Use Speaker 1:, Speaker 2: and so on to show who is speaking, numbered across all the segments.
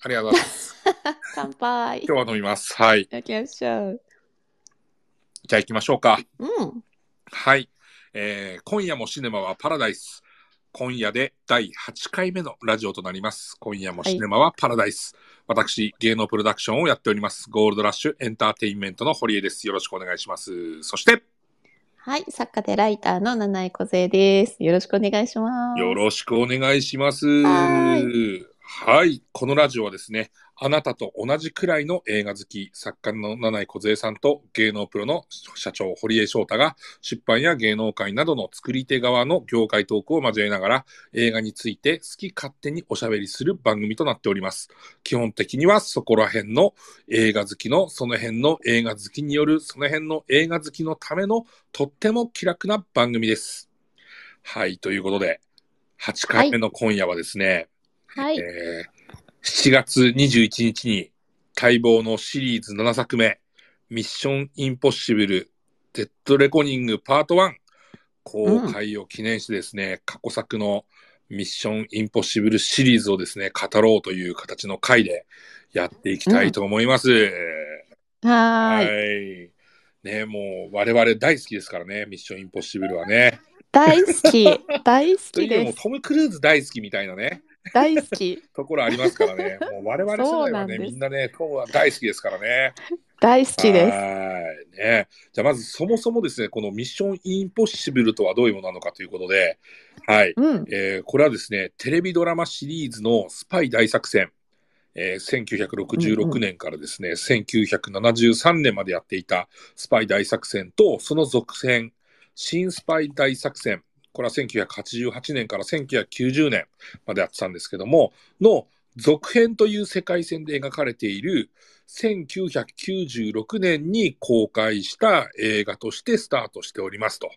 Speaker 1: ありがとうございます。
Speaker 2: 乾杯。
Speaker 1: 今日は飲みます。はい。
Speaker 2: いきましょう。
Speaker 1: じゃあ行きましょうか。
Speaker 2: うん。
Speaker 1: はい、えー今夜もシネマはパラダイス。今夜で第8回目のラジオとなります。今夜もシネマはパラダイス。私、芸能プロダクションをやっております。ゴールドラッシュエンターテインメントの堀江です。よろしくお願いします。そして、
Speaker 2: はい、作家でライターの七井梢です。よろしくお願いします。
Speaker 1: よろしくお願いします。
Speaker 2: は
Speaker 1: はい。このラジオはですね、あなたと同じくらいの映画好き、作家の七井梢さんと芸能プロの社長、堀江翔太が出版や芸能界などの作り手側の業界トークを交えながら映画について好き勝手におしゃべりする番組となっております。基本的にはそこら辺の映画好きの、その辺の映画好きによる、その辺の映画好きのためのとっても気楽な番組です。はい。ということで、8回目の今夜はですね、
Speaker 2: はい。
Speaker 1: えー7月21日に待望のシリーズ7作目、ミッションインポッシブル、デッドレコニングパート1、公開を記念してですね、過去作のミッションインポッシブルシリーズをですね、語ろうという形の回でやっていきたいと思います。
Speaker 2: はーい。
Speaker 1: い。ね、もう我々大好きですからね、ミッションインポッシブルはね。
Speaker 2: 大好き。大好
Speaker 1: とい
Speaker 2: き
Speaker 1: うより
Speaker 2: で
Speaker 1: も
Speaker 2: す。
Speaker 1: トム・クルーズ大好きみたいなね、
Speaker 2: 大好き。
Speaker 1: ところありますから ね。もう我々世代は
Speaker 2: そうな
Speaker 1: ね、
Speaker 2: んです
Speaker 1: みんなね、トムは大好きですからね。
Speaker 2: 大好きです。
Speaker 1: はい。ね。じゃあまずそもそもですね、このミッションインポッシブルとはどういうものなのかということで、はい。
Speaker 2: うん。
Speaker 1: えーこれはですね、テレビドラマシリーズのスパイ大作戦、えー1966年からですね、1973年までやっていたスパイ大作戦と、その続編、新スパイ大作戦、これは1988年から1990年までやってたんですけども、の続編という世界線で描かれている、1996年に公開した映画としてスタートしておりますと。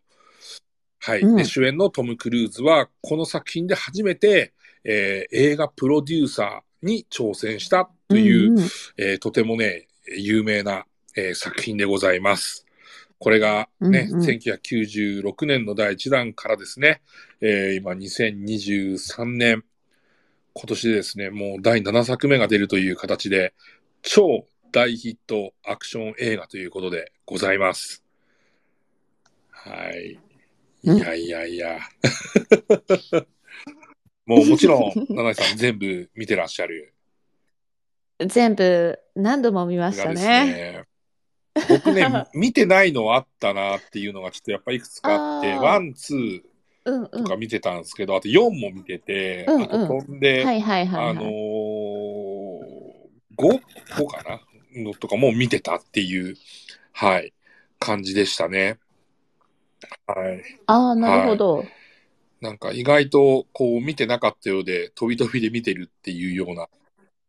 Speaker 1: はい。
Speaker 2: うん
Speaker 1: で、主演のトム・クルーズは、この作品で初めて、えー映画プロデューサーに挑戦したという、
Speaker 2: うんうん
Speaker 1: えーとてもね、有名な、えー作品でございます。これがね、
Speaker 2: うんうん
Speaker 1: 1996年の第1弾からですね、えー今2023年、今年でですね、もう第7作目が出るという形で、超大ヒットアクション映画ということでございます。はい。いやいやいや。 もうもちろん、七井さん全部見てらっしゃる。
Speaker 2: 全部何度も見まし
Speaker 1: が
Speaker 2: た
Speaker 1: です
Speaker 2: ね。
Speaker 1: ね。僕ね、見てないのあったなっていうのがちょっとやっぱいくつかあって、
Speaker 2: あー
Speaker 1: ワン、ツー
Speaker 2: うんう
Speaker 1: と
Speaker 2: ん。
Speaker 1: か見てたんですけど、あと4も見てて、
Speaker 2: うんうん
Speaker 1: あと飛んで、
Speaker 2: はいはいは
Speaker 1: あ
Speaker 2: い、
Speaker 1: のー、
Speaker 2: はい。
Speaker 1: 5、5かなのとかも見てたっていう、はい、感じでしたね。はい。
Speaker 2: ああ、なるほど。
Speaker 1: なんか意外とこう見てなかったようで、飛び飛びで見てるっていうような。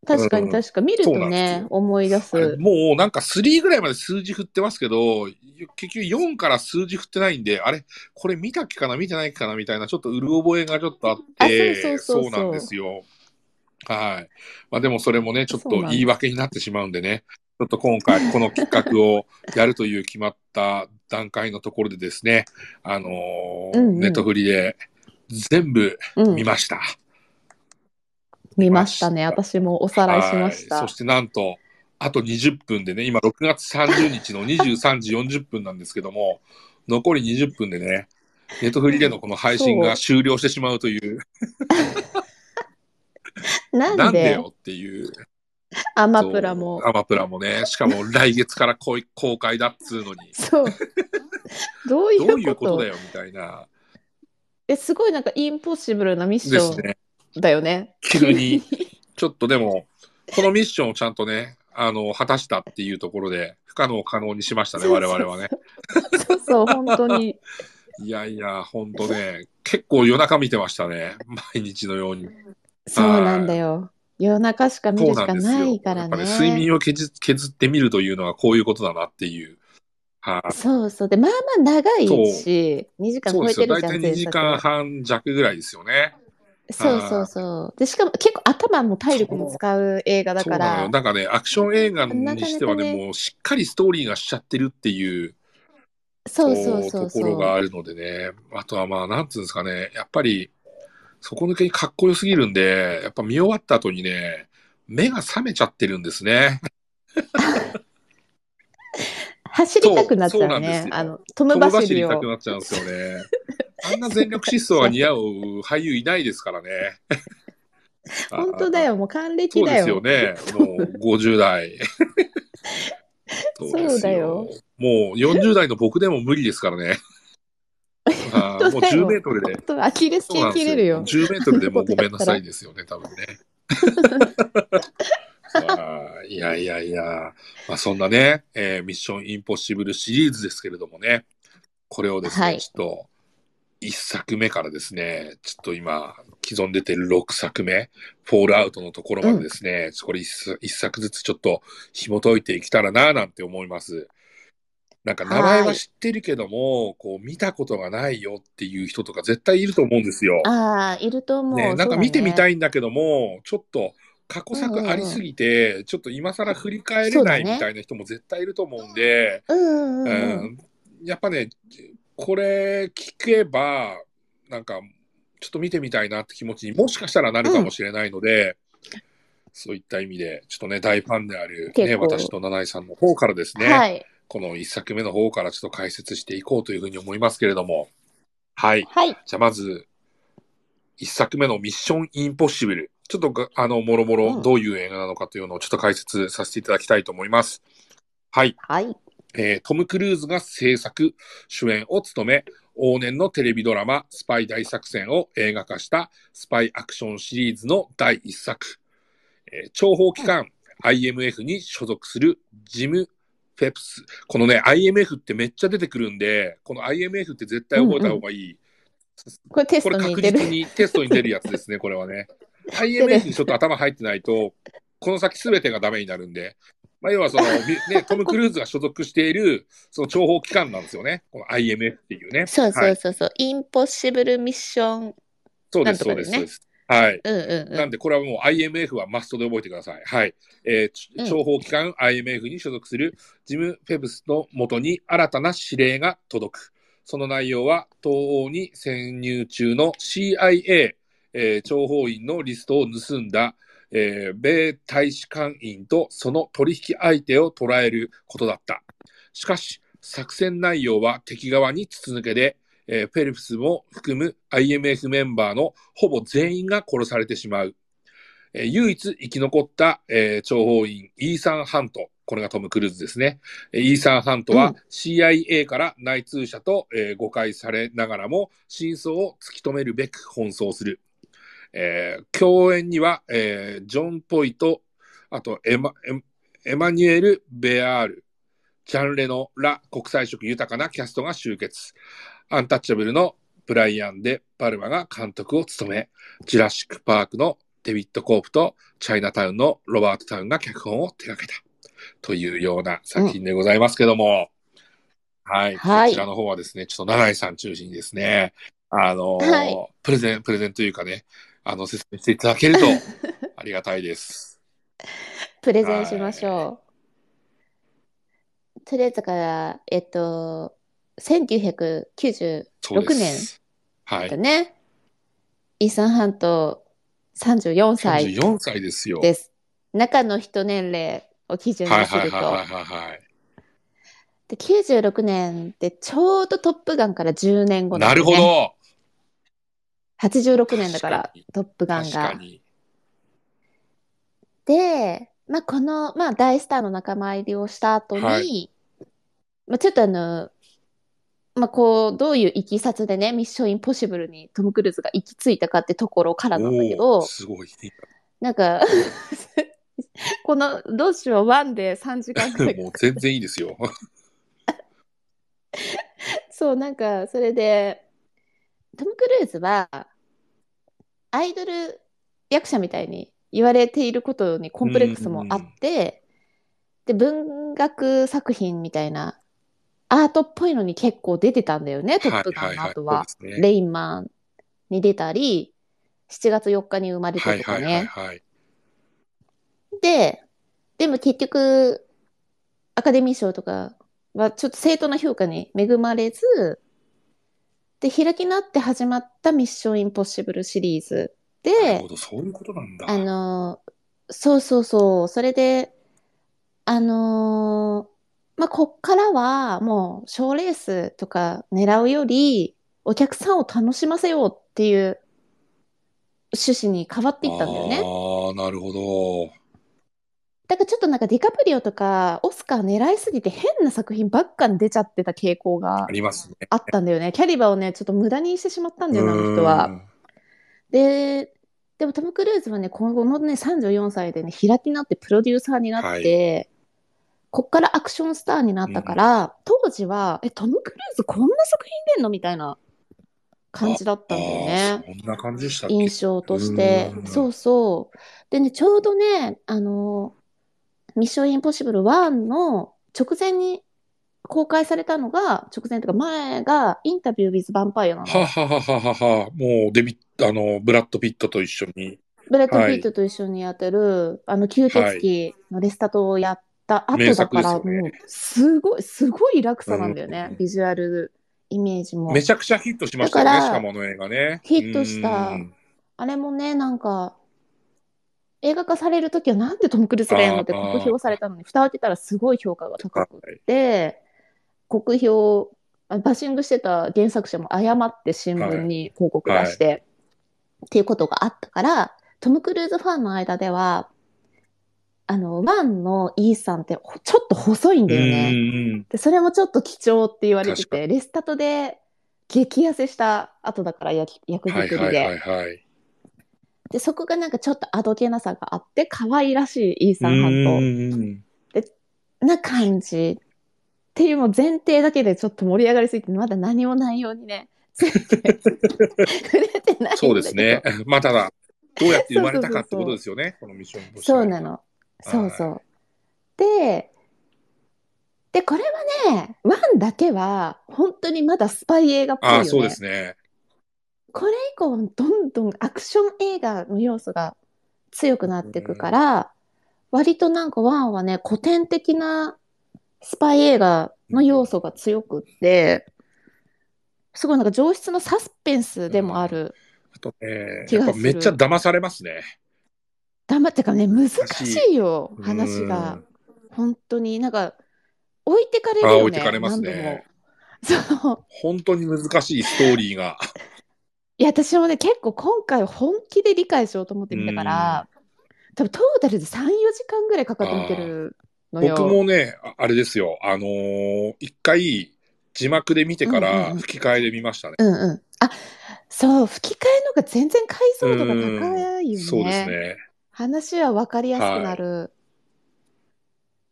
Speaker 2: 確かに確かに。見る
Speaker 1: そうな
Speaker 2: と
Speaker 1: んです
Speaker 2: ね
Speaker 1: よ、
Speaker 2: 思い出
Speaker 1: あれ
Speaker 2: す。
Speaker 1: もうなんか3ぐらいまで数字振ってますけど、結局4から数字振ってないんで、あれこれ見たっけかな見てないっけかなみたいな、ちょっとうる覚えがちょっとあって、
Speaker 2: あそうそうそうそう
Speaker 1: なんですよ。はい。まあでもそれもね、ちょっと
Speaker 2: そうなんです
Speaker 1: 言い訳になってしまうんでね、ちょっと今回この企画をやるという決まった段階のところでですね、あのー
Speaker 2: うんうん
Speaker 1: ネットフリで全部
Speaker 2: うん
Speaker 1: 見。ました。
Speaker 2: 見ましたね。私もおさらいしました。
Speaker 1: はいそしてなんと、あと20分でね、今6月30日の23時40分なんですけども、残り20分でね、ネットフリでのこの配信が終了してしまうという、
Speaker 2: なんで
Speaker 1: なんでよっていう、
Speaker 2: アマプラも、
Speaker 1: そう。アマプラもね、しかも来月からこい公開だっつうのに
Speaker 2: そう。 どういうこと
Speaker 1: どういうことだよみたいな、
Speaker 2: えすごいなんかインポッシブルなミッシ
Speaker 1: です
Speaker 2: ョ
Speaker 1: ね。
Speaker 2: ンだよね。
Speaker 1: 急に、ちょっとでも、このミッションをちゃんとね、あの、果たしたっていうところで、不可能を可能にしましたね、我々はね。
Speaker 2: そうそう、本当に。
Speaker 1: いやいや、ほんとね、結構夜中見てましたね、毎日のように。
Speaker 2: そうなんだよ。夜中しか見
Speaker 1: そう
Speaker 2: るし
Speaker 1: な
Speaker 2: か
Speaker 1: んですよ。
Speaker 2: ないから
Speaker 1: やっぱ
Speaker 2: ね。
Speaker 1: ね、睡眠を削削ってみるというのはこういうことだなっていう。はい。
Speaker 2: そうそう。で、まあまあ長いし、2時間
Speaker 1: そう
Speaker 2: 超
Speaker 1: で
Speaker 2: え
Speaker 1: すよ。
Speaker 2: て
Speaker 1: 大
Speaker 2: るじゃ
Speaker 1: 体2
Speaker 2: ん、前
Speaker 1: 時
Speaker 2: 作
Speaker 1: 間
Speaker 2: は。
Speaker 1: 半弱ぐらいですよね。
Speaker 2: そうそうそう。で、しかも結構頭も体力も使う映画だ
Speaker 1: そう
Speaker 2: か
Speaker 1: なの
Speaker 2: ら
Speaker 1: よ。。なんかね、アクション映画
Speaker 2: なかなか
Speaker 1: に
Speaker 2: ね
Speaker 1: してはね、もうしっかりストーリーがしちゃってるっていう
Speaker 2: そうそうそう
Speaker 1: とこ
Speaker 2: そ
Speaker 1: ろが
Speaker 2: う。
Speaker 1: あるのでね。あとはまあ、なんつうんですかね、やっぱり、底抜けにかっこよすぎるんで、やっぱ見終わった後にね、目が覚めちゃってるんですね。
Speaker 2: 走りたくなっちゃ
Speaker 1: そうそう
Speaker 2: うね
Speaker 1: なんです。よ
Speaker 2: あの、トム
Speaker 1: 友
Speaker 2: バ
Speaker 1: 走
Speaker 2: シ
Speaker 1: り
Speaker 2: リ
Speaker 1: た
Speaker 2: を
Speaker 1: く。なっちゃうんですよね。あんな全力疾走が似合う俳優いないですからね。
Speaker 2: 本当だよ、もう還暦
Speaker 1: そう
Speaker 2: だ
Speaker 1: で
Speaker 2: よ。
Speaker 1: すよね。もう50代。
Speaker 2: そうだよ
Speaker 1: そうですもう40代の僕でも無理ですからね。あーもう10メートルで
Speaker 2: 本。当アキレス
Speaker 1: そうな
Speaker 2: 腱
Speaker 1: んです
Speaker 2: 切れるよ。
Speaker 1: 10メートルでもうごめんなさいですよね、多分 ね。まあいやいやいや、まあ、そんなね、えーミッションインポッシブルシリーズですけれどもね、これをですね、
Speaker 2: はい
Speaker 1: ちょっと、1作目からですね、ちょっと今、既存出てる6作目、フォールアウトのところまでですね、これ 1, 作ずつちょっと紐解いていけたらな、なんて思います。なんか名前は知ってるけども、こう見たことがないよっていう人とか絶対いると思うんですよ。
Speaker 2: ああ、いると思う。
Speaker 1: ね、なんか見てみ
Speaker 2: い。
Speaker 1: たいんだけども、ちょっと過去作ありすぎて、ちょっと今更振り返れない
Speaker 2: そうだね
Speaker 1: みたいな人も絶対いると思うんで、
Speaker 2: うんう
Speaker 1: う
Speaker 2: んうん。
Speaker 1: んやっぱね、これ聞けば、なんか、ちょっと見てみたいなって気持ちにもしかしたらなるかもしれないので、そういった意味で、ちょっとね、大ファンである、ね、
Speaker 2: 結構
Speaker 1: 私と七井さんの方からですね、
Speaker 2: はい。
Speaker 1: この一作目の方からちょっと解説していこうというふうに思いますけれども、はい。
Speaker 2: はい。
Speaker 1: じゃあまず、一作目のミッションインポッシブル。ちょっとが、あの、もろも
Speaker 2: う
Speaker 1: ろ
Speaker 2: ん
Speaker 1: どういう映画なのかというのをちょっと解説させていただきたいと思います。はい。
Speaker 2: はい。
Speaker 1: えートム・クルーズが制作、主演を務め、往年のテレビドラマ、スパイ大作戦を映画化したスパイアクションシリーズの第一作。えー諜報機関、IMF に所属するジム・フェプス。このね、IMF ってめっちゃ出てくるんで、この IMF って絶対覚えた方がいい。
Speaker 2: これテス
Speaker 1: こ
Speaker 2: ト
Speaker 1: れ
Speaker 2: に
Speaker 1: 確
Speaker 2: 出
Speaker 1: 実
Speaker 2: る。
Speaker 1: にテストに出るやつ ですね、これはね。IMF にちょっと頭入ってないと、この先すべてがダメになるんで、まあ、要は その、みね、トム・クルーズが所属している、その諜報機関なんですよね。この IMF っていうね。
Speaker 2: そう
Speaker 1: は
Speaker 2: そう
Speaker 1: い、
Speaker 2: そうそう。インポッシブルミッション。
Speaker 1: そうです、そう
Speaker 2: な
Speaker 1: ん
Speaker 2: と
Speaker 1: です、
Speaker 2: かで
Speaker 1: そう
Speaker 2: ね
Speaker 1: です。はい。
Speaker 2: うんうんう
Speaker 1: なん
Speaker 2: ん。
Speaker 1: で、これはもう IMF はマストで覚えてください。はい。えーち
Speaker 2: うん
Speaker 1: 諜報機関 IMF に所属するジム・フェブスのもとに新たな指令が届く。その内容は、東欧に潜入中の CIA、えー諜報員のリストを盗んだ、えー米大使館員とその取引相手を捉えることだった。しかし、作戦内容は敵側に筒抜けで、えーペルプスも含む IMF メンバーのほぼ全員が殺されてしまう。えー唯一生き残った、えー諜報員イーサン・ハント。これがトム・クルーズですね。えーイーサン・ハント
Speaker 2: う
Speaker 1: は
Speaker 2: ん
Speaker 1: CIA から内通者と、えー誤解されながらも真相を突き止めるべく奔走する。えー共演には、えージョン・ポイと、あとエマエエマニュエル・ベアール、ジャン・レノら国際色豊かなキャストが集結。アンタッチャブルのブライアン・デ・パルマが監督を務め、ジュラシック・パークのデビッド・コープとチャイナタウンのロバート・タウンが脚本を手掛けたというような作品でございますけども、はい、
Speaker 2: はい
Speaker 1: こちらの方はですね、ちょっと永井さん中心にですね、あのー
Speaker 2: はい
Speaker 1: プレゼン、プレゼンというかね、あの、説明していただけるとありがたいです。
Speaker 2: プレゼンしましょう。とりあえずだから、えっと、1996
Speaker 1: そうで
Speaker 2: 年
Speaker 1: す。は
Speaker 2: だ
Speaker 1: い。
Speaker 2: ね。イーサン・ハント34歳
Speaker 1: 34歳ですよ。
Speaker 2: です。中の人年齢を基準に
Speaker 1: はい
Speaker 2: す
Speaker 1: はい
Speaker 2: る
Speaker 1: はい
Speaker 2: と
Speaker 1: はい。はいはい。
Speaker 2: で96年ってちょうど「トップガン」から10年後
Speaker 1: な
Speaker 2: だ
Speaker 1: る
Speaker 2: よね
Speaker 1: ほど。
Speaker 2: 86年だから
Speaker 1: 確かに
Speaker 2: 「トップガン
Speaker 1: 確か
Speaker 2: が」
Speaker 1: に。
Speaker 2: で、まあ、この、まあ、大スターの仲間入りをした後に、
Speaker 1: は
Speaker 2: まあ、ちょっとあの、まあ、こうどういういきさつでね「ミッション・インポッシブル」にトム・クルーズが行き着いたかってところからなんだけ
Speaker 1: お
Speaker 2: ど
Speaker 1: ーす ごい。
Speaker 2: なんか この「どうしよう1」で3時間くらい
Speaker 1: もう全然いいですよ。
Speaker 2: そう、なんか、それで、トム・クルーズは、アイドル役者みたいに言われていることにコンプレックスもあって、で、文学作品みたいな、アートっぽいのに結構出てたんだよね、トップガンの後は。
Speaker 1: そうですね
Speaker 2: レインマンに出たり、7月4日に生まれ
Speaker 1: は
Speaker 2: た
Speaker 1: い
Speaker 2: と
Speaker 1: は
Speaker 2: か
Speaker 1: いはい
Speaker 2: ね。
Speaker 1: はい。
Speaker 2: で、でも結局、アカデミー賞とかはちょっと正当な評価に恵まれず、で、開き直って始まったミッションインポッシブルシリーズ
Speaker 1: なる
Speaker 2: で
Speaker 1: ほ、ど、そういうことなんだ。
Speaker 2: あの、そうそうそう。それで、あのーまあ、こっからはもう賞レースとか狙うより、お客さんを楽しませようっていう趣旨に変わっていったんだよね。
Speaker 1: ああ、なるほど。
Speaker 2: だからちょっとなんかディカプリオとかオスカー狙いすぎて変な作品ばっかに出ちゃってた傾向が
Speaker 1: ありますね。
Speaker 2: あったんだよね。キャリバーをね、ちょっと無駄にしてしまったんだよな、あの人は。で、でもトム・クルーズはね、今後のね、34歳でね、開きになってプロデューサーになって、こっからアクションスターになったから、当時は、え、トム・クルーズこんな作品出んのみたいな感じだった
Speaker 1: うん
Speaker 2: だよ
Speaker 1: ん。あ
Speaker 2: ね
Speaker 1: あ。、そんな感じでしたっけ
Speaker 2: 印象として
Speaker 1: う。ん
Speaker 2: そうそう。でね、ちょうどね、あの、ミッションインポッシブル1の直前に公開されたのが、直前というか前がインタビュー・ウィズ・ヴァンパイアなの。
Speaker 1: はははははは。もうデビッ、あの、ブラッド・ピットと一緒に。
Speaker 2: ブレッド・ピ
Speaker 1: はい
Speaker 2: ットと一緒にやってる、あの吸血鬼のレスタトをやった後
Speaker 1: 名
Speaker 2: だ
Speaker 1: 作
Speaker 2: か
Speaker 1: です
Speaker 2: ら、
Speaker 1: よね
Speaker 2: もうすごい、すごい落差なんだよね、
Speaker 1: うん
Speaker 2: ビジュアルイメージも
Speaker 1: め。ちゃくちゃヒットしましたよね、
Speaker 2: だから
Speaker 1: しかもあの映画ね。
Speaker 2: ヒットした
Speaker 1: うん
Speaker 2: あれもね、なんか、映画化されるときはなんでトム・クルーズがやるのって
Speaker 1: あー
Speaker 2: 酷評されたのに、蓋を開けたらすごい評価が高く
Speaker 1: はい
Speaker 2: て、酷評、あバッシングしてた原作者も誤って新聞に広告出して、っていうことがあったから、トム・クルーズファンの間では、あの、ワンのイーさんってほちょっと細いんだよね。
Speaker 1: うん
Speaker 2: で、それもちょっと貴重って言われて
Speaker 1: 確か
Speaker 2: て、レスタトで激痩せした後だから、焼き役
Speaker 1: うん。は
Speaker 2: 作り
Speaker 1: い
Speaker 2: で。
Speaker 1: はいはいはい。
Speaker 2: で、そこがなんかちょっとあどけなさがあって、可愛らしいイーサンハ
Speaker 1: う
Speaker 2: ン
Speaker 1: ん
Speaker 2: トな感じっていうもう前提だけでちょっと盛り上がりすぎて、まだ何も内容にね、全然触れてないんだけど。
Speaker 1: そうですね。 まあただ、どうやって生まれたかってことですよね、このミッションインポッシブ
Speaker 2: そ
Speaker 1: ル
Speaker 2: うな。の。そうそう。で、で、これはね、ワンだけは、本当にまだスパイ映画っぽい
Speaker 1: あ
Speaker 2: よ
Speaker 1: あ、
Speaker 2: ね。
Speaker 1: そうですね。
Speaker 2: これ以降、どんどんアクション映画の要素が強くなっていくから、割となんかワンはね、古典的なスパイ映画の要素が強くって、すごいなんか上質なサスペンスでもある。
Speaker 1: あとね、
Speaker 2: 気
Speaker 1: や
Speaker 2: が
Speaker 1: っ
Speaker 2: する
Speaker 1: ぱめっちゃ騙されますね。
Speaker 2: 頑張ってかね、難しいよ、
Speaker 1: うん
Speaker 2: 話が。本当になんか、置いてかれる
Speaker 1: ああ、
Speaker 2: よ
Speaker 1: 置い
Speaker 2: ね、
Speaker 1: てかれますね。
Speaker 2: 何度も。そう。
Speaker 1: 本当に難しいストーリー が。
Speaker 2: いや、私もね、結構今回本気で理解しようと思ってみたから、多分トータルで3、4時間ぐらいかかって見てるのよ。
Speaker 1: 僕もね、ああれですよ。あのー一回、字幕で見てか
Speaker 2: うんうんう
Speaker 1: ら
Speaker 2: ん
Speaker 1: 吹き替えで見ましたね。
Speaker 2: うんうん。あ、そう、吹き替えのが全然解像度が高いよね。
Speaker 1: そうですね。
Speaker 2: 話は分かりやすくなる。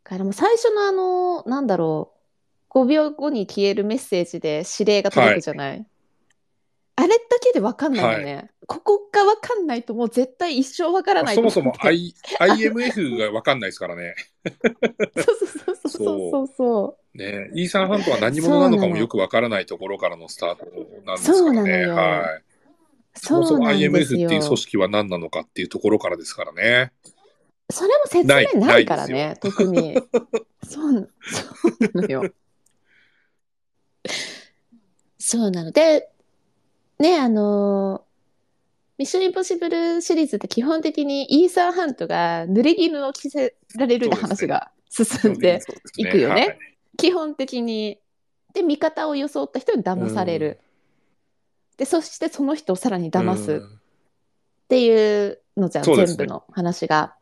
Speaker 2: からもう最初のあの、なんだろう、5秒後に消えるメッセージで指令が届くじゃない。あれだけで分かんないよね。ここが分かんないともう絶対一生分からない
Speaker 1: そ
Speaker 2: と
Speaker 1: も
Speaker 2: 思って
Speaker 1: そも I IMF が分かんないですからね。
Speaker 2: そうそうそうそうそうそ
Speaker 1: ねイーサン・ハントは何者なのかもよく分からないところからのスタートなんです
Speaker 2: そう
Speaker 1: から
Speaker 2: なの
Speaker 1: ね。
Speaker 2: よ
Speaker 1: はい。
Speaker 2: う。
Speaker 1: そもそ
Speaker 2: そう
Speaker 1: も
Speaker 2: なんで
Speaker 1: IMF っ
Speaker 2: す
Speaker 1: ていう
Speaker 2: よ。
Speaker 1: 組織は何なのかっていうところからですからね。
Speaker 2: それも説明
Speaker 1: ない
Speaker 2: ないから
Speaker 1: な
Speaker 2: ね、特に。そうな、そうなのよ。そうなの。で、ね、あのーミッションインポッシブルシリーズって基本的にイーサン・ハントが濡れ衣を着せられるって
Speaker 1: そうです
Speaker 2: 話
Speaker 1: ね
Speaker 2: が進んで、
Speaker 1: そうです
Speaker 2: いくよね
Speaker 1: はい
Speaker 2: 基本的に。で、味方を装った人に騙される。で、そしてその人をさらに騙す。
Speaker 1: うん
Speaker 2: っていうのじゃん、
Speaker 1: そうです
Speaker 2: 全
Speaker 1: ね
Speaker 2: 部の話が。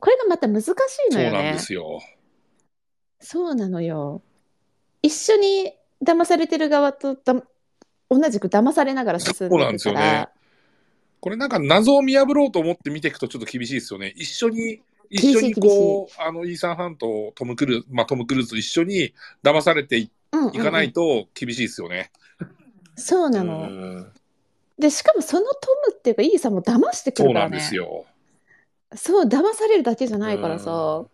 Speaker 2: これがまた難しい
Speaker 1: そ
Speaker 2: の
Speaker 1: う
Speaker 2: よ
Speaker 1: なん
Speaker 2: ね
Speaker 1: で。すよ。
Speaker 2: そうなのよ。一緒に騙されてる側とだ同じく騙されながら進んで
Speaker 1: そうなん
Speaker 2: る
Speaker 1: です
Speaker 2: か
Speaker 1: よね
Speaker 2: ら、
Speaker 1: これなんか謎を見破ろうと思って見ていくとちょっと厳しいですよね。一緒に、一緒にこう、あの、イーサン・ハント、トム・クルーズ、まあトム・クルーズと一緒に騙されてい
Speaker 2: うんうんうん
Speaker 1: いかないと厳しいですよね。
Speaker 2: そうな
Speaker 1: う
Speaker 2: の。
Speaker 1: ん
Speaker 2: で、しかもそのトムっていうか、イーさんも騙してく
Speaker 1: そ
Speaker 2: る
Speaker 1: う
Speaker 2: か
Speaker 1: な
Speaker 2: ら
Speaker 1: んで
Speaker 2: ね。
Speaker 1: すよ。
Speaker 2: そう、騙されるだけじゃないからさ。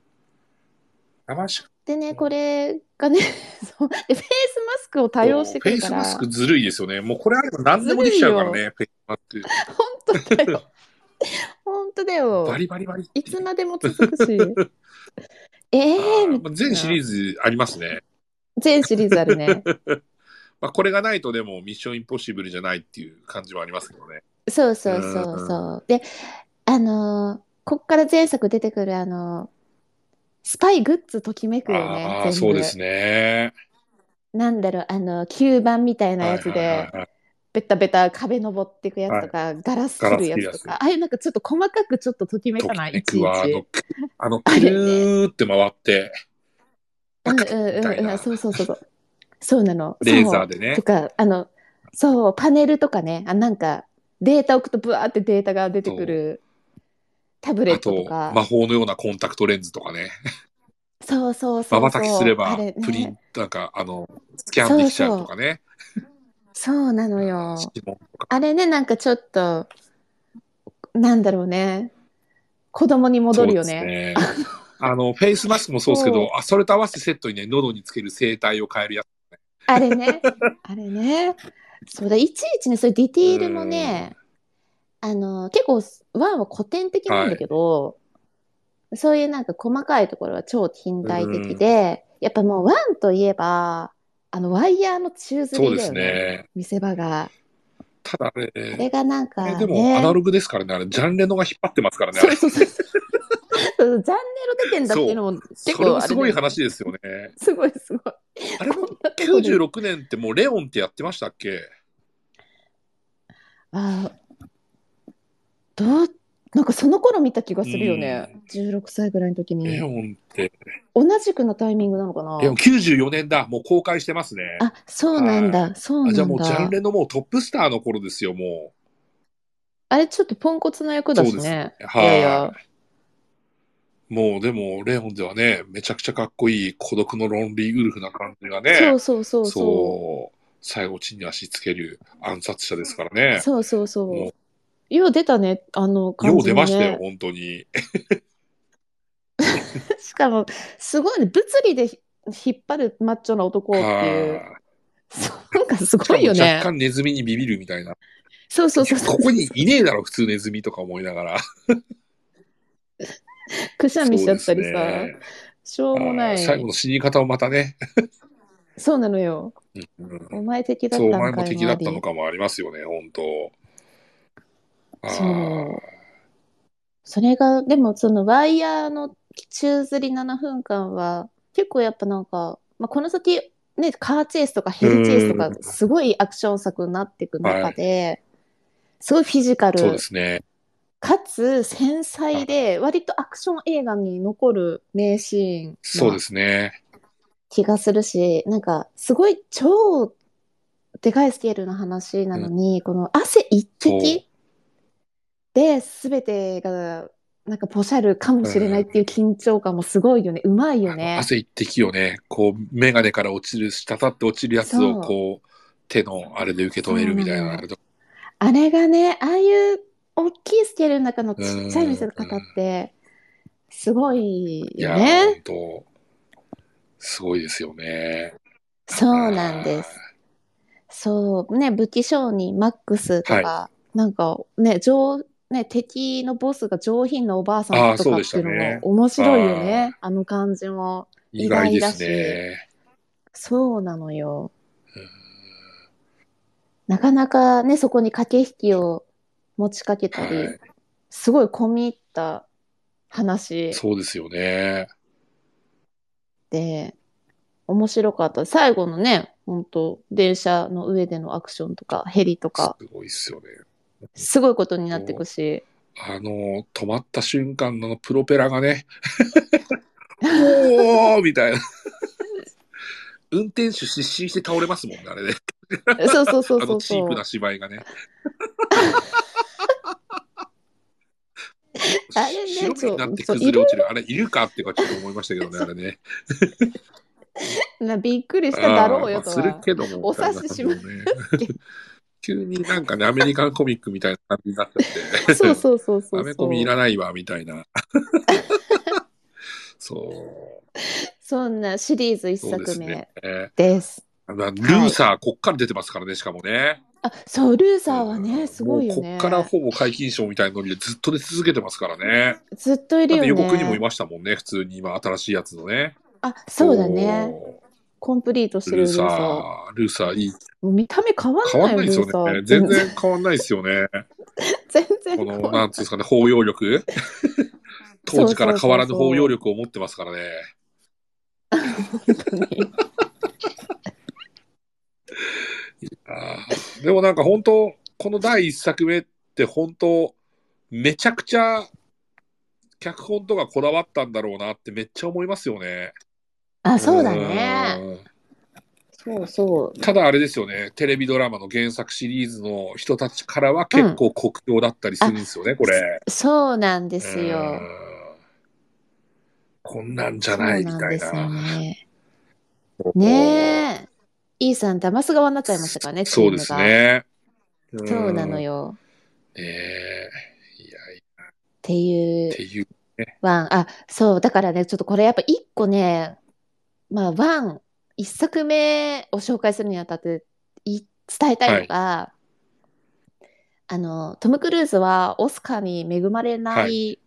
Speaker 1: 騙し
Speaker 2: でね、これがね、 そうでフェイスマスクを多用してくるか
Speaker 1: フェ
Speaker 2: ら、
Speaker 1: イスマス
Speaker 2: 本
Speaker 1: クずるいですよね。もうこれあれば何でもできちゃうから
Speaker 2: ずる
Speaker 1: ね、フェイスマスク。
Speaker 2: 当だよ。本当だよ
Speaker 1: バ。リバリバリって。
Speaker 2: いうつまでも 続くし。ええ
Speaker 1: あー
Speaker 2: ー、
Speaker 1: まあ全シリーズありますね。
Speaker 2: 全シリーズあるね。
Speaker 1: まあ、これがないとでもミッションインポッシブルじゃないっていう感じはありますけどね。
Speaker 2: そうそうそうそう。で、あのーこっから前作出てくるあの、スパイグッズときめくよね、
Speaker 1: あ
Speaker 2: 全
Speaker 1: あ、
Speaker 2: 部。
Speaker 1: そうですね。
Speaker 2: なんだろう、あの、吸盤みたいなやつ
Speaker 1: はいはいは
Speaker 2: で、
Speaker 1: いはい
Speaker 2: ベタベタ壁登っていくやつとか、ガラスする
Speaker 1: ガラス切
Speaker 2: やつと
Speaker 1: るや
Speaker 2: か、ああいうなんかちょっと細かくちょっとときめ
Speaker 1: と
Speaker 2: か
Speaker 1: き
Speaker 2: ない、
Speaker 1: め
Speaker 2: い
Speaker 1: く
Speaker 2: ちい
Speaker 1: わ、あの
Speaker 2: ち。、
Speaker 1: あの、く
Speaker 2: あるね
Speaker 1: るーって回って、
Speaker 2: うん
Speaker 1: パ
Speaker 2: う
Speaker 1: カッみ
Speaker 2: ん
Speaker 1: た
Speaker 2: う
Speaker 1: い
Speaker 2: んう、、
Speaker 1: なん
Speaker 2: そうそうそうそう。そうなの。
Speaker 1: レーザー
Speaker 2: で
Speaker 1: でね
Speaker 2: と。か、あの、そう、パネルとかね、あ、なんか、データ置くとブワーってデータが出てくるタブレ
Speaker 1: あ
Speaker 2: ットと
Speaker 1: と、
Speaker 2: か。
Speaker 1: 魔法のようなコンタクトレンズとかね。
Speaker 2: そうそうそう
Speaker 1: まばたき
Speaker 2: そう
Speaker 1: すれ
Speaker 2: あ
Speaker 1: ば
Speaker 2: れ、
Speaker 1: プリン
Speaker 2: ね。、
Speaker 1: なんか、あの、スキャンできちゃうとかね。
Speaker 2: そうなの
Speaker 1: あ
Speaker 2: よ。
Speaker 1: 指紋とか
Speaker 2: あれね、なんかちょっと、なんだろうね。子供に戻るよ
Speaker 1: そう
Speaker 2: ね。
Speaker 1: ですね。あの、フェイスマスクもそうですけ
Speaker 2: そう
Speaker 1: ど、あ、それと合わせてセットにね、喉につける声帯を変えるやつ。
Speaker 2: あれ ね。あれね。そうだ、いちいちね、そういうディティールもね、あの、結構、ワンは古典的なんだけど、そういうなんか細かいところは超近代的で、やっぱもうワンといえば、あの、ワイヤーの宙
Speaker 1: そ
Speaker 2: づ
Speaker 1: う
Speaker 2: り
Speaker 1: で
Speaker 2: だ
Speaker 1: す
Speaker 2: よね。
Speaker 1: ね。
Speaker 2: 見せ場が。
Speaker 1: ただね、
Speaker 2: あれがなんか、
Speaker 1: え
Speaker 2: ね。
Speaker 1: でもアナログですからね、あれ、ジャンレノが引っ張ってますからね、あ
Speaker 2: そう
Speaker 1: れ。
Speaker 2: そうそう。そうジャンネル出てんだっていうのも結
Speaker 1: それ
Speaker 2: 構あ
Speaker 1: も
Speaker 2: れ
Speaker 1: すごい話ですよね。
Speaker 2: すごいすごい。
Speaker 1: あれも
Speaker 2: こんなとこに
Speaker 1: 96年ってもうレオンってやってましたっけ
Speaker 2: あどうなんかその頃見た気がするよね。16歳ぐらいの時
Speaker 1: レオ
Speaker 2: に。
Speaker 1: ンって。
Speaker 2: 同じくのタイミングなのかな
Speaker 1: レオン94年だ。もう公開してますね。
Speaker 2: あ、そうなんだ。そう
Speaker 1: あじゃあ
Speaker 2: なん
Speaker 1: もうジャ
Speaker 2: だ
Speaker 1: ン。レノもうトップスターの頃ですよ、も
Speaker 2: あれちょっとポンコツの役だし
Speaker 1: そうです
Speaker 2: ね。
Speaker 1: う。
Speaker 2: いやいや。
Speaker 1: い。もうでも、レオンではね、めちゃくちゃかっこいい孤独のロンリーウルフな感じがね。
Speaker 2: そうそうそうそ
Speaker 1: そう最後、地に足つける暗殺者ですから
Speaker 2: う。
Speaker 1: ね。
Speaker 2: そうそうそう
Speaker 1: も
Speaker 2: よう出たね、あの
Speaker 1: よ
Speaker 2: 感
Speaker 1: う
Speaker 2: じ
Speaker 1: 出
Speaker 2: も
Speaker 1: ましたよ、
Speaker 2: ね。
Speaker 1: 本当に。
Speaker 2: しかも、すごいね。物理でひ引っ張るマッチョな男っていう。
Speaker 1: は
Speaker 2: そうなんかす
Speaker 1: いしか
Speaker 2: ごい
Speaker 1: も
Speaker 2: よね
Speaker 1: 若。干ネズミにビビるみたいな。
Speaker 2: そうそうそうそう。
Speaker 1: ここにいねえだろ、普通ネズミとか思いながら。
Speaker 2: くしゃみしちゃった
Speaker 1: そう
Speaker 2: りさ、
Speaker 1: ですね
Speaker 2: しょうもな
Speaker 1: あー
Speaker 2: い。
Speaker 1: 最後の死に方をまたね、
Speaker 2: そうなのよ。
Speaker 1: うん
Speaker 2: お前的だっ
Speaker 1: そう、お
Speaker 2: た
Speaker 1: 前
Speaker 2: のか
Speaker 1: も
Speaker 2: い
Speaker 1: 敵だったのかもありますよね、本当。あ
Speaker 2: そうなの
Speaker 1: ー
Speaker 2: よ。それが、でもそのワイヤーの宙づり7分間は、結構やっぱなんか、まあ、この先、ね、カーチェイスとかヘリチェイスとか
Speaker 1: う、ん
Speaker 2: すごいアクション作になっていく中で、すごいフィジカ
Speaker 1: そう
Speaker 2: ル
Speaker 1: で、すね。
Speaker 2: かつ繊細で、割とアクション映画に残る名シーン
Speaker 1: そう
Speaker 2: な
Speaker 1: ですね。
Speaker 2: 気がするし、なんかすごい超でかいスケールの話なのに、この汗一滴で全てがなんかポシャるかもしれないっていう緊張感もすごいよね。うまいよね。
Speaker 1: 汗一滴をね、こう、メガネから落ちる、滴って落ちるやつ
Speaker 2: そ
Speaker 1: を、
Speaker 2: う
Speaker 1: こう、手のあれで受け止めるみたいな。
Speaker 2: あれがね、ああいう大きいスケールの中のちっちゃい見せ方って、すごい
Speaker 1: い
Speaker 2: よ
Speaker 1: や、
Speaker 2: ね。
Speaker 1: 本当すごいですよね。
Speaker 2: そうなんです。そうね、武器商人マックスとか、なんかね、上ね、敵のボスが上品なおばあさん
Speaker 1: あー
Speaker 2: と
Speaker 1: そう
Speaker 2: かっ
Speaker 1: でしてた
Speaker 2: い
Speaker 1: ね
Speaker 2: うのも面白いよね、あの感じも。
Speaker 1: 意外で
Speaker 2: 意
Speaker 1: すね。
Speaker 2: そうなのよ
Speaker 1: うん。
Speaker 2: なかなかね、そこに駆け引きを持ちかけたり、
Speaker 1: は
Speaker 2: すごい込み入った
Speaker 1: い。
Speaker 2: 話
Speaker 1: そうですよね。
Speaker 2: で、面白かった。最後のね、本当電車の上でのアクションとか、ヘリと
Speaker 1: す
Speaker 2: か、
Speaker 1: ごいっすよね。
Speaker 2: すごいことになってくし。
Speaker 1: あの、止まった瞬間のプロペラが ね、おーみたいな。運転手失神して倒れますもんね、あれね。
Speaker 2: そうそうそう
Speaker 1: あ
Speaker 2: そ
Speaker 1: の
Speaker 2: う
Speaker 1: チ
Speaker 2: そ
Speaker 1: ープ
Speaker 2: う
Speaker 1: な。芝居が ね。白目
Speaker 2: あれね
Speaker 1: になって
Speaker 2: そう
Speaker 1: 崩れ落ちる。あれ、いるかっていうかちょっと思いましたけどね、あれね。
Speaker 2: なびっくりしただろうよと
Speaker 1: あーまあす
Speaker 2: は
Speaker 1: る。けども。
Speaker 2: お察しします
Speaker 1: みたいな感じのね 急になんかね、アメリカンコミックみたいな感じになっちゃって。
Speaker 2: そうそうそうそ
Speaker 1: ア
Speaker 2: う
Speaker 1: メ
Speaker 2: そ。
Speaker 1: コミいうらないわ、みたい な。そう。
Speaker 2: そんなシリーズ一
Speaker 1: そうで
Speaker 2: 作
Speaker 1: す
Speaker 2: 目
Speaker 1: ね。え
Speaker 2: です。
Speaker 1: ーまあルーサー、こっから出てますからね、しかもね。
Speaker 2: あ、そう、ルーサーはね、すごいよ
Speaker 1: も
Speaker 2: ね
Speaker 1: うこっ。からほぼ皆勤賞みたいなのにずっと出続けてますからね。
Speaker 2: ずっといる
Speaker 1: だっ
Speaker 2: よ
Speaker 1: て
Speaker 2: ね。
Speaker 1: 予告にもいましたもんね、普通に今、新しいやつのね。
Speaker 2: あ、そうだね。コンプリートし
Speaker 1: そ
Speaker 2: て
Speaker 1: う。
Speaker 2: る
Speaker 1: ル
Speaker 2: ル
Speaker 1: ー
Speaker 2: ーサ
Speaker 1: サ
Speaker 2: ー。
Speaker 1: ー、ルーサーいい。
Speaker 2: もう見た目変わ
Speaker 1: 変わん
Speaker 2: ん
Speaker 1: な
Speaker 2: ないい
Speaker 1: で
Speaker 2: よ、
Speaker 1: す
Speaker 2: ル
Speaker 1: よ
Speaker 2: ーサー
Speaker 1: ね。
Speaker 2: って。
Speaker 1: 全然変わんないですよね。
Speaker 2: 全然
Speaker 1: こ
Speaker 2: 変わ
Speaker 1: の、
Speaker 2: んない
Speaker 1: なんつうんですかね、包容力。当時から変わらぬ包容力を持ってますからね。
Speaker 2: 本当に。
Speaker 1: あーでもなんか本当、この第一作目って本当、めちゃくちゃ脚本とかこだわったんだろうなってめっちゃ思いますよね。
Speaker 2: あ、そうだね。
Speaker 1: うん。
Speaker 2: そうそう。
Speaker 1: ただあれですよね、テレビドラマの原作シリーズの人たちからは結構酷評だったりするんですよね、これ。
Speaker 2: そうなんで
Speaker 1: です
Speaker 2: よ。。
Speaker 1: こんなんじゃないみたい
Speaker 2: そ
Speaker 1: な。
Speaker 2: うなんですよね。ねえ。イーさん、騙す側になっちゃいましたからね、チー
Speaker 1: そう
Speaker 2: ム
Speaker 1: で
Speaker 2: が。
Speaker 1: す。ね。ん
Speaker 2: そうなの。よ。っ
Speaker 1: ねえいやい
Speaker 2: てい
Speaker 1: や
Speaker 2: う
Speaker 1: っていう。
Speaker 2: ワン、あ、そう、だからね、ちょっとこれやっぱ一個ね、まあ、ワン、一作目を紹介するにあたってい伝えたいのが、あの、トム・クルーズはオスカーに恵まれない、
Speaker 1: は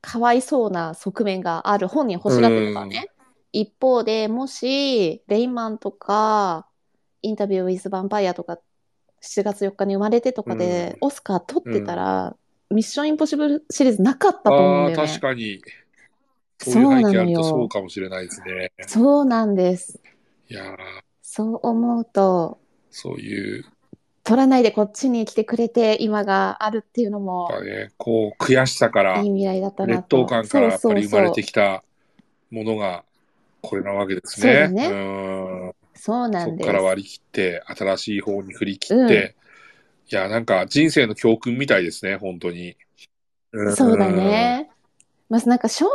Speaker 2: かわいそうな側面がある、本人欲しがってたからね。一方で、もし、レインマンとか、インタビュー・ウィズ・ヴァンパイアとか、7月4日に生まれてとかで、オスカー取ってたら、ミッション・インポッシブルシリーズなかったと思
Speaker 1: あ
Speaker 2: う
Speaker 1: あ
Speaker 2: ん
Speaker 1: ー、
Speaker 2: だよね
Speaker 1: 確。かに。そう
Speaker 2: そう
Speaker 1: いう
Speaker 2: な
Speaker 1: 背景あ
Speaker 2: の
Speaker 1: るとそう
Speaker 2: よ。
Speaker 1: かもしれないですね。
Speaker 2: そうなんです。
Speaker 1: いやー
Speaker 2: そう思うと、
Speaker 1: そういう、
Speaker 2: 取らないでこっちに来てくれて、今があるっていうのも
Speaker 1: やっぱね、こう、悔しさから
Speaker 2: いい、未来だったな
Speaker 1: 劣
Speaker 2: と。
Speaker 1: 等感からやっぱり生まれて
Speaker 2: き
Speaker 1: きたものが、これなわけです
Speaker 2: そうだ
Speaker 1: ね。
Speaker 2: ね
Speaker 1: うん。
Speaker 2: そうな
Speaker 1: そ
Speaker 2: ん
Speaker 1: こ
Speaker 2: です。
Speaker 1: から割り切って、新しい方に振り切って、いや、なんか人生の教訓みたいですね、本当に。ん
Speaker 2: そうだ。ね。まずなんか賞を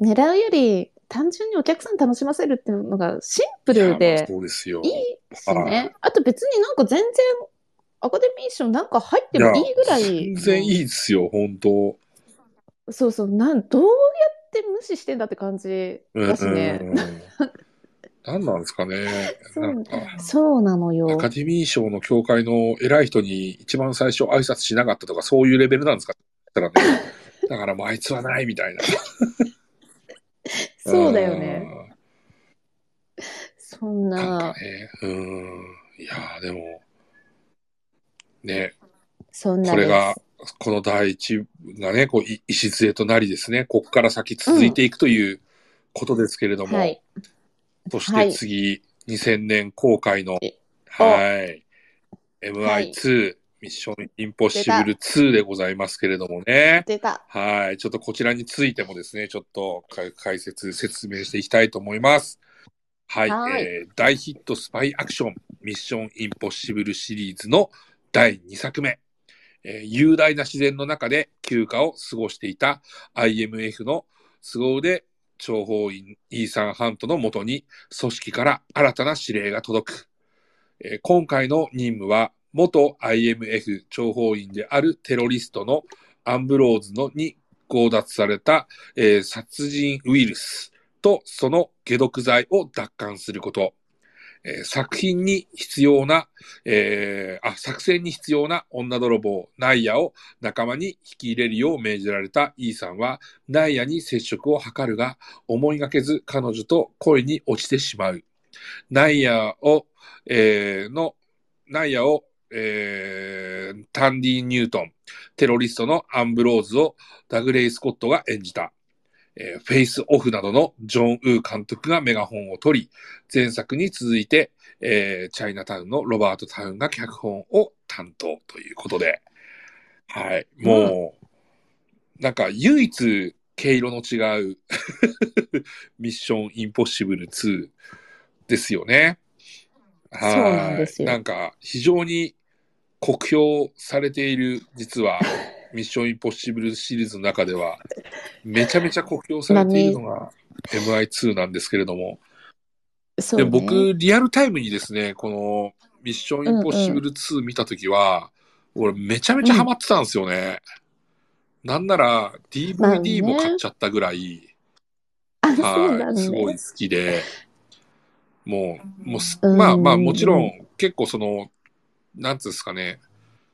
Speaker 2: 狙うより単純にお客さん楽しませるっていうのがシンプ
Speaker 1: いやま
Speaker 2: ル
Speaker 1: あ
Speaker 2: で
Speaker 1: そうですよ。
Speaker 2: いいしね。あと別になんか全然アカデミー賞なんか入ってもいいぐらい。
Speaker 1: 全然いいですよ、本当。
Speaker 2: そうそう。なんどうやって無視してんだって感じだしね。
Speaker 1: うん。何なんですかね。
Speaker 2: そう
Speaker 1: なんか。
Speaker 2: そうなの
Speaker 1: ア
Speaker 2: よ。
Speaker 1: カデミー賞の協会の偉い人に一番最初挨拶しなかったとかそういうレベルなんですか だからねだからもうあいつはないみたいな。
Speaker 2: そうだよね。そん
Speaker 1: うん。なん
Speaker 2: な
Speaker 1: か、ね、うん。いやーでも、ね、
Speaker 2: そんな
Speaker 1: これが
Speaker 2: です。、
Speaker 1: この第一がね、こう、い礎となりですね、ここから先続いていくということですけれども、
Speaker 2: はい。
Speaker 1: そし
Speaker 2: は
Speaker 1: て
Speaker 2: い
Speaker 1: 次、2000年公開の
Speaker 2: え、お
Speaker 1: はい、
Speaker 2: はい
Speaker 1: MI2、ミッションインポッシブル2でございますけれどもね、
Speaker 2: 出た。
Speaker 1: はい、ちょっとこちらについてもですね、ちょっと解解説、説明していきたいと思います。はい、
Speaker 2: はい
Speaker 1: えー大ヒットスパイアクション、ミッションインポッシブルシリーズの第2作目。えー雄大な自然の中で休暇を過ごしていた IMF の凄腕諜報員イーサン・ハントのもとに組織から新たな指令が届く。えー今回の任務は元 IMF 諜報員であるテロリストのアンブローズのに強奪された、えー殺人ウイルスとその解毒剤を奪還すること。えー作品に必要な、えーあ、作戦に必要な女泥棒、ナイヤを仲間に引き入れるよう命じられたイーさんは、ナイヤに接触を図るが、思いがけず彼女と恋に落ちてしまう。ナイヤを、えーの、ナイヤを、えータンディ・ニュートン、テロリストのアンブローズをダグレイ・スコットが演じた。えーフェイスオフなどのジョン・ウー監督がメガホンを取り、前作に続いて、えーチャイナタウンのロバート・タウンが脚本を担当ということで、はい、もう、なんか唯一毛色の違うミッション・インポッシブル2ですよね。はい
Speaker 2: そうなんですよ
Speaker 1: なんか非常に酷評されている、実 は、ミッション・インポッシブルシリーズの中では、めちゃめちゃ酷評されているのが MI2 なんですけれども、
Speaker 2: そう
Speaker 1: で
Speaker 2: ね。
Speaker 1: 僕、リアルタイムにですね、このミッション・インポッシブル2見たときは、俺めちゃめちゃハマってたんですよね。なんなら
Speaker 2: まあ
Speaker 1: DVD
Speaker 2: ね
Speaker 1: も買っちゃったぐらい、
Speaker 2: あ、そうな
Speaker 1: は
Speaker 2: ん
Speaker 1: い、すごい
Speaker 2: で
Speaker 1: 好きで、もう、もうす
Speaker 2: うん
Speaker 1: まあまあもちろん結構その、なんつうんですかね、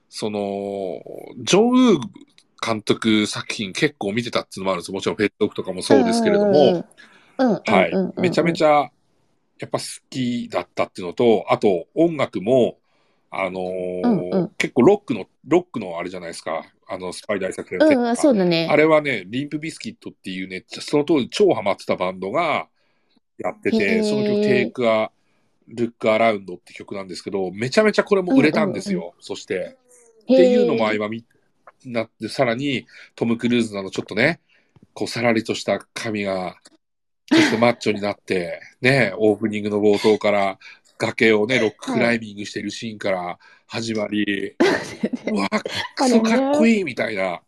Speaker 1: その、ジョン・ウー監督作品結構見てたっていうのもあるんですよもちろんフェイスオフとかもそうですけれども、
Speaker 2: うんうんうんうん。
Speaker 1: はい
Speaker 2: うんうんうんうん。
Speaker 1: めちゃめちゃやっぱ好きだったっていうのと、あと音楽もあのー
Speaker 2: うんうん
Speaker 1: 結構ロックの、ロックのあれじゃないですか。あの、スパイ大作戦
Speaker 2: うんうん、そうだね。
Speaker 1: あれはね、リンプビスキットっていうね、その当時超ハマってたバンドがやって
Speaker 2: へ
Speaker 1: て、
Speaker 2: ー
Speaker 1: その曲、テイクア、ルックアラウンドって曲なんですけど、めちゃめちゃこれも売れたんですよ。そして。
Speaker 2: へー
Speaker 1: っていうのも相まみなって、さらにトム・クルーズなどちょっとね、こうさらりとした髪が、そしてマッチョになって、ね、オープニングの冒頭から崖をね、ロッククライミングしているシーンから始まり、うわ、クソかっこいいみたいな、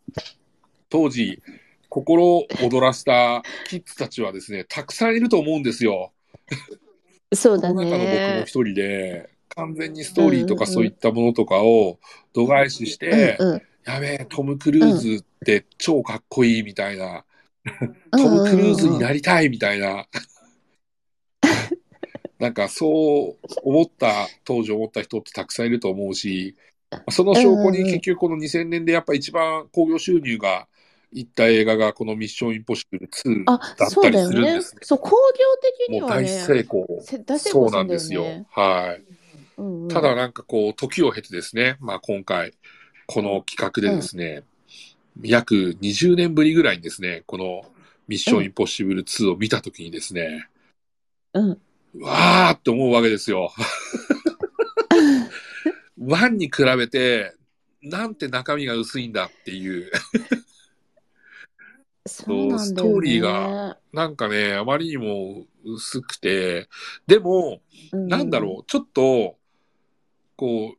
Speaker 1: 当時、心を躍らせたキッズたちはですね、たくさんいると思うんですよ。
Speaker 2: そうだ
Speaker 1: の中の僕も
Speaker 2: ね
Speaker 1: 一。人で、完全にストーリーとかそういったものとかを度外視して、
Speaker 2: うんうん
Speaker 1: やべえ、トム・クルーズって超かっこいいみたいな、トム・クルーズになりたいみたい な、なんかそう思った、当時思った人ってたくさんいると思うし、その証拠
Speaker 2: うんうんうん
Speaker 1: に結局この2000年でやっぱ一番興行収入がいった映画がこのミッション・インポッシブル2だっ
Speaker 2: あ、そ
Speaker 1: た
Speaker 2: う
Speaker 1: り
Speaker 2: だよ
Speaker 1: するん
Speaker 2: ね
Speaker 1: です。
Speaker 2: そう、工業的に
Speaker 1: もう
Speaker 2: は
Speaker 1: 大成
Speaker 2: ね、
Speaker 1: 功。
Speaker 2: せ大成
Speaker 1: そ
Speaker 2: 功
Speaker 1: う
Speaker 2: さ
Speaker 1: なんん
Speaker 2: だよ
Speaker 1: ですよ。
Speaker 2: ね。
Speaker 1: はい。
Speaker 2: うんうん
Speaker 1: ただなんかこう、時を経てですね、まあ今回、この企画でですね、約20年ぶりぐらいにですね、このミッションインポッシブル2を見たときにですね、
Speaker 2: うん。
Speaker 1: うわーって思うわけです よ。1に比べて、なんて中身が薄いんだっていう、
Speaker 2: そうなんだよね。
Speaker 1: ストーリーが、なんかね、あまりにも薄くて、でも、なんだろう、ちょっと、こ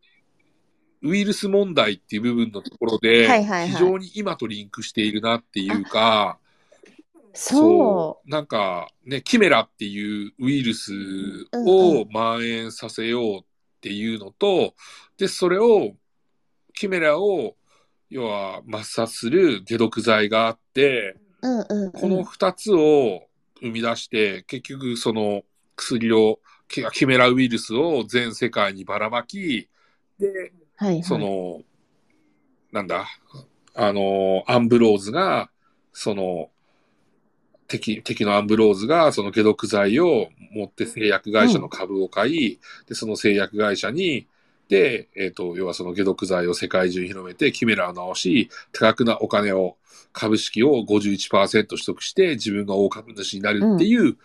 Speaker 1: う、ウイルス問題っていう部分のところで、
Speaker 2: はいはいはい
Speaker 1: 非常に今とリンクしているなっていうか、
Speaker 2: うん。そう
Speaker 1: なんかね、キメラっていうウイルス
Speaker 2: うんう
Speaker 1: を蔓延させようっていうのと、で、それを、キメラを、要は抹殺する解毒剤があって、。
Speaker 2: うんうんうん。
Speaker 1: この2つを生み出して、結局その薬を、キキメラウイルスを全世界にばらまき、で、
Speaker 2: はいはい。
Speaker 1: その、なんだ、あの、アンブローズが、その、敵、敵のアンブローズが、その解毒剤を持って製薬会社の株を買い、で、その製薬会社に、で、えっ、と、要はその解毒剤を世界中に広めて、キメラを直し、多額なお金を、株式を51%取得して、自分が大株主になるっていう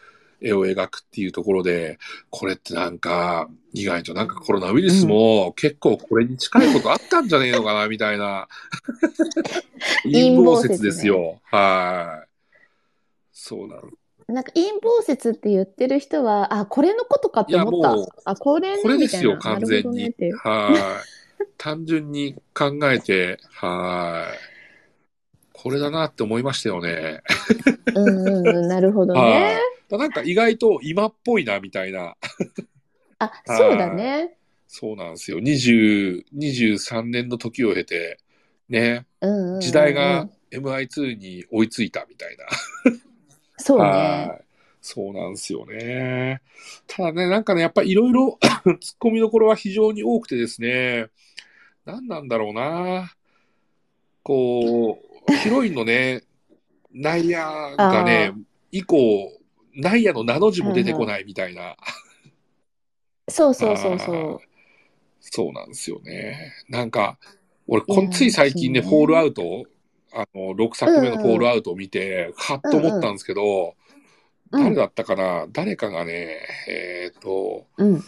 Speaker 1: 絵を描くっていうところで、これってなんか、意外となんかコロナウイルスも結構これに近いことあったんじゃねえの かな、みたいな。陰謀説ですよ。はい。そうなの。
Speaker 2: なんか陰謀説って言ってる人は、あ、これのことかって思
Speaker 1: いやも
Speaker 2: っ
Speaker 1: う
Speaker 2: た。あ、これね
Speaker 1: これですよ
Speaker 2: みたいな
Speaker 1: 完全に
Speaker 2: なるほどねっていう
Speaker 1: はい。単純に考えて、はい。これだなって思いましたよね。
Speaker 2: うんうん うん、なるほど
Speaker 1: はい
Speaker 2: ね。。
Speaker 1: だなんか意外と今っぽいな、みたいな。
Speaker 2: あ、そうだね。
Speaker 1: そうなんですよ。20、23年の時を経て、ね、
Speaker 2: うんうんうんうん。
Speaker 1: 時代が MI2 に追いついたみたいな。
Speaker 2: そう
Speaker 1: は
Speaker 2: ね。
Speaker 1: い。そうなんですよね。ただね、なんかね、やっぱりいろい ろ突っ込みどころは非常に多くてですね、何なんだろうな。こう、ヒロインのね、ナイアがね
Speaker 2: あ、
Speaker 1: 以降、ナイアの名の字も出てこないみたいな。
Speaker 2: そうそうそうそ
Speaker 1: あー
Speaker 2: う。
Speaker 1: そうなんですよね。なんか、俺、こ
Speaker 2: いや
Speaker 1: ん
Speaker 2: ー
Speaker 1: つい最近ね、
Speaker 2: そうね
Speaker 1: フォールアウト、あの、6作目のフォールアウトを見て、はっと思ったんですけど、
Speaker 2: うん
Speaker 1: 誰だったかな誰かがね、えっ、と、
Speaker 2: うん。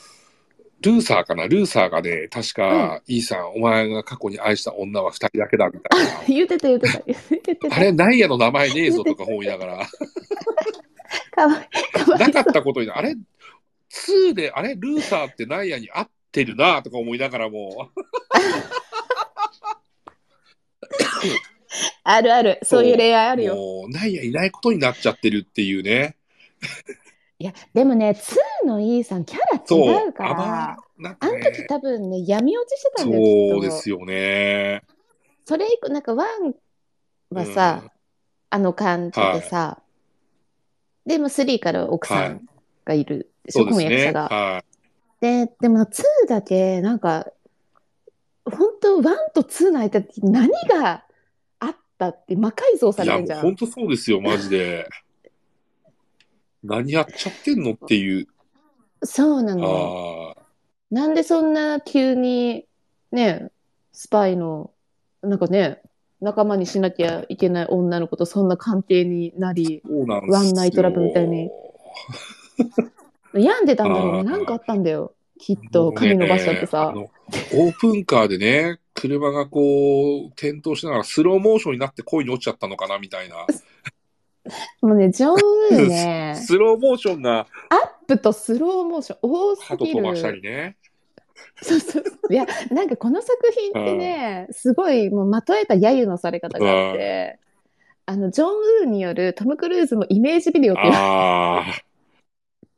Speaker 1: ルーサーかなルーサーがね、確か、イーさん、お前が過去に愛した女は二人だけだ、みたいな。
Speaker 2: 言ってた 言ってた。言ってた。
Speaker 1: あれ、ナイアの名前ねえぞとか思いなが ら、
Speaker 2: かわいい。かわい
Speaker 1: なか
Speaker 2: い。
Speaker 1: ったことになあれ、2で、あれ、ルーサーってナイアに合ってるな、とか思いながらもう、
Speaker 2: あるある。そういう恋愛あるよ。
Speaker 1: もう、ナイアいないことになっちゃってるっていうね。
Speaker 2: いや、でもね、2のイーさん、キャラ
Speaker 1: そ
Speaker 2: 違
Speaker 1: う
Speaker 2: う。から、
Speaker 1: まなん
Speaker 2: あ
Speaker 1: か
Speaker 2: の時
Speaker 1: ね、
Speaker 2: 多分ね、闇落ちしてたんだよ、きっ
Speaker 1: そ
Speaker 2: と。
Speaker 1: うですよね。
Speaker 2: それ以降、なんかワンはさ、
Speaker 1: うん
Speaker 2: あの感じでさ、でも3から奥さんがいるでしょ、
Speaker 1: そうです
Speaker 2: 婚約
Speaker 1: ね。
Speaker 2: 者が。
Speaker 1: は
Speaker 2: で、でも2だけ、なんか、本当ワ1と2の間って何があったって魔改造さ
Speaker 1: い。い
Speaker 2: れ
Speaker 1: や、
Speaker 2: てん
Speaker 1: も
Speaker 2: じ
Speaker 1: う
Speaker 2: ゃん。
Speaker 1: 本当そうですよ、マジで。 何やっちゃってんのっていう。
Speaker 2: そうなのよ。
Speaker 1: ああ。
Speaker 2: なんでそんな急にね、スパイの、なんかね、仲間にしなきゃいけない女の子とそんな関係になり、
Speaker 1: そうなんですよ
Speaker 2: ワンナイトラブみたいに。病んでたんだろうね。
Speaker 1: あー
Speaker 2: なんかあったんだよ。きっと、髪伸ばしちゃってさ
Speaker 1: あ。のオープンカーでね、車がこう、転倒しながらスローモーションになって恋に落ちちゃったのかなみたいな。
Speaker 2: もうね、上手よ ね。
Speaker 1: スローモーションが
Speaker 2: アップとスローモーション多す
Speaker 1: 鳩
Speaker 2: ぎ
Speaker 1: 飛ばした
Speaker 2: る。
Speaker 1: りね。
Speaker 2: そうそうそう。いや、なんかこの作品ってね、すごい、もうまとえた揶揄のされ方があって、あの、ジョン・ウーによるトム・クルーズのイメージビデオって言わ
Speaker 1: ああ。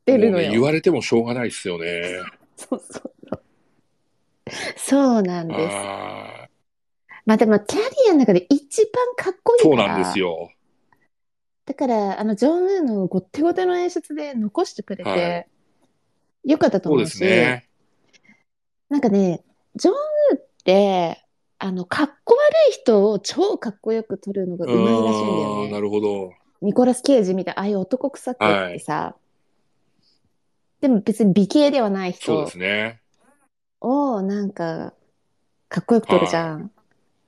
Speaker 2: れてる
Speaker 1: もう
Speaker 2: の
Speaker 1: ね
Speaker 2: よ
Speaker 1: 言。われてもしょうがないですよね。
Speaker 2: そうそうそう。そうなんです。
Speaker 1: ああ。
Speaker 2: まあでも、キャリアの中で一番かっこいい
Speaker 1: そう
Speaker 2: から。
Speaker 1: なんですよ。
Speaker 2: だから、あの、ジョン・ウーのごってごての演出で残してくれて、
Speaker 1: は
Speaker 2: よかったと
Speaker 1: そう
Speaker 2: 思
Speaker 1: で
Speaker 2: うし、
Speaker 1: すね。
Speaker 2: なんかね、ジョン・ウーって、あの、かっこ悪い人を超かっこよく撮るのがうまいらしいんだよ
Speaker 1: うーん
Speaker 2: ね
Speaker 1: な。るほど。
Speaker 2: ニコラス・ケイジみたいな、ああいう男臭くってさ、でも別に美形ではない
Speaker 1: そう
Speaker 2: 人
Speaker 1: ですね。
Speaker 2: を、なんか、かっこよく撮るじゃん。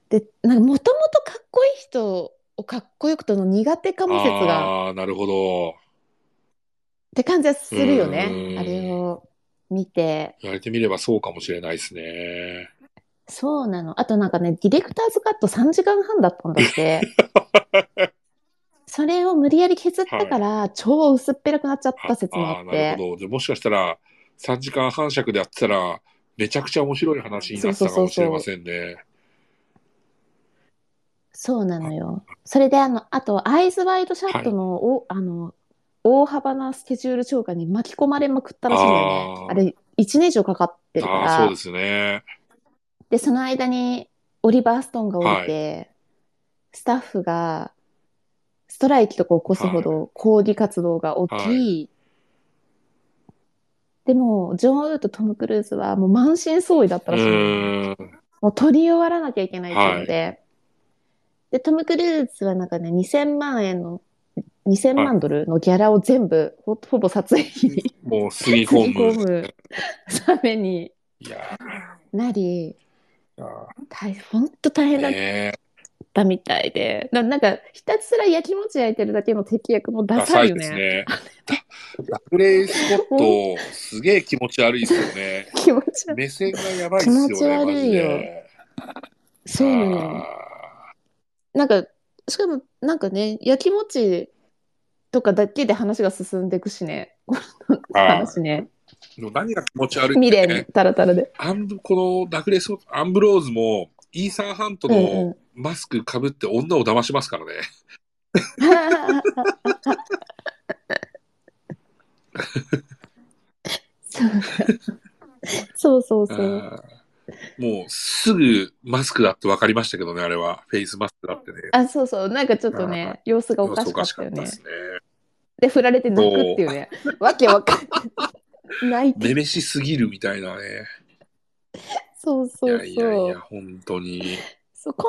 Speaker 2: で、なんか、もともとかっこいい人をかっこよく撮るの苦手かも説が。
Speaker 1: ああー、なるほど。
Speaker 2: って感じはするよ
Speaker 1: うー
Speaker 2: ね。
Speaker 1: ん
Speaker 2: あれを見て。
Speaker 1: 言われてみればそうかもしれないですね。
Speaker 2: そうなの。あとなんかね、ディレクターズカット3時間半だったんだ って。それを無理やり削ったから、超薄っぺらくなっちゃった説もあ
Speaker 1: あ
Speaker 2: っ
Speaker 1: あー、なる
Speaker 2: て。
Speaker 1: ほど。でもしかしたら、3時間半尺でやってたら、めちゃくちゃ面白い話になってたかもしれませんね。
Speaker 2: そうなのよ。それであの、あと、アイズワイドシャットの、おあの、大幅なスケジュール超過に巻き込まれまくったらしいんだよね。
Speaker 1: あー
Speaker 2: あれ、1年以上かかってるか
Speaker 1: ああ
Speaker 2: ら。
Speaker 1: ー、そうですね。
Speaker 2: で、その間にオリバー・ストーンが降りて、スタッフがストライキとか起こすほど抗議活動が起き、
Speaker 1: は
Speaker 2: でも、ジョン・ウーとトム・クルーズはもう満身創痍だっ
Speaker 1: う
Speaker 2: たらしいのね。
Speaker 1: ーん。
Speaker 2: もう取り終わらなきゃいけないっていうので、で、トム・クルーズはなんかね、2000万円の、2000万ドルのギャラを全部、ほほぼ撮影費に
Speaker 1: もう、スリー
Speaker 2: つ
Speaker 1: ホ
Speaker 2: ぎ込
Speaker 1: ーム。
Speaker 2: むために
Speaker 1: いや
Speaker 2: なり、
Speaker 1: ーあ
Speaker 2: 大本当大
Speaker 1: ー
Speaker 2: 変だった
Speaker 1: ね
Speaker 2: ったみたいで、ななんかひたすら焼きもち焼いてるだけの敵役もダ
Speaker 1: ダ
Speaker 2: サ
Speaker 1: サ
Speaker 2: い
Speaker 1: い
Speaker 2: よ
Speaker 1: で
Speaker 2: ね。
Speaker 1: すね。ダダフレイ・スコット、すげえ気持ち悪いですよね。
Speaker 2: 気持ち悪
Speaker 1: 目線がやばいっすよね。
Speaker 2: 気持ち悪いよ
Speaker 1: マジで
Speaker 2: い。そうなの。
Speaker 1: あ
Speaker 2: なんか、しかもなんかね、焼きもちとかだけで話が進んでいくしね。
Speaker 1: あー
Speaker 2: 話ね。
Speaker 1: ーでも何が気持ち悪い
Speaker 2: 未
Speaker 1: って、
Speaker 2: 練
Speaker 1: ね、
Speaker 2: タラタラで。
Speaker 1: アンブこのダフレイ・スコット、アンブローズも、イーサン・ハント
Speaker 2: うん
Speaker 1: の
Speaker 2: う
Speaker 1: マスクかぶって女を騙しますからね。
Speaker 2: ん。そうそうそうそう。
Speaker 1: あーもうすぐマスクだって分かりましたけどね、あれは。フェイスマスクだってね。
Speaker 2: あ、そうそう。なんかちょっとね、様子がおかしかったよ
Speaker 1: 様子お
Speaker 2: ね
Speaker 1: で。すね。
Speaker 2: で、振られて泣くっていうね。 わけわかんない。泣いて。
Speaker 1: めめしすぎるみたいなね。
Speaker 2: そう
Speaker 1: い
Speaker 2: そう
Speaker 1: や
Speaker 2: そう。
Speaker 1: いやいや、本当に。
Speaker 2: そう後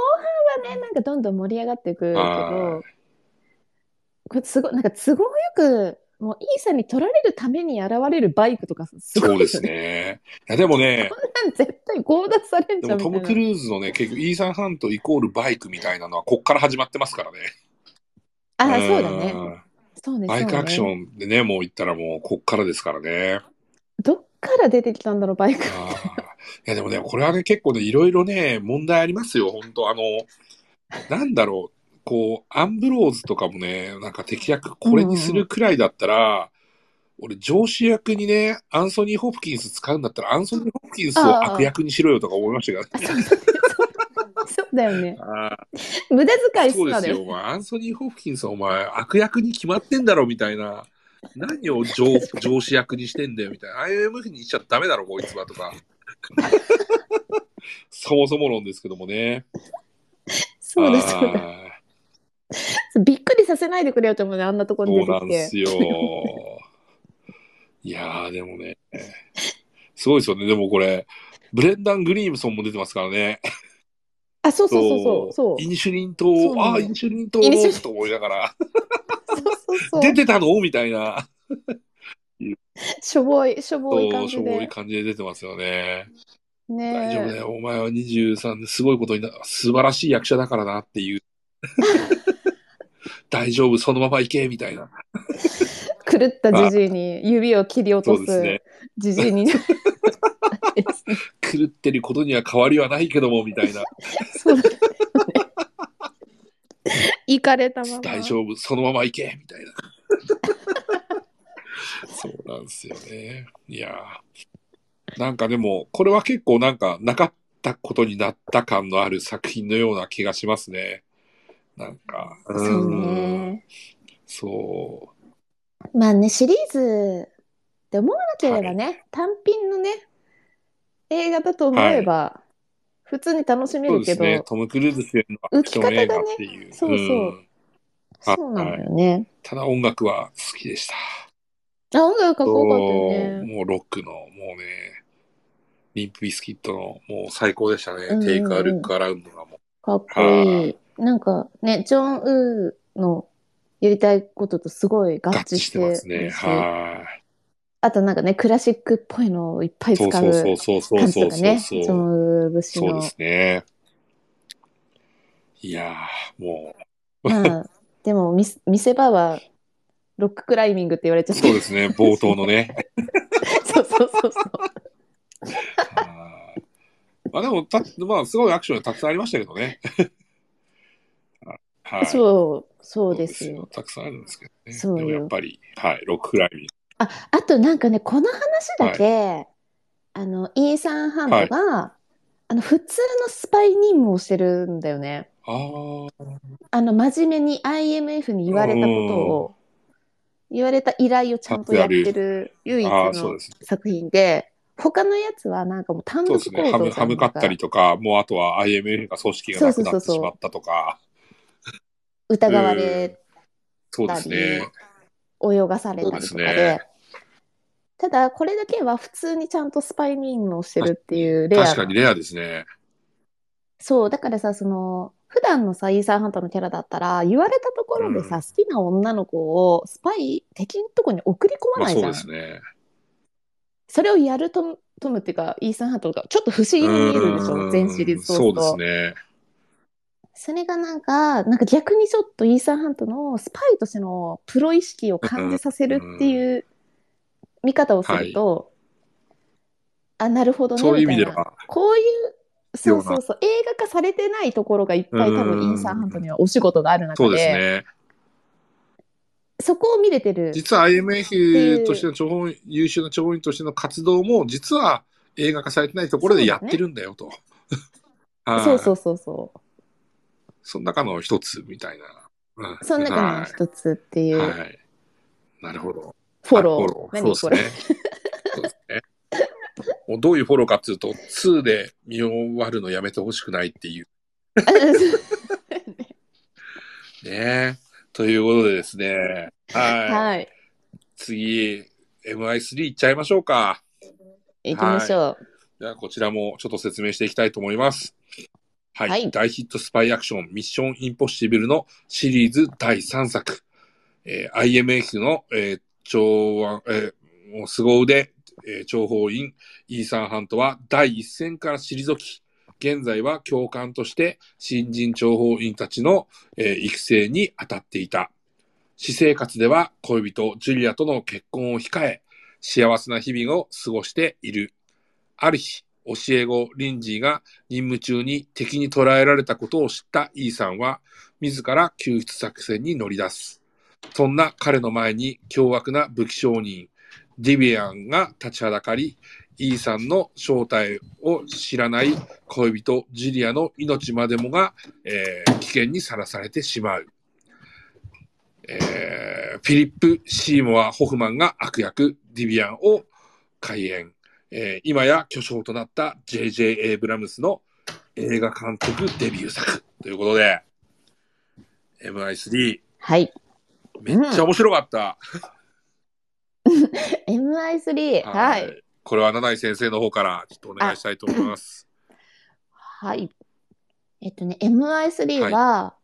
Speaker 2: 半はねなんかどんどん盛り上がっていくけ
Speaker 1: は
Speaker 2: どこれすごいなんか都合よくもうイーサに取られるために現れるバイクとかすごい
Speaker 1: そ
Speaker 2: よ
Speaker 1: うですね。いやでもね、
Speaker 2: そんなん 絶対強奪されん
Speaker 1: で
Speaker 2: じゃ
Speaker 1: も
Speaker 2: ん
Speaker 1: ト
Speaker 2: みたいな
Speaker 1: ム・クルーズのね、結局、イーサン・ハントイコールバイクみたいなのは、こっから始まってますからね。
Speaker 2: ああそうだね
Speaker 1: ね。
Speaker 2: そうね
Speaker 1: バイ
Speaker 2: そう
Speaker 1: ク
Speaker 2: ね
Speaker 1: アクションでね、もう言ったらもう、こっからですから ね。
Speaker 2: どっから出てきたんだろうバイク
Speaker 1: あーいや、でもね、これはね、結構ね、いろいろね、問題ありますよ、本当あの、なんだろう、こう、アンブローズとかもね、なんか敵役、これにするくらいだったら、俺、上司役にね、アンソニー・ホプキンス使うんだったら、アンソニー・ホプキンスを悪役にしろよとか思いましたけどね。
Speaker 2: あそうだねそうそうだよね
Speaker 1: あー
Speaker 2: 無駄遣いし
Speaker 1: そう
Speaker 2: た
Speaker 1: で
Speaker 2: の
Speaker 1: す
Speaker 2: よ
Speaker 1: よ、お前。アンソニー・ホプキンスはお前、悪役に決まってんだろ、みたいな。何を上上司役にしてんだよ、みたいな。ああいう風にしちゃダメだろ、こいつは、と か。そもそも論ですけどもね。
Speaker 2: そうだそうだ
Speaker 1: あ
Speaker 2: びっくりさせないでくれよと思うねあんなとこ
Speaker 1: ー
Speaker 2: ろに
Speaker 1: そうな
Speaker 2: 出てき
Speaker 1: ん
Speaker 2: て
Speaker 1: ですよ。いやー、でもね、すごいですよね。でもこれ、ブレンダン・グリームソンも出てますからね。
Speaker 2: あそうそうそうそうそう
Speaker 1: インシュリン
Speaker 2: そう
Speaker 1: 糖、
Speaker 2: なの
Speaker 1: ああ、インシュリン糖
Speaker 2: インシュリン
Speaker 1: と思いながら、
Speaker 2: そうそうそう
Speaker 1: 出てたのみたいな。
Speaker 2: しょぼい、しょぼい
Speaker 1: そ
Speaker 2: 感
Speaker 1: う、し
Speaker 2: じ
Speaker 1: ょぼ
Speaker 2: で
Speaker 1: い。感じで出てますよね。
Speaker 2: ね
Speaker 1: 大
Speaker 2: え
Speaker 1: 丈夫だよ。お前は23ですごいことにな、素晴らしい役者だからなって いう。大丈夫、そのまま行け、みたいな。
Speaker 2: 狂ったじじいに指を切り落
Speaker 1: そ
Speaker 2: と
Speaker 1: うですね
Speaker 2: す。じじいに。
Speaker 1: 狂ってることには変わりはないけども、みたいな。
Speaker 2: そうだよね。行かれたまま。
Speaker 1: 大丈夫、そのまま行け、みたいな。 そうなんですよね。いやーなんかでも、これは結構なんか、なかったことになった感のある作品のような気がしますね。なんか。
Speaker 2: そう
Speaker 1: うん
Speaker 2: ね。
Speaker 1: そう。
Speaker 2: まあね、シリーズって思わなければね、単品のね、映画だと思えば、普通に楽しめ
Speaker 1: そう
Speaker 2: る
Speaker 1: で
Speaker 2: け
Speaker 1: す
Speaker 2: ど、
Speaker 1: ね、トム・クルーズ主演のアクション映画っていう。
Speaker 2: 浮き方がねそうそうんそうなんだよね。
Speaker 1: ただ音楽は好きでした。
Speaker 2: あ、音楽かっこよかったよね。
Speaker 1: もうロックの、もうね、リンプ・ビスキットのもう最高でしたね。
Speaker 2: うんうんうん
Speaker 1: テイク・ア・ルック・アラウンドがも
Speaker 2: かっこいい。なんかね、ジョン・ウーのやりたいこととすごい合
Speaker 1: う合
Speaker 2: 致
Speaker 1: 致し
Speaker 2: してて
Speaker 1: ますね。
Speaker 2: るし
Speaker 1: は
Speaker 2: あとなんかね、クラシックっぽいのをいっぱ
Speaker 1: い。
Speaker 2: い使
Speaker 1: そううそうそうそうそうそう
Speaker 2: 感じとか
Speaker 1: そう
Speaker 2: ね、
Speaker 1: そ
Speaker 2: ジ
Speaker 1: う。
Speaker 2: ョン・ウー節
Speaker 1: そうで
Speaker 2: の。
Speaker 1: すね。いやー、も
Speaker 2: まあ、でも見せ見せ場はロッククライミングって言われちゃ
Speaker 1: う、
Speaker 2: っ
Speaker 1: そう
Speaker 2: て。
Speaker 1: ですね、冒頭のね。
Speaker 2: そうそうそうそう。
Speaker 1: はいまあでも、たまあ、すごいアクションがたくさんありましたけどね。 はい。
Speaker 2: そう、そうです
Speaker 1: そう
Speaker 2: よ。
Speaker 1: たくさんあるんですけどね。
Speaker 2: そうよ
Speaker 1: でもやっぱり、はい、ロッククライミン
Speaker 2: あ、あとなんかね、この話だけ、あの、イーサン・ハンドが、あの、普通のスパイ任務をしてるんだよね。
Speaker 1: グ。あ
Speaker 2: あの、真面目に IMF に言われたことを、言われた依頼をちゃんとやってる唯一
Speaker 1: あ、ああ、そう
Speaker 2: の
Speaker 1: ですね。
Speaker 2: 作品で、他のやつはなんかもう単
Speaker 1: そう
Speaker 2: 独
Speaker 1: です
Speaker 2: 行動
Speaker 1: ね。
Speaker 2: じゃ
Speaker 1: 歯
Speaker 2: ん
Speaker 1: む歯向かったりとか、もうあとは IMF が組織がなくなってしまったとか、
Speaker 2: 疑われ
Speaker 1: そう
Speaker 2: た
Speaker 1: で
Speaker 2: り
Speaker 1: すね。
Speaker 2: 泳がされたり
Speaker 1: そ
Speaker 2: と
Speaker 1: う
Speaker 2: か
Speaker 1: です
Speaker 2: で
Speaker 1: ね。
Speaker 2: ただ、これだけは普通にちゃんとスパイ任務をしてるっていうレアな
Speaker 1: 確かにレアですね。
Speaker 2: そう、だからさ、その、普段のさ、イーサンハントのキャラだったら、言われたところでさ、
Speaker 1: う
Speaker 2: 好きな女の子をスパイ、敵のとこに送り込
Speaker 1: まあ
Speaker 2: まない
Speaker 1: そ
Speaker 2: じ
Speaker 1: う
Speaker 2: ゃん。
Speaker 1: です
Speaker 2: そ
Speaker 1: ね。
Speaker 2: れをやるトム、トムっていうか、イーサンハントが、ちょっと不思議に見えるでし
Speaker 1: うー
Speaker 2: ょ、
Speaker 1: ん
Speaker 2: 全シリーズ通す
Speaker 1: そう
Speaker 2: と。
Speaker 1: ですね。
Speaker 2: それがなんか、なんか逆にちょっとイーサンハントのスパイとしてのプロ意識を感じさせるっていう見方をすると、あ、なるほどね、
Speaker 1: そういう意味
Speaker 2: み
Speaker 1: で
Speaker 2: たいな。
Speaker 1: は、
Speaker 2: こういう、
Speaker 1: ような
Speaker 2: そうそうそう、映画化されてないところがいっぱい多
Speaker 1: うん
Speaker 2: 分イーサンハントにはお仕事がある
Speaker 1: そ
Speaker 2: 中
Speaker 1: うです
Speaker 2: で、
Speaker 1: ね。
Speaker 2: そこを見れてる。
Speaker 1: 実は IMF としての諜報員優秀な諜報員としての活動も、実は映画化されてないところでやってるんだよと。 はい
Speaker 2: そうそうそうそう。
Speaker 1: その中の一つみたいな。うん
Speaker 2: その中の一つってい
Speaker 1: はい。
Speaker 2: う、
Speaker 1: はいなるほど。
Speaker 2: フォロー。
Speaker 1: あ
Speaker 2: 何
Speaker 1: そ
Speaker 2: こ
Speaker 1: うで
Speaker 2: れ。
Speaker 1: すね。そうですね。もうどういうフォローかっていうと、2で身を割るのやめてほしくないっていう。 ね。ということでですね。はい。
Speaker 2: はい。
Speaker 1: 次、MI3 いっちゃいましょうか。
Speaker 2: 行きましょう。
Speaker 1: じゃあ、こちらもちょっと説明していきたいと思います。はい。
Speaker 2: はい
Speaker 1: 大ヒットスパイアクション、ミッションインポッシブルのシリーズ第3作。えー IMF の、えー、調和、えー、もう凄腕、えー、諜報員、イーサン・ハントは第一線から退き、現在は教官として新人諜報員たちの、えー育成に当たっていた。私生活では恋人、ジュリアとの結婚を控え、幸せな日々を過ごしている。ある日、教え子、リンジーが任務中に敵に捕らえられたことを知ったイーさんは、自ら救出作戦に乗り出す。そんな彼の前に凶悪な武器商人、ディビアンが立ちはだかり、イーさんの正体を知らない恋人、ジュリアの命までもが、えー危険にさらされてしまう。えーフィリップ・シーモア・ホフマンが悪役、ディビアンを開演。えー今や巨匠となった J.J. エイブラムスの映画監督デビュー作ということで、MI3、
Speaker 2: はい。
Speaker 1: めっちゃ面白かった。
Speaker 2: MI3。はい。。
Speaker 1: これは七井先生の方からちょっとお願いしたいと思います。
Speaker 2: はい。えっとね、MI3 は、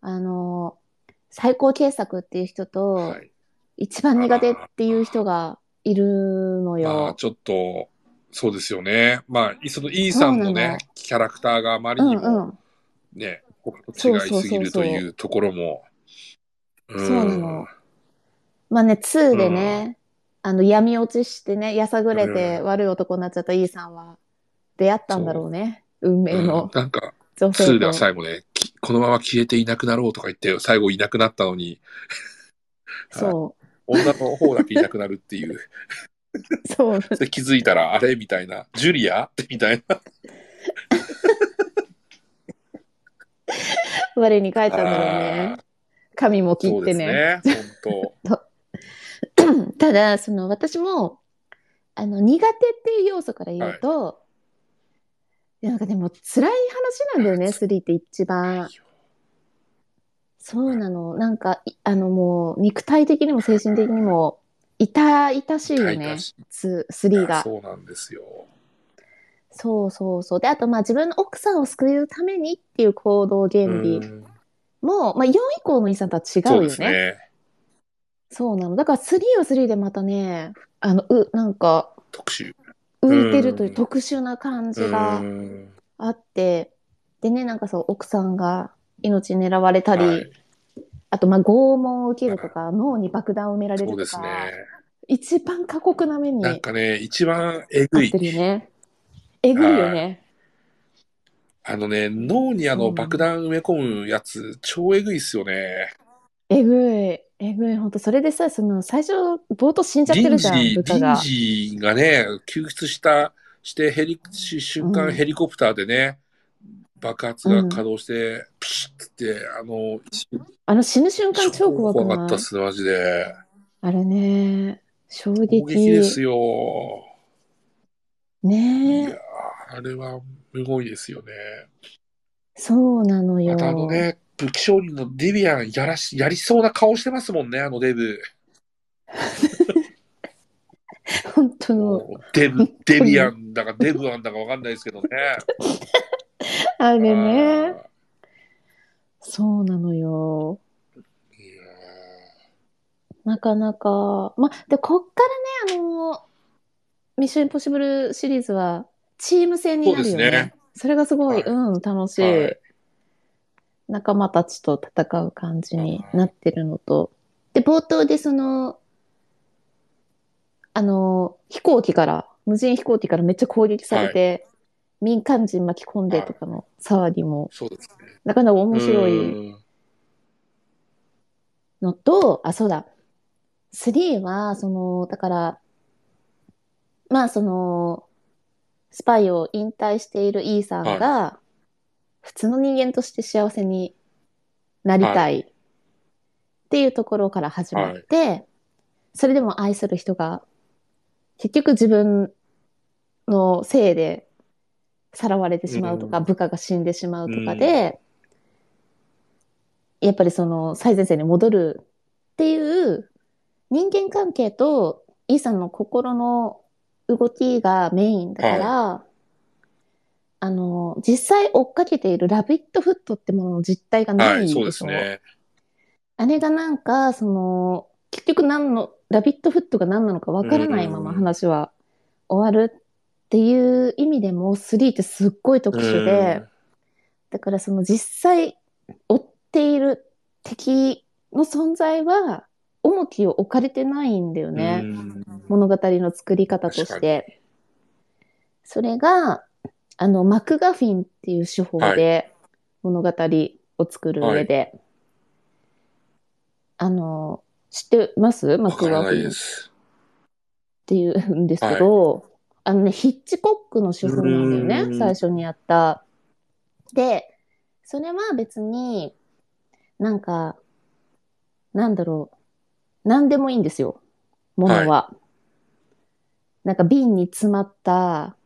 Speaker 2: あの、最高傑作っていう人と、
Speaker 1: はい。
Speaker 2: 一番苦手っていう人がいるの
Speaker 1: まあ、
Speaker 2: よ。
Speaker 1: ちょっと、そうですよね。まあ、そのイーさんの
Speaker 2: そうな
Speaker 1: ね
Speaker 2: の、
Speaker 1: キャラクターがあまり
Speaker 2: うん
Speaker 1: に
Speaker 2: う
Speaker 1: も
Speaker 2: ん。
Speaker 1: ね、他と
Speaker 2: そう
Speaker 1: 違
Speaker 2: そうそうそう
Speaker 1: いすぎるというところも。
Speaker 2: そうなのまあね、2でね、あの闇落ちしてね、やさぐれて
Speaker 1: う
Speaker 2: 悪い男になっちゃったイーさんは出会ったんだろうね。運
Speaker 1: う
Speaker 2: 命
Speaker 1: ん
Speaker 2: の
Speaker 1: なんか、
Speaker 2: 女性
Speaker 1: 2で
Speaker 2: と。
Speaker 1: は最後ね、きこのまま消えていなくなろうとか言って、最後いなくなったのに、
Speaker 2: そ
Speaker 1: 女の方だけいなくなるっていう。
Speaker 2: う。そう。
Speaker 1: で気づいたら、あれみたいな、ジュリアってみたいな。
Speaker 2: 我に返ったんだろうね。髪も切
Speaker 1: そ
Speaker 2: っ
Speaker 1: う
Speaker 2: て
Speaker 1: で
Speaker 2: ね。
Speaker 1: すね。本
Speaker 2: ただその私もあの苦手っていう要素から言うと、いやなんかでも辛い話なんだよね3って一番そうなのなんかいあのもう肉体的にも精神的にも痛々しい
Speaker 1: 当。
Speaker 2: よ
Speaker 1: はい確
Speaker 2: ね
Speaker 1: か
Speaker 2: つ
Speaker 1: に
Speaker 2: 3
Speaker 1: いや
Speaker 2: が
Speaker 1: そうなんですよ。
Speaker 2: そうそうそうであとまあ自分の奥さんを救うためにっていう行動原理
Speaker 1: うん
Speaker 2: も、まあ、4以降の遺産とは違う
Speaker 1: そ
Speaker 2: よ
Speaker 1: う
Speaker 2: ね
Speaker 1: ですね。
Speaker 2: そうなのだから3は3でまたねあのうなんか
Speaker 1: 特集。
Speaker 2: 浮いてるという
Speaker 1: うん
Speaker 2: 特殊な感じが
Speaker 1: うん
Speaker 2: あって、でね、なんかそう、奥さんが命狙われたり、
Speaker 1: はい
Speaker 2: あと、まあ、拷問を受けるとか、脳に爆弾を埋められ
Speaker 1: そ
Speaker 2: ると
Speaker 1: う
Speaker 2: か、
Speaker 1: ですね。
Speaker 2: 一番過酷な目に
Speaker 1: なん
Speaker 2: 遭
Speaker 1: かね、一番えぐ
Speaker 2: っ
Speaker 1: い
Speaker 2: て。るよね。えぐいよね。
Speaker 1: あのね、脳にあ
Speaker 2: う
Speaker 1: の
Speaker 2: ん
Speaker 1: 爆弾埋め込むやつ、超えぐいっすよね。
Speaker 2: えぐい。えぐい。ほんと、それでさ、その、最初、冒頭死んじゃって
Speaker 1: 人
Speaker 2: るじゃん、
Speaker 1: 事、
Speaker 2: 部下が。
Speaker 1: 人事がね、救出した、してヘリ、し瞬
Speaker 2: う
Speaker 1: 間
Speaker 2: ん
Speaker 1: ヘリコプターでね、爆発が稼働して、ピシッって、あの、
Speaker 2: あの、死ぬ瞬間超怖く
Speaker 1: 怖か
Speaker 2: な
Speaker 1: っ
Speaker 2: い
Speaker 1: たっすね、マジで。
Speaker 2: あれね、衝
Speaker 1: 攻撃です
Speaker 2: 撃。
Speaker 1: よ。い
Speaker 2: ね
Speaker 1: やーあれは、すごいですよね。
Speaker 2: そうなのよ。
Speaker 1: またあのね、武器商人のデビアンやらし、やりそうな顔してますもんね、あのデブ。
Speaker 2: 本当の。
Speaker 1: もうデブ、デビアン だかデブアンだかわかんないですけどね。あー
Speaker 2: あれ
Speaker 1: い
Speaker 2: ね
Speaker 1: や。
Speaker 2: そうなのよ。なかなか。ま、で、こっからね、あの、ミッションインポッシブルシリーズは、チーム戦になるよ
Speaker 1: そうで
Speaker 2: ね。
Speaker 1: すね
Speaker 2: それがすごい、
Speaker 1: はい
Speaker 2: うん、楽しい,、
Speaker 1: はい
Speaker 2: 仲間たちと戦う感じになってるのと。で、冒頭でその、あの、飛行機から、無人飛行機からめっちゃ攻撃されて、民間人巻き込んでとかの騒ぎも、
Speaker 1: そうですね。
Speaker 2: なかなか面白い。
Speaker 1: うん
Speaker 2: のと、あ、そうだ。3は、その、だから、まあ、その、スパイを引退しているイーさんが、普通の人間として幸せになりたいっていうところから始まって、それでも愛する人が、結局自分のせいでさらわれてしまうとか、
Speaker 1: うん
Speaker 2: 部下が死んでしまうとかで、やっぱりその最前線に戻るっていう人間関係とイーさんの心の動きがメインだから、あの実際追っかけているラビットフットってものの実態がな
Speaker 1: はいい、
Speaker 2: でしょ、
Speaker 1: そうですね。
Speaker 2: あれがなんかその結局何のラビットフットが何なのかわからないまま
Speaker 1: うん
Speaker 2: 話は終わるっていう意味でも3ってすっごい特殊で。だからその実際追っている敵の存在は重きを置かれてないんだよ
Speaker 1: うん
Speaker 2: ね、
Speaker 1: うん
Speaker 2: 物語の作り方として。それがあのマクガフィンっていう手法で物語を作る上で、あの知ってますマ
Speaker 1: わか
Speaker 2: ク
Speaker 1: ら
Speaker 2: ガ
Speaker 1: な
Speaker 2: フ
Speaker 1: い
Speaker 2: ィン
Speaker 1: で
Speaker 2: っ
Speaker 1: す。
Speaker 2: ていうんですけど、あのね、ヒッチコックの手法なんだよ
Speaker 1: うー
Speaker 2: ね、
Speaker 1: ん
Speaker 2: 最初にやった。で、それは別に、なんか、なんだろう、なんでもいいんですよ、ものは。なんか瓶に詰まった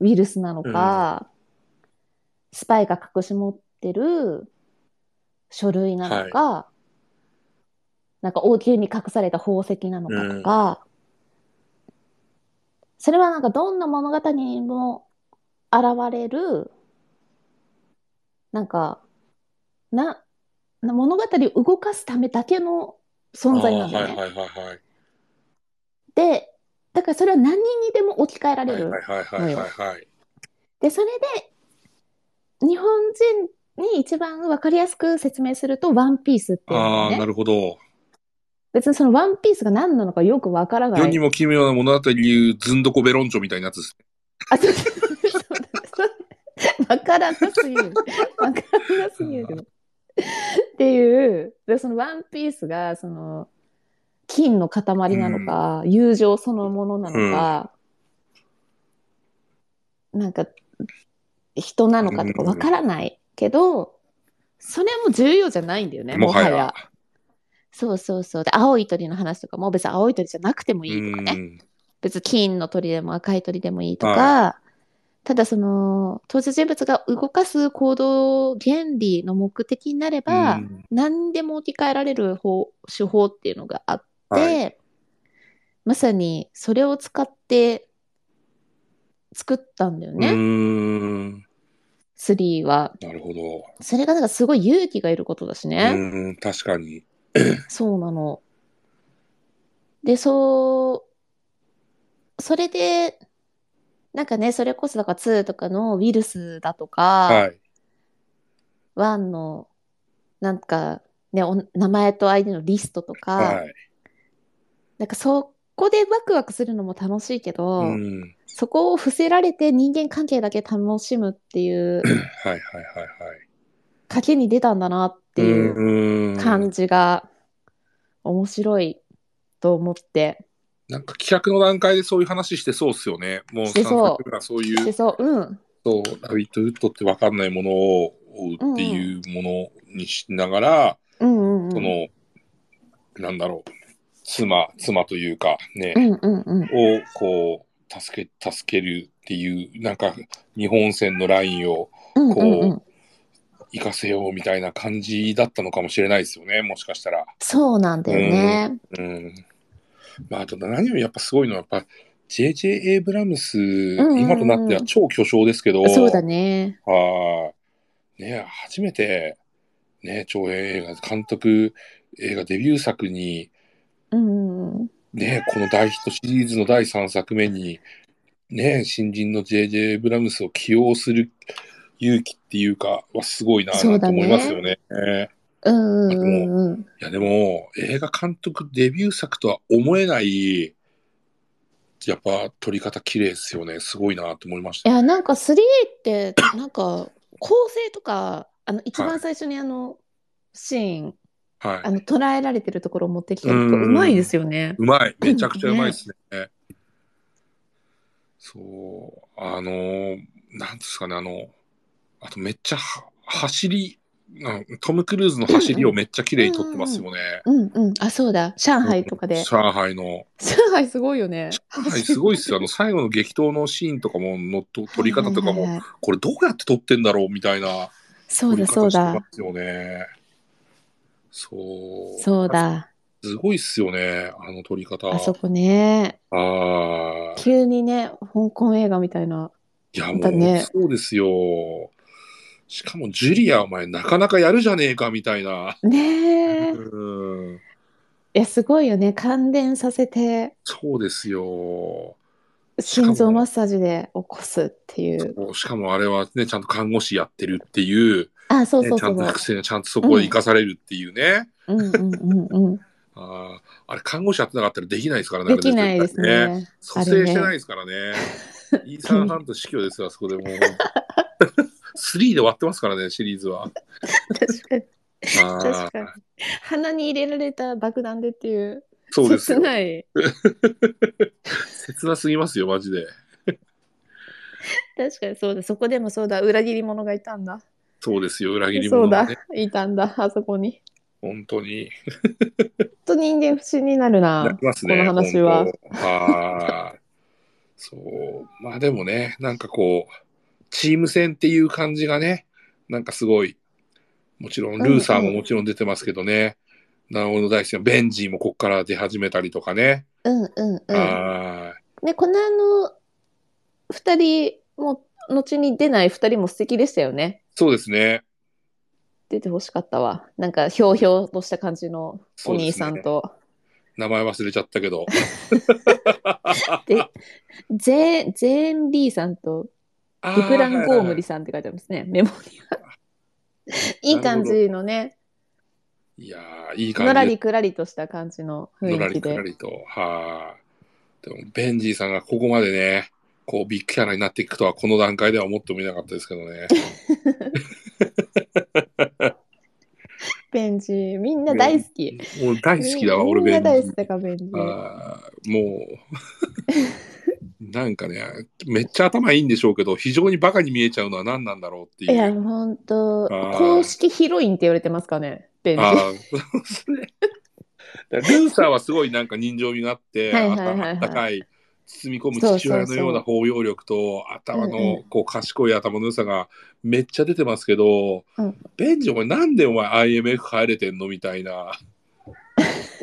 Speaker 2: ウイルスなのか、スパイが隠し持ってる書類なのか、なんか王宮に隠された宝石なのかとか、それはなんかどんな物語にも現れる、なんか、な、な物語を動かすためだけの存在なんだよね。
Speaker 1: あーはいはいはいはい。
Speaker 2: で、だからそれは何にでも置き換えられ
Speaker 1: はい
Speaker 2: る。
Speaker 1: はいはいはいはいはい。
Speaker 2: で、それで、日本人に一番わかりやすく説明すると、ワンピースっていうの
Speaker 1: あ
Speaker 2: が
Speaker 1: あ、
Speaker 2: ね
Speaker 1: な。るほど。
Speaker 2: 別にそのワンピースが何なのかよくわからな
Speaker 1: 世
Speaker 2: い
Speaker 1: に。も奇妙な物語いうずんどこベロンチョみたいなやつですね。
Speaker 2: あ、そう そうそうそうわからなすぎる。わからなすぎる。っていう、で、そのワンピースが、その、金の塊なのか、友情そのものなのか、なんか、人なのかとかわからないけど、それも重要じゃないんだよね、
Speaker 1: も
Speaker 2: も
Speaker 1: は
Speaker 2: は
Speaker 1: や
Speaker 2: や。。そうそうそう。で、青い鳥の話とかも別に青い鳥じゃなくても
Speaker 1: う
Speaker 2: いいとかね。
Speaker 1: ん。
Speaker 2: 別に金の鳥でも赤い鳥でもいいとか、
Speaker 1: は
Speaker 2: ただその当事人物が動かす行動原理の目的になれ
Speaker 1: う
Speaker 2: ば、
Speaker 1: ん
Speaker 2: 何でも置き換えられる方手法っていうのがあって、
Speaker 1: は
Speaker 2: まさにそれを使って作ったんだよ
Speaker 1: うー
Speaker 2: ね、
Speaker 1: ん。
Speaker 2: 3は。
Speaker 1: なるほど。
Speaker 2: それがなんかすごい勇気がいることだし
Speaker 1: う
Speaker 2: ね。
Speaker 1: ん、確かに。
Speaker 2: そうなの。で、そう、それで、なんかね、それこそだから2とかのウィルスだと
Speaker 1: は
Speaker 2: か、
Speaker 1: い。
Speaker 2: 1の、なんかね、お名前と相手のリストとか、
Speaker 1: はい。
Speaker 2: なんかそこでワクワクするのも楽しいけど
Speaker 1: う、ん。
Speaker 2: そこを伏せられて人間関係だけ楽しむって い
Speaker 1: はい
Speaker 2: う、
Speaker 1: はいはいはい。
Speaker 2: 賭けに出たんだなっていう
Speaker 1: うん
Speaker 2: 感じが面白いと思って。
Speaker 1: なんか企画の段階でそういう話してそうっすよね。もう
Speaker 2: してそう
Speaker 1: 作がそうい
Speaker 2: で、
Speaker 1: う、
Speaker 2: そう、うん。
Speaker 1: そう、ラビットウッドって分かんないものを追うっていうものにしながら、
Speaker 2: うんうんうん。
Speaker 1: その、なんだろう、妻、妻というか、ね
Speaker 2: う、んうんうん。
Speaker 1: をこう、助け、助けるっていう、なんか、日本戦のラインを
Speaker 2: うんうんう
Speaker 1: こ
Speaker 2: ん。
Speaker 1: 活かせようみたいな感じだったのかもしれないですよね、もしかしたら。
Speaker 2: そうなんだよね。
Speaker 1: うん。まあ、あと何よりやっぱすごいのは、やっぱ J.J. エイブラムス、
Speaker 2: んうん
Speaker 1: 今となっては超巨匠ですけど、
Speaker 2: そうだね。
Speaker 1: はい。ね、初めて、ね、長編映画、監督映画デビュー作に、
Speaker 2: うんうんうん。
Speaker 1: ね、この大ヒットシリーズの第3作目に、ね、新人の J.J. エイブラムスを起用する勇気っていうか、はすごいな、
Speaker 2: そう
Speaker 1: と
Speaker 2: だね
Speaker 1: 思いますよね。ね
Speaker 2: うんうんうんうん。
Speaker 1: いやでも映画監督デビュー作とは思えないやっぱ撮り方綺麗ですよねすごいなと思いまし
Speaker 2: い
Speaker 1: た。
Speaker 2: や、なんか 3A って、なんか構成とか、あの、一番最初にあの、シーン、
Speaker 1: は
Speaker 2: あ
Speaker 1: い、
Speaker 2: の、捉えられてるところを持ってきたとこ
Speaker 1: うんうん
Speaker 2: うまいですよね。
Speaker 1: うまいめちゃくちゃうまいですね。そうあのーなんですかねあのあとめっちゃは走りうんトム・クルーズの走りをめっちゃ綺麗に撮ってますよね。
Speaker 2: うんうん。あ、そうだ。上海とかで。
Speaker 1: 上海の。
Speaker 2: 上海すごいよね。
Speaker 1: 上海すごいっすよ。あの最後の激闘のシーンとかものと撮り方とか
Speaker 2: はいはい
Speaker 1: も、
Speaker 2: はいはい
Speaker 1: これどうやって撮ってんだろうみたいな。
Speaker 2: そうだ、そう
Speaker 1: 撮り方。し
Speaker 2: だ
Speaker 1: てますよね。そう。
Speaker 2: そう。だ。
Speaker 1: すごいっすよね、あの撮り方。
Speaker 2: あそこね。
Speaker 1: ああ。
Speaker 2: 急にね、香港映画みたいな。
Speaker 1: いや、も
Speaker 2: だ
Speaker 1: う、
Speaker 2: ね
Speaker 1: そうですよ。しかも、ジュリア、お前、なかなかやるじゃねえか、みたいな。
Speaker 2: ねえ。
Speaker 1: うん。
Speaker 2: いや、すごいよね。感電させて、
Speaker 1: そうですよ。
Speaker 2: 心臓マッサージで起こすっていう。
Speaker 1: しかも、あれはね、ちゃんと看護師やってるっていう、
Speaker 2: あ、そう
Speaker 1: ね
Speaker 2: そう
Speaker 1: ち
Speaker 2: そ
Speaker 1: ゃ
Speaker 2: うん
Speaker 1: と
Speaker 2: そう
Speaker 1: 伏。線、ちゃんとそこで生かされるっていうね。
Speaker 2: うんうんうんうん。
Speaker 1: ああ、あれ、看護師やってなかったらできないですからね。
Speaker 2: できないです
Speaker 1: あれ絶対
Speaker 2: ね。
Speaker 1: 蘇生してないですから ね。イーサン・ハント死去ですよ、あそこでもう。3で終わってますからね、シリーズは。
Speaker 2: 確かに。
Speaker 1: あ
Speaker 2: 確
Speaker 1: ー
Speaker 2: かに。鼻に入れられた爆弾でっていう、
Speaker 1: そうです
Speaker 2: 切
Speaker 1: よ。
Speaker 2: ない。
Speaker 1: 切なすぎますよ、マジで。
Speaker 2: 確かにそうだ。そこでもそうだ。裏切り者がいたんだ。
Speaker 1: そうですよ、裏切り
Speaker 2: そう
Speaker 1: 者
Speaker 2: だ
Speaker 1: がね。。
Speaker 2: いたんだ。あそこに。
Speaker 1: 本当に。
Speaker 2: ほんと人間不信になる
Speaker 1: な
Speaker 2: な
Speaker 1: り。ますね、
Speaker 2: この話は
Speaker 1: 本当。はーい。そう。まあでもね、なんかこう、チーム戦っていう感じがね、なんかすごい、もちろん、ルーサーももちろん出てますけどね、なおの大好きなベンジーもここから出始めたりとかね。
Speaker 2: うんうんうん。
Speaker 1: は
Speaker 2: ね、このあの、二人も、後に出ない二人も素敵でしたよね。
Speaker 1: い。そうですね。
Speaker 2: 出てほしかったわ。なんか、ひょうひょうとした感じのお兄さんと。
Speaker 1: 名前忘れちゃったけど。
Speaker 2: で、ゼーン、ゼーンリーさんと
Speaker 1: あー
Speaker 2: デクラン・ゴームリさんって書いてありますね、メモには。いい感じのね、
Speaker 1: いやー、いい感じで
Speaker 2: のらりくらりとした感じの
Speaker 1: のら
Speaker 2: 雰囲
Speaker 1: り
Speaker 2: 気
Speaker 1: く
Speaker 2: で
Speaker 1: ら。りと。はい。でも、ベンジーさんがここまでね、こう、ビッグキャラになっていくとは、この段階では思ってもいなかったですけどね。
Speaker 2: ベンジ、みんな大好き。
Speaker 1: もう大好きだわ、俺、
Speaker 2: みん
Speaker 1: ベ
Speaker 2: な
Speaker 1: ンジー
Speaker 2: 大好き。だから、ベンジ。
Speaker 1: あーも う、なんかね、めっちゃ頭いいんでしょうけど、非常にバカに見えちゃうのは何なんだろうってい
Speaker 2: いや、
Speaker 1: う。
Speaker 2: ほんと
Speaker 1: あー、
Speaker 2: 公式ヒロインって言われてますかね、ベンジ。
Speaker 1: ああ、そうですね。だからルーサーはすごいなんか人情味があって、
Speaker 2: はい
Speaker 1: あ
Speaker 2: はいはいはい
Speaker 1: あったかい、包み込む父親のような包容力と、頭
Speaker 2: うんう
Speaker 1: のこう賢い頭の良さがめっちゃ出てますけど
Speaker 2: うん、
Speaker 1: ベンジお前なんでお前 IMF 入れてんのみたいな。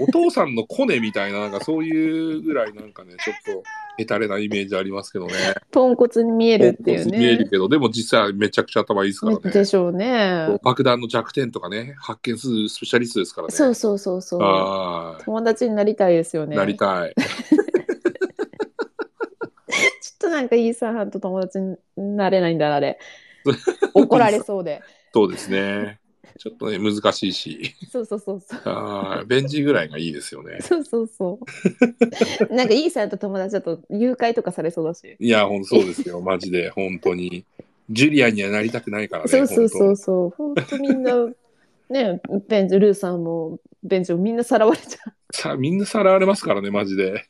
Speaker 1: お父さんのコネみたいな、なんかそういうぐらいなんかね、ちょっとへたれなイメージありますけどね。
Speaker 2: ポンコツに見えるっていう
Speaker 1: 見える
Speaker 2: ね。
Speaker 1: けど、でも実際めちゃくちゃ頭いいですからね。
Speaker 2: でしょうね。
Speaker 1: 爆弾の弱点とかね、発見するスペシャリストですからね。
Speaker 2: そうそうそうそう。
Speaker 1: ああ、
Speaker 2: 友達になりたいですよね。
Speaker 1: なりたい。
Speaker 2: ちょっとなんかイーサンハンと友達になれないんだな、あれ。怒られそうで。
Speaker 1: そうですね。 ちょっとね、難しいし。
Speaker 2: そうそうそうそう。
Speaker 1: ああ、ベンジぐらいがいいですよね。
Speaker 2: そうそうそう。 なんかイーサンと友達だと誘拐とかされそうだし。
Speaker 1: いや、ほんとそうですよ。マジで、本当に。ジュリアにはなりたくないからね。
Speaker 2: そうそうそう
Speaker 1: 本
Speaker 2: そう。本当みんな、ね、ベンジ、ルーさんも、ベンジもみんなさらわれちゃ
Speaker 1: 当さみんなさらわれますからね、マジで。
Speaker 2: う。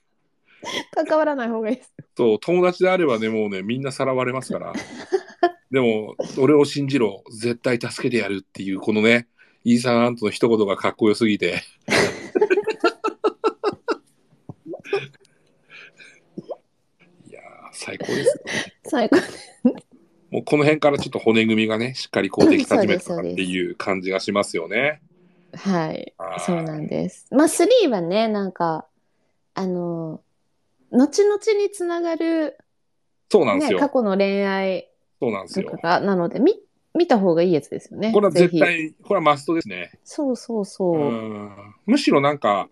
Speaker 2: 関わらない方がいいです。
Speaker 1: そう、友達であればね、もうね、みんなさらわれます から。でも、俺を信じろ、絶対助けてやるっていう、このね、イーサン・アントの一言がかっこよすぎ て。いやー、最高ですよ。
Speaker 2: 最高。
Speaker 1: もうこの辺からちょっと骨組みがね、しっかりこうでき始めたなっていう感じがしますよね。
Speaker 2: はい。
Speaker 1: あー
Speaker 2: そうなんです。まあ、3はね、なんか、あの、後々につながる、
Speaker 1: そうなんです
Speaker 2: ね、
Speaker 1: よ。
Speaker 2: 過去の恋愛
Speaker 1: そうなんです
Speaker 2: とか
Speaker 1: よ。
Speaker 2: がなので、み見た方がいいやつですよね。
Speaker 1: これは絶
Speaker 2: ぜひ。
Speaker 1: 対、これはマストですね。
Speaker 2: そうそうそうう。
Speaker 1: ん。むしろなんか、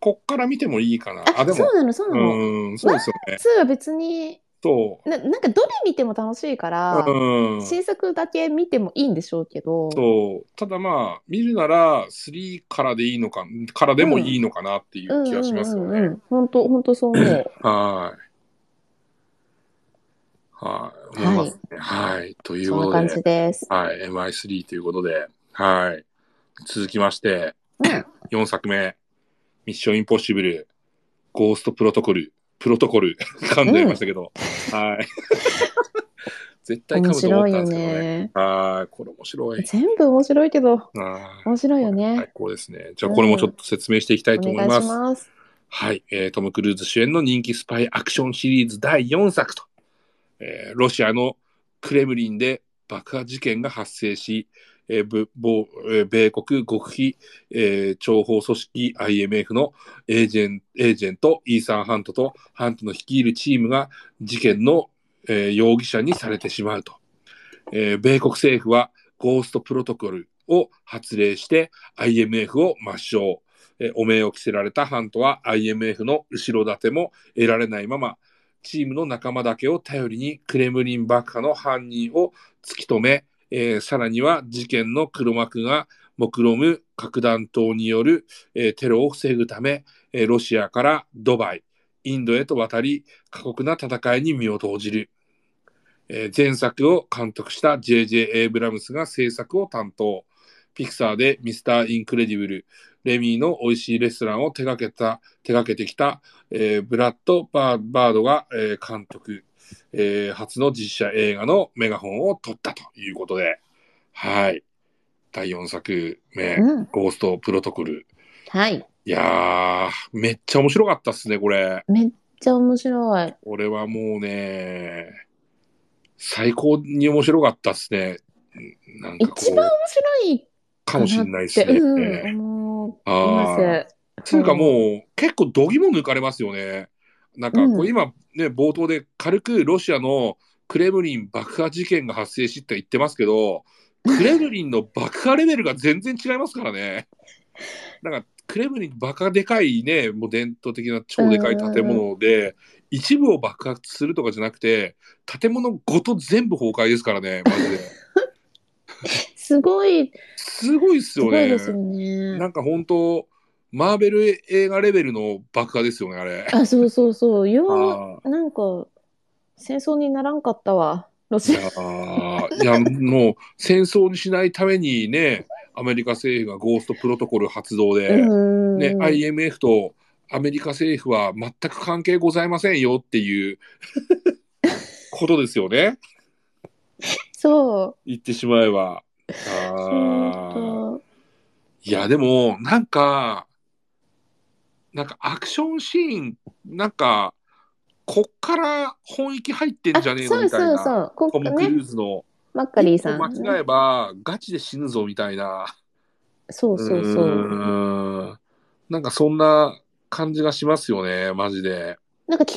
Speaker 1: こっから見てもいいかな。あ、
Speaker 2: あ
Speaker 1: でも
Speaker 2: そう、なの、そうなの。
Speaker 1: うん、そうですよね。
Speaker 2: 2は別に
Speaker 1: そ
Speaker 2: な、なんかどれ見ても楽しいから、
Speaker 1: う。うん。
Speaker 2: 新作だけ見てもいいんでしょうけど、
Speaker 1: そう。ただまあ、見るなら、3からでいいのか、からでもいいのかなっていう気がしますよ
Speaker 2: うんうんうんう
Speaker 1: ね。
Speaker 2: ん。本当本当そう思う。
Speaker 1: はい。はい。思いますね。はい。という
Speaker 2: そん
Speaker 1: こ
Speaker 2: な
Speaker 1: と
Speaker 2: 感
Speaker 1: で
Speaker 2: じ、です。
Speaker 1: はい。MI3 ということで、はい。続きまして、
Speaker 2: うん
Speaker 1: 4作目、ミッションインポッシブル、ゴーストプロトコル、プロトコル、噛んでましたけど、はい。 絶対噛
Speaker 2: 面
Speaker 1: むと思
Speaker 2: 白
Speaker 1: っ
Speaker 2: い
Speaker 1: たんで
Speaker 2: よ
Speaker 1: すけどね。
Speaker 2: ね。
Speaker 1: はい。これ面白い。
Speaker 2: 全部面白いけど、
Speaker 1: あー
Speaker 2: 面白いよ
Speaker 1: 最
Speaker 2: ね。
Speaker 1: 高ですね。じゃあ、これもちょっと説明していきたいと
Speaker 2: お
Speaker 1: 思い
Speaker 2: 願い
Speaker 1: ます。
Speaker 2: します。
Speaker 1: はい、えートム・クルーズ主演の人気スパイアクションシリーズ第4作と、えーロシアのクレムリンで爆破事件が発生し、えーぶぼえー米国極秘、えー諜報組織 IMF のエージェンエージェントイーサン・ハントとハントの率いるチームが事件の、えー容疑者にされてしまうと、えー米国政府はゴーストプロトコルを発令して IMF を抹消えー汚名を着せられたハントは IMF の後ろ盾も得られないままチームの仲間だけを頼りにクレムリン爆破の犯人を突き止め、えーさらには事件の黒幕が目論む核弾頭による、えーテロを防ぐため、えーロシアからドバイインドへと渡り過酷な戦いに身を投じる、えー前作を監督した J.J. エイブラムスが制作を担当ピクサーでミスター・インクレディブルレミーの美味しいレストランを手掛けた、手掛けてきた、えーブラッド・バーバードが、えー監督、えー初の実写映画のメガホンを取ったということで、はい。第4作目、
Speaker 2: うん。
Speaker 1: ゴースト・プロトコル。
Speaker 2: はい。
Speaker 1: いやー、めっちゃ面白かったっすね、これ。
Speaker 2: めっちゃ面白い。
Speaker 1: これはもうね、最高に面白かったっすね。うんなんかこう、
Speaker 2: 一番面白い
Speaker 1: かもしんないっ
Speaker 2: っ
Speaker 1: す
Speaker 2: て、
Speaker 1: ね。
Speaker 2: うん、思いま
Speaker 1: あー
Speaker 2: す。
Speaker 1: つうかもう結構度肝抜かれますよね。なんかこ
Speaker 2: う
Speaker 1: うん今ね、冒頭で軽くロシアのクレムリン爆破事件が発生しって言ってますけ どクレムリンの爆破レベルが全然違いますからね。なんかクレムリンバカでかいねもう伝統的な超でかい建物で一部を爆発するとかじゃなくて建物ごと全部崩壊ですからねマジで
Speaker 2: すごい、
Speaker 1: すごいっす
Speaker 2: すご
Speaker 1: よね
Speaker 2: いですよね。
Speaker 1: なんか本当マーベル映画レベルの爆破ですよねあれ
Speaker 2: あ、そうそうそう。よ
Speaker 1: あ
Speaker 2: う、なんか、戦争にならんかったわ。ロ
Speaker 1: ーい
Speaker 2: シア。
Speaker 1: やーいやもう戦争にしないためにねアメリカ政府がゴーストプロトコル発動で、
Speaker 2: うん
Speaker 1: ね、IMF とアメリカ政府は全く関係ございませんよっていうことですよね
Speaker 2: そう。
Speaker 1: 言ってしまえば。あー
Speaker 2: 本
Speaker 1: いやでもなんかなんかアクションシーンなんかこっから本域入って
Speaker 2: 当
Speaker 1: んじゃねえ
Speaker 2: そ
Speaker 1: の
Speaker 2: う
Speaker 1: みたい
Speaker 2: そう
Speaker 1: な
Speaker 2: そう。こ
Speaker 1: ト
Speaker 2: こ
Speaker 1: ム・クル
Speaker 2: ね、
Speaker 1: ーズの
Speaker 2: マッカリーさ
Speaker 1: 一歩
Speaker 2: ん、
Speaker 1: 間違
Speaker 2: ね。
Speaker 1: えばガチで死ぬぞみたいな。
Speaker 2: そうそうそうう。
Speaker 1: ーんなんかそんな感じがしますよね、マジで。
Speaker 2: なんか急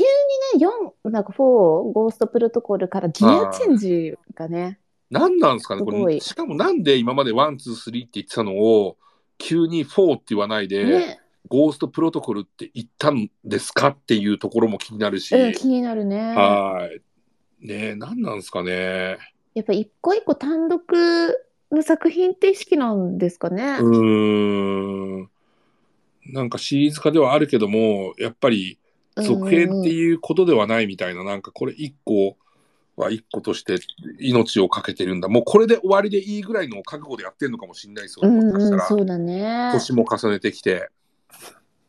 Speaker 2: にね、4、なんか4、ゴーストプロトコルからギアチェンジがね、
Speaker 1: 何なんですかね、こ
Speaker 2: すご
Speaker 1: れ。
Speaker 2: い
Speaker 1: しかもなんで今までワン、ツー、スリーって言ってたのを、急にフォーって言わないで、
Speaker 2: ね、
Speaker 1: ゴーストプロトコルって言ったんですかっていうところも気になるし、
Speaker 2: うん、気になるね。
Speaker 1: はーい。ねえ、何なんですかね。
Speaker 2: やっぱ一個一個単独の作品って意識なんですかね。
Speaker 1: うーん。なんかシリーズ化ではあるけども、やっぱり続編っていうことではないみたいな、なんかこれ一個は一個として命を懸けてるんだ。もうこれで終わりでいいぐらいの覚悟でやってるのかもしれないですよ
Speaker 2: う
Speaker 1: ね、
Speaker 2: ん
Speaker 1: も
Speaker 2: う
Speaker 1: しかし
Speaker 2: ん、
Speaker 1: たら。
Speaker 2: そうだね。
Speaker 1: 年も重ねてきて。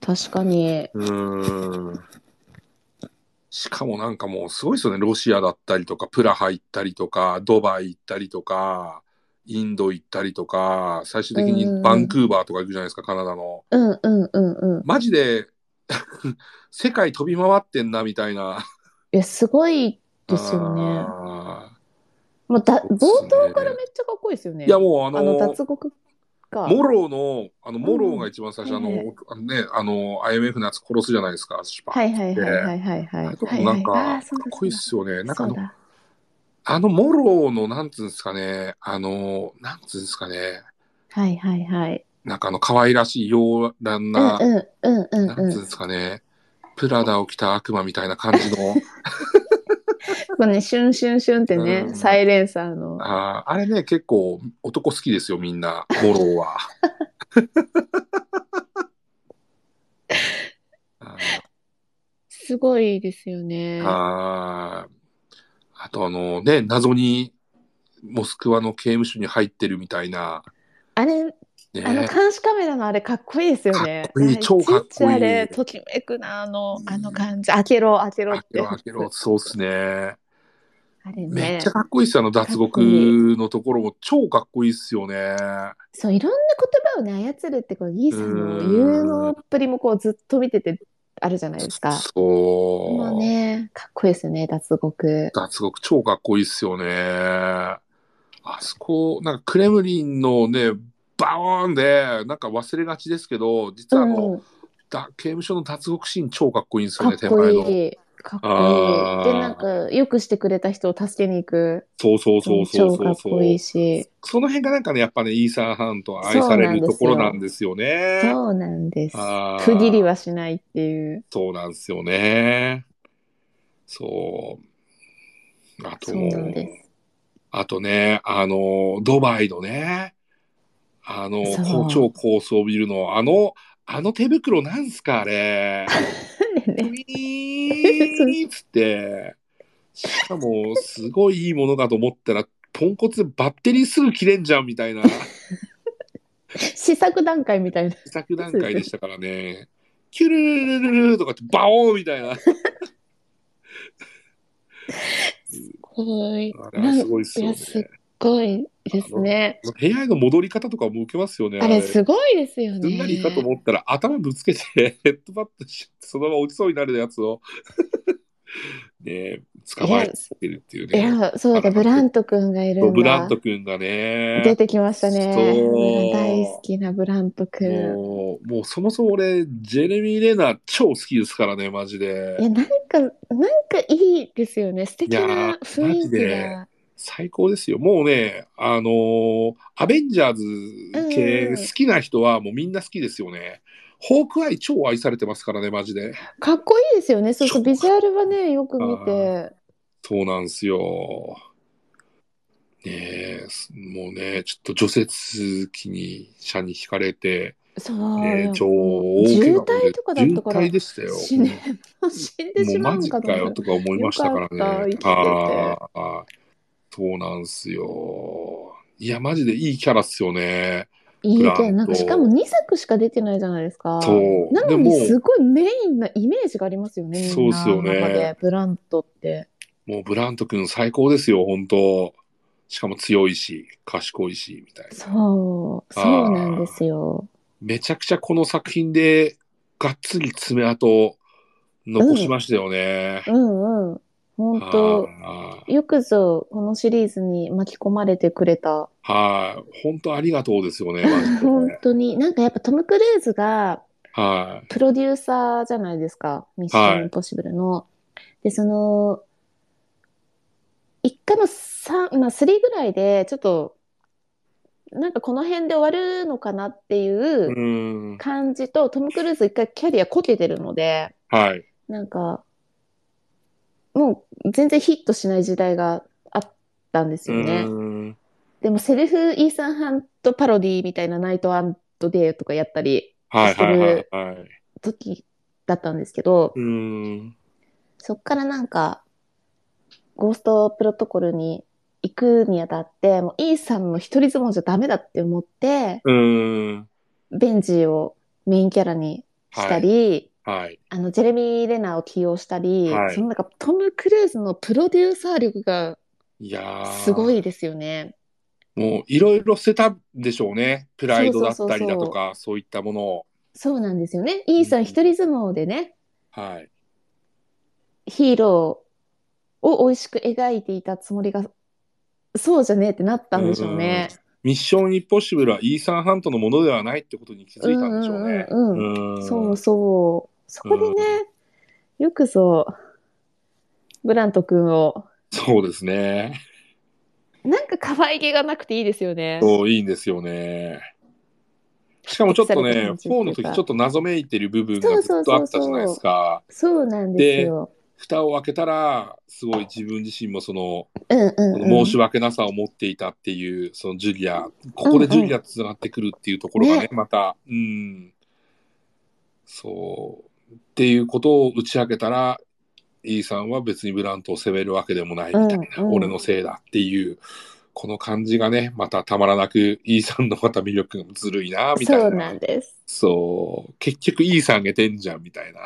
Speaker 2: 確かに。
Speaker 1: うーん。しかもなんかもうすごいですよね。ロシアだったりとか、プラハ行ったりとか、ドバイ行ったりとか、インド行ったりとか、最終的にバンクーバーとか行くじゃないですか、カナダの。
Speaker 2: うんうんうんうん。
Speaker 1: マジで 世界飛び回ってんなみたいな。
Speaker 2: いや、すごいですよね。
Speaker 1: あ
Speaker 2: もうだ、
Speaker 1: そうっ
Speaker 2: 冒
Speaker 1: すね
Speaker 2: 頭からめっちゃかっこいいですよ
Speaker 1: ー
Speaker 2: ね。
Speaker 1: いやもうあ
Speaker 2: あの
Speaker 1: の、
Speaker 2: 脱獄か。
Speaker 1: モローの、あの、モロー
Speaker 2: う
Speaker 1: が
Speaker 2: ん
Speaker 1: 一番最初、あ
Speaker 2: はいは
Speaker 1: の、あのね、あの、IMF のやつ殺すじゃないですか、シュパン
Speaker 2: はいはいはいはいはいはい。
Speaker 1: あ
Speaker 2: は
Speaker 1: れとか
Speaker 2: い
Speaker 1: もなんか、
Speaker 2: はいあ
Speaker 1: か
Speaker 2: ーそ
Speaker 1: っ
Speaker 2: うだ
Speaker 1: こいいっすよね。なんかあ
Speaker 2: そう
Speaker 1: の、
Speaker 2: だ。
Speaker 1: あの、モローの、なんつうんですかね、あの、なんつうんですかね、
Speaker 2: はいはいはい。
Speaker 1: なんかあの、可愛らしい洋蘭
Speaker 2: うん
Speaker 1: な、
Speaker 2: うんうんうん
Speaker 1: なんつう
Speaker 2: うんん。
Speaker 1: ですかね、プラダを着た悪魔みたいな感じ の、
Speaker 2: なんかね、シュンシュンシュンってね、
Speaker 1: うん
Speaker 2: サイレンサーの。
Speaker 1: あーあれね、結構男好きですよ、みんな、モロー は。あ
Speaker 2: すごいですよ
Speaker 1: ー
Speaker 2: ね。
Speaker 1: あーあとあのね、謎にモスクワの刑務所に入ってるみたいな、
Speaker 2: あれ、
Speaker 1: ね、
Speaker 2: あの監視カメラのあれかっこいいですよね。
Speaker 1: かっこいい
Speaker 2: あれ
Speaker 1: 超かっこいい
Speaker 2: ちちあれ、ときめくな、あの、あの感じ。開けろ、開けろっ
Speaker 1: 開け
Speaker 2: て
Speaker 1: ろ開けろ、そうっすね。
Speaker 2: あれ
Speaker 1: め
Speaker 2: ね
Speaker 1: っちゃ。かっこいいっすよ、あの脱獄のところも超かっこいいっすよね。
Speaker 2: そう、いろんな言葉をね、操るって、こう、イーさんの有能っぷりもこう、ずっと見てて、あるじゃないですか。
Speaker 1: そう。
Speaker 2: もうね、かっこいいですよね、脱獄。
Speaker 1: 脱獄超かっこいいっすよね。あそこ、なんかクレムリンのね、バーンで、なんか忘れがちですけど、実はあの、
Speaker 2: うん、
Speaker 1: だ刑務所の脱獄シーン超かっこいいんです
Speaker 2: か
Speaker 1: よね、
Speaker 2: っこ
Speaker 1: 手前の。
Speaker 2: いい。かっ
Speaker 1: あ
Speaker 2: こい
Speaker 1: ー
Speaker 2: い。で、なんか、よくしてくれた人を助けに行く。
Speaker 1: そうそうそうそう
Speaker 2: 超
Speaker 1: そ
Speaker 2: か
Speaker 1: う
Speaker 2: っ
Speaker 1: そ。
Speaker 2: こいいうし。
Speaker 1: その辺がなんかね、やっぱね、イーサン・ハンと愛されるところなんですよね。
Speaker 2: そうなんです
Speaker 1: あ。ー
Speaker 2: 区切りはしないっていう。
Speaker 1: そうなんですよね。そう。あと
Speaker 2: そうなんです。
Speaker 1: あとね、あの、ドバイのね、あの
Speaker 2: そう、
Speaker 1: 高超高層ビルの、あの、あの手袋なんすか、あれ。ウ
Speaker 2: ね
Speaker 1: ィーンっつって、しかも、すごいいいものかと思ったら、ポンコツでバッテリーすぐ切れんじゃんみたいな、試
Speaker 2: 試作段階みたいな。
Speaker 1: 作段階でしたからね、キュルルルルルとかって、バオーみたいな、
Speaker 2: はい
Speaker 1: あ。れは
Speaker 2: な
Speaker 1: す
Speaker 2: ん
Speaker 1: ごいっすよ
Speaker 2: い
Speaker 1: ね
Speaker 2: や。すっごいですね。
Speaker 1: 部屋への戻り方とかも受けますよね、
Speaker 2: あれ、すごいですよ
Speaker 1: すん
Speaker 2: ね
Speaker 1: な。りかと思ったら頭ぶつけてヘッドバットしちゃってそのまま落ちそうになるやつをねえ捕まえてるっていう
Speaker 2: い
Speaker 1: ね。
Speaker 2: や、そうだ、ブラント君がいる
Speaker 1: そうんブラン
Speaker 2: だ
Speaker 1: ト。君がね
Speaker 2: 出てきましたね。
Speaker 1: そう
Speaker 2: 大好きなブラント君。
Speaker 1: もうもうそもそも俺ジェレミー・レナー超好きですからねマジで
Speaker 2: いや、なんか、なんかいいですよね。素敵
Speaker 1: いや
Speaker 2: な
Speaker 1: ー
Speaker 2: 雰囲
Speaker 1: マジ
Speaker 2: 気
Speaker 1: で
Speaker 2: が。
Speaker 1: 最高ですよもうねあのーアベンジャーズ系
Speaker 2: うん
Speaker 1: 好きな人はもうみんな好きですよね。ホークアイ超愛されてますからね、マジで。
Speaker 2: かっこいいですよね。そうそう、ビジュアルはね、よく見て。
Speaker 1: そうなんですよ。ねえ、もうね、ちょっと除雪機に車にひかれて、
Speaker 2: そう。
Speaker 1: ね
Speaker 2: なん、か
Speaker 1: 超
Speaker 2: も
Speaker 1: 大
Speaker 2: う
Speaker 1: 怪
Speaker 2: 渋
Speaker 1: 我で
Speaker 2: 滞とかだったか
Speaker 1: 渋滞
Speaker 2: ら、
Speaker 1: でしたよ。
Speaker 2: 死ね、死んでし
Speaker 1: もう
Speaker 2: まう
Speaker 1: マ
Speaker 2: の
Speaker 1: ジ
Speaker 2: か
Speaker 1: か
Speaker 2: と思
Speaker 1: よ
Speaker 2: って
Speaker 1: とか思いましたから
Speaker 2: よかった生き
Speaker 1: ね
Speaker 2: て。て
Speaker 1: ああ、そうなんすよ。いや、マジでいいキャラっすよね。
Speaker 2: いい
Speaker 1: ブ
Speaker 2: け
Speaker 1: ランド
Speaker 2: ど、なんかしかも2作しか出てないじゃないですか。
Speaker 1: そう。
Speaker 2: な
Speaker 1: で
Speaker 2: の
Speaker 1: も、
Speaker 2: にすごいメインなイメージがありますよね、みんな
Speaker 1: そうっすよね
Speaker 2: の中で、ブラントって。
Speaker 1: もうブラント君最高ですよ、本当しかも強いし、賢いし、みたいな。
Speaker 2: そう、そうなんですよ。
Speaker 1: めちゃくちゃこの作品で、がっつり爪痕残しましたよね。
Speaker 2: うんうん。本当
Speaker 1: はい
Speaker 2: よくぞこのシリーズに巻き込まれてくれた。
Speaker 1: はい。本当ありがとうですよね、マジで
Speaker 2: 本
Speaker 1: ね。
Speaker 2: 当に。なんかやっぱトム・クルーズが
Speaker 1: はい。
Speaker 2: プロデューサーじゃないですか。ミッション・インポッシブルの。で、その、一回も三、まあ3ぐらいでちょっと、なんかこの辺で終わるのかなっていうう
Speaker 1: ーん。
Speaker 2: 感じと、トム・クルーズ一回キャリアこけてるので、
Speaker 1: はい。
Speaker 2: なんか、もう全然ヒットしない時代があったんです
Speaker 1: う
Speaker 2: よね。
Speaker 1: ーん。
Speaker 2: でもセルフイーサン・ハントパロディみたいなナイト・アンド・デーとかやったり
Speaker 1: はいはいはいはい。
Speaker 2: 時だったんですけど、
Speaker 1: うーん。
Speaker 2: そっからなんか、ゴーストプロトコルに行くにあたって、もうイーサンの一人相撲じゃダメだって思って、
Speaker 1: うーん。
Speaker 2: ベンジーをメインキャラにしたり、
Speaker 1: はい。
Speaker 2: あの、ジェレミー・レナーを起用したり、
Speaker 1: はい
Speaker 2: そのなんかトム・クルーズのプロデューサー力が
Speaker 1: いやー
Speaker 2: すごいですよね。
Speaker 1: もういろいろ捨てたんでしょうね。プライドだったりだ
Speaker 2: そうそう
Speaker 1: と
Speaker 2: そ
Speaker 1: か、そういったものを。
Speaker 2: そうなんですよね。イーサン一人相撲でね、
Speaker 1: はい。
Speaker 2: ヒーローを美味しく描いていたつもりが、そうじゃねえってなったんでしょうね。
Speaker 1: ミッション・インポッシブルはイーサン・ハントのものではないってことに気づいたんでしょうね。
Speaker 2: うんうんうん
Speaker 1: うーん
Speaker 2: そうそう。そこでね、よくぞ、ブラント君を、
Speaker 1: そうですね。
Speaker 2: なんか可愛げがなくていいですよね。
Speaker 1: そう、いいんですよね。しかもちょっと
Speaker 2: さ
Speaker 1: ね、
Speaker 2: れた
Speaker 1: 4
Speaker 2: 感じっていうか
Speaker 1: の時ちょっと謎めいてる部分がずっとあったじゃないですか。
Speaker 2: そうなんですよ。
Speaker 1: 蓋を開けたら、すごい自分自身もその、
Speaker 2: うんう
Speaker 1: こ
Speaker 2: んうん、
Speaker 1: の申し訳なさを持っていたっていう、そのジュリア、ここでジュリアとつながってくるっていうところがね、
Speaker 2: ね
Speaker 1: また、うん、そう、っていうことを打ち明けたら、E さんは別にブラントを責めるわけでもないみたいな、
Speaker 2: うんうん
Speaker 1: 俺のせいだっていう、この感じがね、またたまらなく E さんのまた魅力がずるいな、みたいな。
Speaker 2: そうなんです。
Speaker 1: そう、結局 E さんげてんじゃん、みた いな。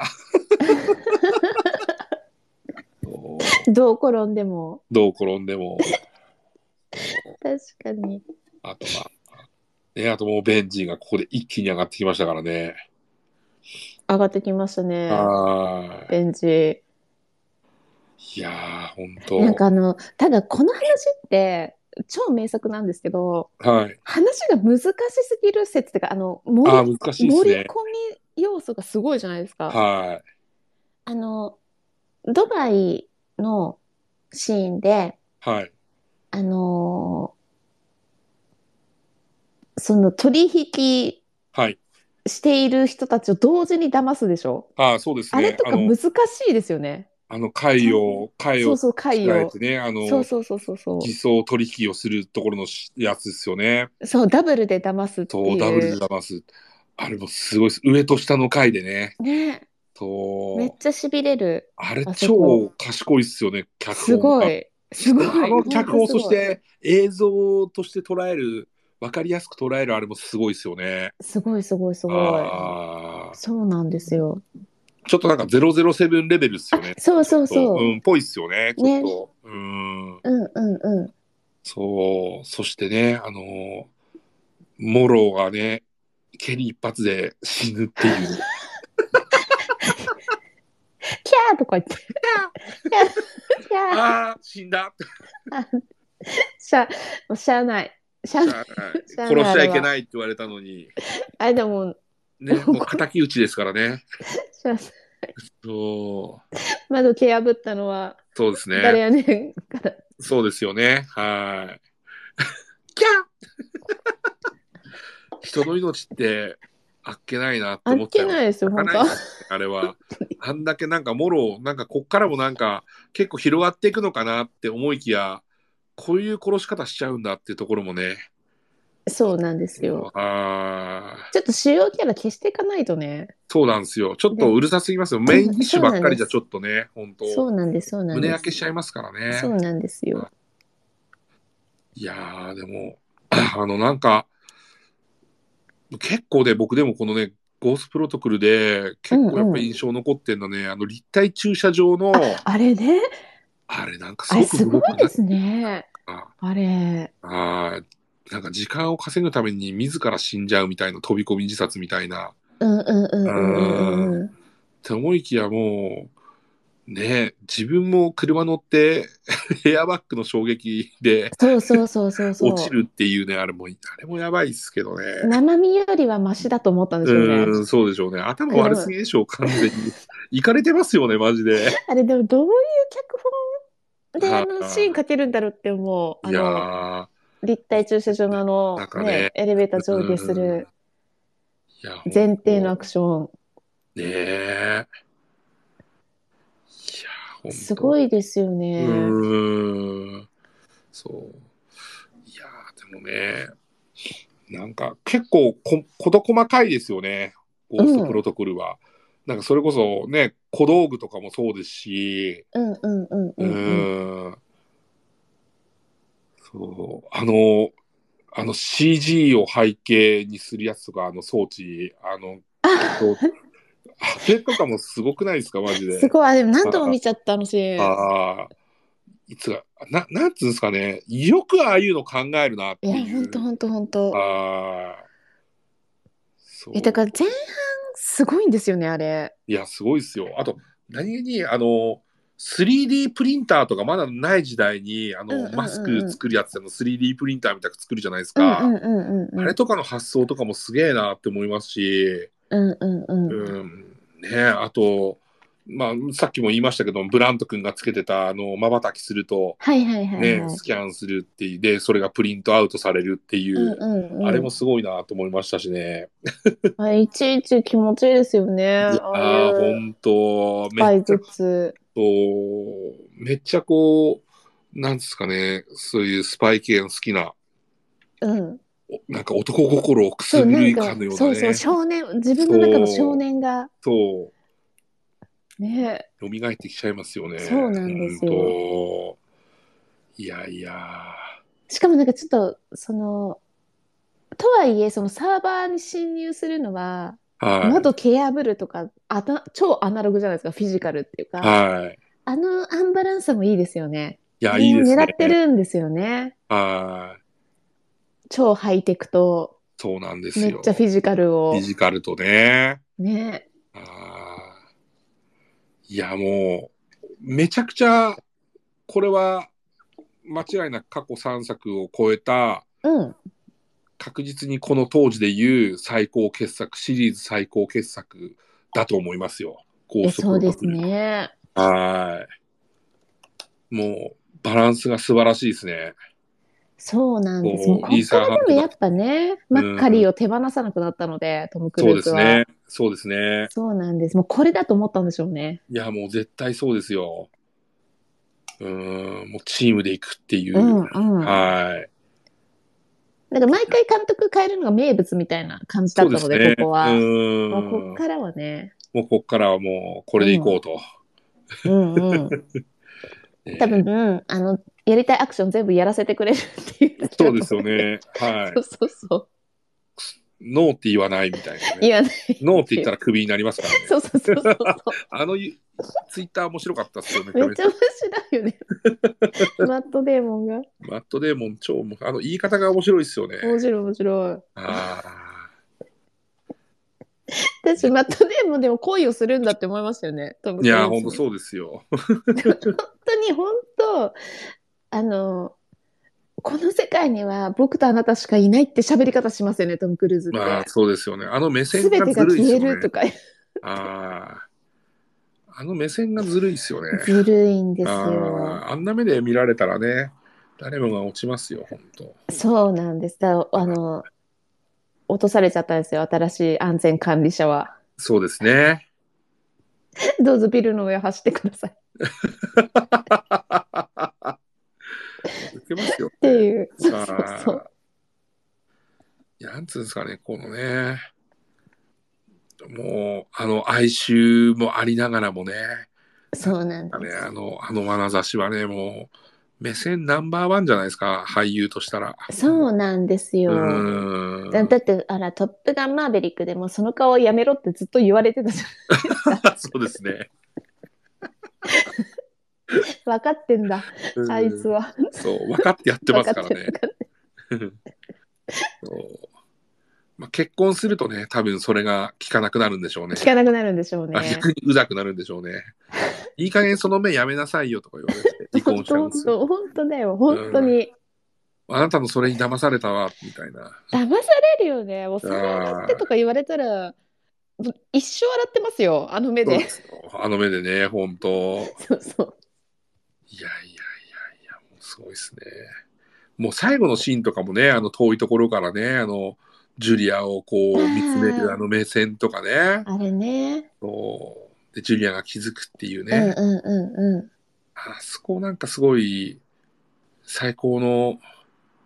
Speaker 1: そう
Speaker 2: どう転んでも。
Speaker 1: どう転んでも。
Speaker 2: 確かに。
Speaker 1: あとまあ、ね、あともうベンジーがここで一気に上がってきましたからね。
Speaker 2: 上がってきましたね。
Speaker 1: は
Speaker 2: ベンジ。
Speaker 1: い。いやー、ほんと。
Speaker 2: なんかあの、ただこの話って、超名作なんですけど、
Speaker 1: はい。
Speaker 2: 話が難しすぎる説っていうか、あの、盛り
Speaker 1: あー難しいです
Speaker 2: 盛り
Speaker 1: ね
Speaker 2: 込。み要素がすごいじゃないですか。
Speaker 1: は
Speaker 2: あの、ドバイのシーンで、
Speaker 1: い。はい。
Speaker 2: あのーその取引
Speaker 1: はい。
Speaker 2: している人たちを同時に騙すでしょ
Speaker 1: ああ、そうです
Speaker 2: あ
Speaker 1: ね。
Speaker 2: れとか
Speaker 1: あの
Speaker 2: 難しいですよね。
Speaker 1: あの貝を、貝
Speaker 2: そ
Speaker 1: を
Speaker 2: うそう、会
Speaker 1: 使え
Speaker 2: を
Speaker 1: て。ね、あの、
Speaker 2: そうそうそうそうそ
Speaker 1: 偽装取引をするところのやつですよね。
Speaker 2: う。そう、ダブルで騙すって
Speaker 1: と、
Speaker 2: い
Speaker 1: ダブル
Speaker 2: う
Speaker 1: で。騙す。あれもすごいです。上と下の貝でね。
Speaker 2: ね、
Speaker 1: と
Speaker 2: めっ、ちゃしびれる。
Speaker 1: あれ
Speaker 2: あそ
Speaker 1: 超
Speaker 2: こ
Speaker 1: 賢いっすよね、脚
Speaker 2: す
Speaker 1: 本
Speaker 2: ご
Speaker 1: が。
Speaker 2: い。すごい。
Speaker 1: あ の脚本
Speaker 2: ほんと
Speaker 1: そし
Speaker 2: すごい。
Speaker 1: て映像として捉える分かりやすく捉えるあれもすごいですよね。
Speaker 2: すごいすごいすごい。
Speaker 1: あー
Speaker 2: そうなんですよ。
Speaker 1: ちょっとなんか007レベルですよね。
Speaker 2: そう そうそう。
Speaker 1: ん、ぽいっすよね。ちょっと、うん
Speaker 2: うんうんうん。
Speaker 1: そうそしてねあのーモローがね蹴り一発で死ぬって いう。
Speaker 2: キャーとか言って。キャーキャー
Speaker 1: ああ死んだって
Speaker 2: しゃ、もうしゃあない。しゃあ ない。知らない
Speaker 1: 殺しちゃいけないって言われたのに、
Speaker 2: あれでも、
Speaker 1: ね、もう敵討ちですからね。
Speaker 2: しゃあ
Speaker 1: そう
Speaker 2: 窓蹴破ったのは
Speaker 1: そうですね。
Speaker 2: 誰やねんから。
Speaker 1: そうですよね。はい。 キャー人の命ってあっけないなって
Speaker 2: あ
Speaker 1: 思っ
Speaker 2: っ
Speaker 1: ちゃ
Speaker 2: け
Speaker 1: いま
Speaker 2: ないですよ、
Speaker 1: 開
Speaker 2: 本
Speaker 1: か
Speaker 2: 当
Speaker 1: ない。あれは。あんだけなんかもろ、なんかこっからもなんか結構広がっていくのかなって思いきや、こういう殺し方しちゃうんだっていうところもね。
Speaker 2: そうなんですよ。
Speaker 1: あー
Speaker 2: ちょっと主要キャラ消していかないとね。
Speaker 1: そうなんですよ。ちょっとうるさすぎますよ。メインディッシュばっかりじゃちょっとね、本当
Speaker 2: そうなんです、そうなん
Speaker 1: 胸
Speaker 2: で
Speaker 1: 焼
Speaker 2: す。
Speaker 1: けしちゃいますから
Speaker 2: そ
Speaker 1: ね。
Speaker 2: うなんですよ。
Speaker 1: いやー、でも、 あのなんか、結構で僕でもこのね、ゴースプロトコルで結構やっぱ印象残ってんのね、あの立体駐車場の、
Speaker 2: あれね、
Speaker 1: あれなんかす
Speaker 2: あれ
Speaker 1: ごく
Speaker 2: すごいですすね。
Speaker 1: か
Speaker 2: あれ。
Speaker 1: あーなんか時間を稼ぐために自ら死んじゃうみたいな飛び込み自殺みたいな。っ
Speaker 2: うんうんうんうんうん。
Speaker 1: て思いきやもう、ね自分も車乗って エアバッグの衝撃で
Speaker 2: そうそうそうそうそう。
Speaker 1: 落ちるっていうね、あれも、あれもやばいっすけどね。
Speaker 2: 生身よりはマシだと思ったんで
Speaker 1: う
Speaker 2: すよ
Speaker 1: ー
Speaker 2: ね。
Speaker 1: ん、そうでしょうね。頭悪すぎでしょう、完全に。いかれてますよね、マジで。
Speaker 2: あれでもどういう脚本で
Speaker 1: は
Speaker 2: あ
Speaker 1: い
Speaker 2: のシーンかけるんだろうって思う。あ
Speaker 1: いや
Speaker 2: の
Speaker 1: ー、
Speaker 2: 立体駐車場のあの
Speaker 1: なんかね
Speaker 2: ねエレベーター上下する
Speaker 1: いや
Speaker 2: 前提のア
Speaker 1: ね
Speaker 2: クショ
Speaker 1: え。いやほんと
Speaker 2: ン。すごいですよね。
Speaker 1: うーんそう。いやーでもね、なんか結構こ事細かいですよね、ゴーストプロトコルは。なんかそれこそね、小道具とかもそうですし、
Speaker 2: うんうんうん
Speaker 1: う
Speaker 2: うんうん。
Speaker 1: ーん。そう、あの、あの CG を背景にするやつとか、あの装置、あの、
Speaker 2: あ
Speaker 1: そうあれとかもすごくないですか、マジで。
Speaker 2: すごい。あでも何度も見ちゃったあのシーン。
Speaker 1: ああ、いつが、な、なんつうんですかね、よくああいうの考えるなって
Speaker 2: いや、
Speaker 1: い
Speaker 2: ほ
Speaker 1: う。
Speaker 2: んとほんとほんと。
Speaker 1: ああ、そう。
Speaker 2: え、だから前半すごいんですよね、あれ。
Speaker 1: いや、すごいですよ。あと、何気に、あの、3D プリンターとかまだない時代に、あ
Speaker 2: うんうんうん
Speaker 1: の、
Speaker 2: うん
Speaker 1: マスク作るやつあの 3D プリンターみたいなの作るじゃないです
Speaker 2: うん
Speaker 1: か。
Speaker 2: うんうんうん
Speaker 1: あ
Speaker 2: うん
Speaker 1: れ。とかの発想とかもすげえなって思いますし、
Speaker 2: うんうんうん。
Speaker 1: うん、ねあと、まあ、さっきも言いましたけど、ブラント君がつけてた、あの、瞬きすると、
Speaker 2: はいはいはい
Speaker 1: ね
Speaker 2: はい
Speaker 1: ス。キャンするっていうでそれがプリントアウトされるっていう、
Speaker 2: うんうんうん
Speaker 1: あれもすごいなと思いましたしね、
Speaker 2: あれいちいち気持ちいいですよね。
Speaker 1: いや
Speaker 2: ああ
Speaker 1: ー
Speaker 2: いう
Speaker 1: 本当め
Speaker 2: 倍
Speaker 1: っちゃこ
Speaker 2: 術。
Speaker 1: うめっちゃこうなんですかねそういうスパイ系の好きな
Speaker 2: うん。
Speaker 1: おなんか男心をく
Speaker 2: そ
Speaker 1: す
Speaker 2: う、
Speaker 1: ぐ
Speaker 2: なん
Speaker 1: る
Speaker 2: か
Speaker 1: かのよ、う
Speaker 2: そ
Speaker 1: な
Speaker 2: うそう、
Speaker 1: ね
Speaker 2: 少年、自分の中の少年が、
Speaker 1: そう
Speaker 2: ね、
Speaker 1: 蘇ってきちゃいますよね
Speaker 2: そうなんですよ
Speaker 1: よいやいや
Speaker 2: しかもなんかちょっと、その、とはいえ、そのサーバーに侵入するのは、
Speaker 1: はい
Speaker 2: 窓蹴破るとか、あな超アナログじゃないですか、フィジカルっていうか、
Speaker 1: はい
Speaker 2: あのアンバランスさもいいですよね。
Speaker 1: いや
Speaker 2: あ
Speaker 1: いいですね
Speaker 2: 狙ってるんですよね。
Speaker 1: はい
Speaker 2: 超ハイテクと、
Speaker 1: そうなんです
Speaker 2: め
Speaker 1: よ
Speaker 2: っちゃフィジカルを
Speaker 1: フィ。ジカルとね
Speaker 2: ね。
Speaker 1: ああ。いや、もう、めちゃくちゃ、これは、間違いなく過去3作を超えた、
Speaker 2: うん。
Speaker 1: 確実にこの当時でいう最高傑作、シリーズ最高傑作だと思いますよ。高
Speaker 2: え
Speaker 1: 速
Speaker 2: そうです。ね。
Speaker 1: はい。もう、バランスが素晴らしいですね。
Speaker 2: そうなんで
Speaker 1: こ
Speaker 2: す。
Speaker 1: う
Speaker 2: もうここからでもやっぱ
Speaker 1: リ
Speaker 2: ね、
Speaker 1: ーサーハントが
Speaker 2: マッカリーを手放さなくなったので、トム・ク
Speaker 1: そうで
Speaker 2: ルーズ
Speaker 1: す
Speaker 2: は。
Speaker 1: ね。そうですね。
Speaker 2: そうなんです。もうこれだと思ったんでしょうね。
Speaker 1: いや、もう絶対そうですよ。うーん、もうチームで行くっていう。
Speaker 2: うんうん。なん
Speaker 1: はい。
Speaker 2: か毎回監督変えるのが名物みたいな感じだったので、ここは。
Speaker 1: う
Speaker 2: も
Speaker 1: ーん
Speaker 2: うこっからはね。
Speaker 1: もうこっからはもうこれでいこうと。
Speaker 2: うんうん。
Speaker 1: ね
Speaker 2: 多分、うん、あの、やりたいアクション全部やらせてくれるっていう。
Speaker 1: そうですよ。ね。は
Speaker 2: そうそうそう。
Speaker 1: い。ノーって言わないみたいな、
Speaker 2: い
Speaker 1: ね。
Speaker 2: やね。
Speaker 1: ノーって言ったらクビになりますからね。
Speaker 2: そうそうそうそう。
Speaker 1: あのツイッター面白かったっすよね。
Speaker 2: めっちゃ面白いよね。マット・デーモンが。
Speaker 1: マットデーモン超もあの言い方が面白いっすよね。
Speaker 2: 面白い面白い。
Speaker 1: あ
Speaker 2: 私、マットデーモンでも恋をするんだって思いましたよね。トム
Speaker 1: ーいや
Speaker 2: クル
Speaker 1: 本
Speaker 2: ー
Speaker 1: 当
Speaker 2: ズ
Speaker 1: そうですよ。
Speaker 2: 本当に、本当、あの、この世界には僕とあなたしかいないって喋り方しますよね、トム・クルーズ
Speaker 1: まあ
Speaker 2: って。
Speaker 1: そうですよね。あの目線
Speaker 2: すべ
Speaker 1: が
Speaker 2: て
Speaker 1: ず
Speaker 2: が
Speaker 1: るいっす
Speaker 2: 消え
Speaker 1: よ
Speaker 2: る
Speaker 1: ね
Speaker 2: と。か、
Speaker 1: あああの目線がずるいっすよね。
Speaker 2: ずるいんですよ。
Speaker 1: あーあんな目で見られたらね誰もが落ちますよ本当。
Speaker 2: そうなんです。だあの、落とされちゃったんですよ、新しい安全管理者は。
Speaker 1: そうですね。
Speaker 2: どうぞビルの上を走ってくださいっ
Speaker 1: 受けますよ。
Speaker 2: ていう。 そう
Speaker 1: あ
Speaker 2: そうそう。
Speaker 1: ーいや、なんつうんですかね、このね、もう、あの、哀愁もありながらもね、
Speaker 2: そうなんで
Speaker 1: ね
Speaker 2: す。
Speaker 1: あの、あの眼差しはね、もう、目線ナンバーワンじゃないですか、俳優としたら。
Speaker 2: そうなんですよ。
Speaker 1: う
Speaker 2: だ
Speaker 1: ん。
Speaker 2: だって、あら、トップガンマーベリックでもその顔やめろってずっと言われてたじ
Speaker 1: そうですね。
Speaker 2: ゃん。 分かってんだ、
Speaker 1: うん
Speaker 2: あいつは。
Speaker 1: そう、分かってやってますからね
Speaker 2: 分。かってる
Speaker 1: そうまあ、結婚するとね、多分それが効かなくなるんでしょうね。
Speaker 2: 聞かなくなるんでしょう
Speaker 1: あ
Speaker 2: ね。
Speaker 1: 逆にうざくなるんでしょう ね。いい加減その目やめなさいよとか言われて離婚
Speaker 2: 本
Speaker 1: しちゃう
Speaker 2: 当
Speaker 1: んですよ。
Speaker 2: 本当だよ、本当に。
Speaker 1: あなたのそれに騙されたわ、みたいな。
Speaker 2: 騙されるよね。お皿洗ってとか言われたら、もう一生洗ってますよ、あの目で。
Speaker 1: あの目でね、本当いやいや
Speaker 2: そうそう。
Speaker 1: いやいや、もうすごいですね。もう最後のシーンとかもね、あの遠いところからね、あの、ジュリアをこう見つめ
Speaker 2: あー
Speaker 1: るあの目線とかね。
Speaker 2: あれね。
Speaker 1: そうで、ジュリアが気づくっていう
Speaker 2: うん
Speaker 1: ね。
Speaker 2: うんうん
Speaker 1: あそこなんかすごい最高の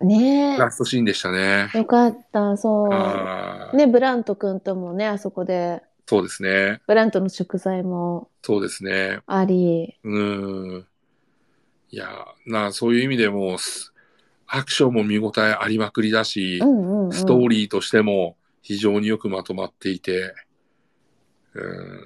Speaker 2: うん。ね
Speaker 1: ラストシーンでしたね
Speaker 2: え。。よかった、そう。
Speaker 1: あー
Speaker 2: ね、ブラント君ともね、あそこで、
Speaker 1: そうですね。
Speaker 2: ブラントの食材も
Speaker 1: そうですね。
Speaker 2: あり、
Speaker 1: うん。いや、なあ、そういう意味でもう、すアクションも見応えありまくりだし、
Speaker 2: うんうんうん、
Speaker 1: ストーリーとしても非常によくまとまっていて、うん。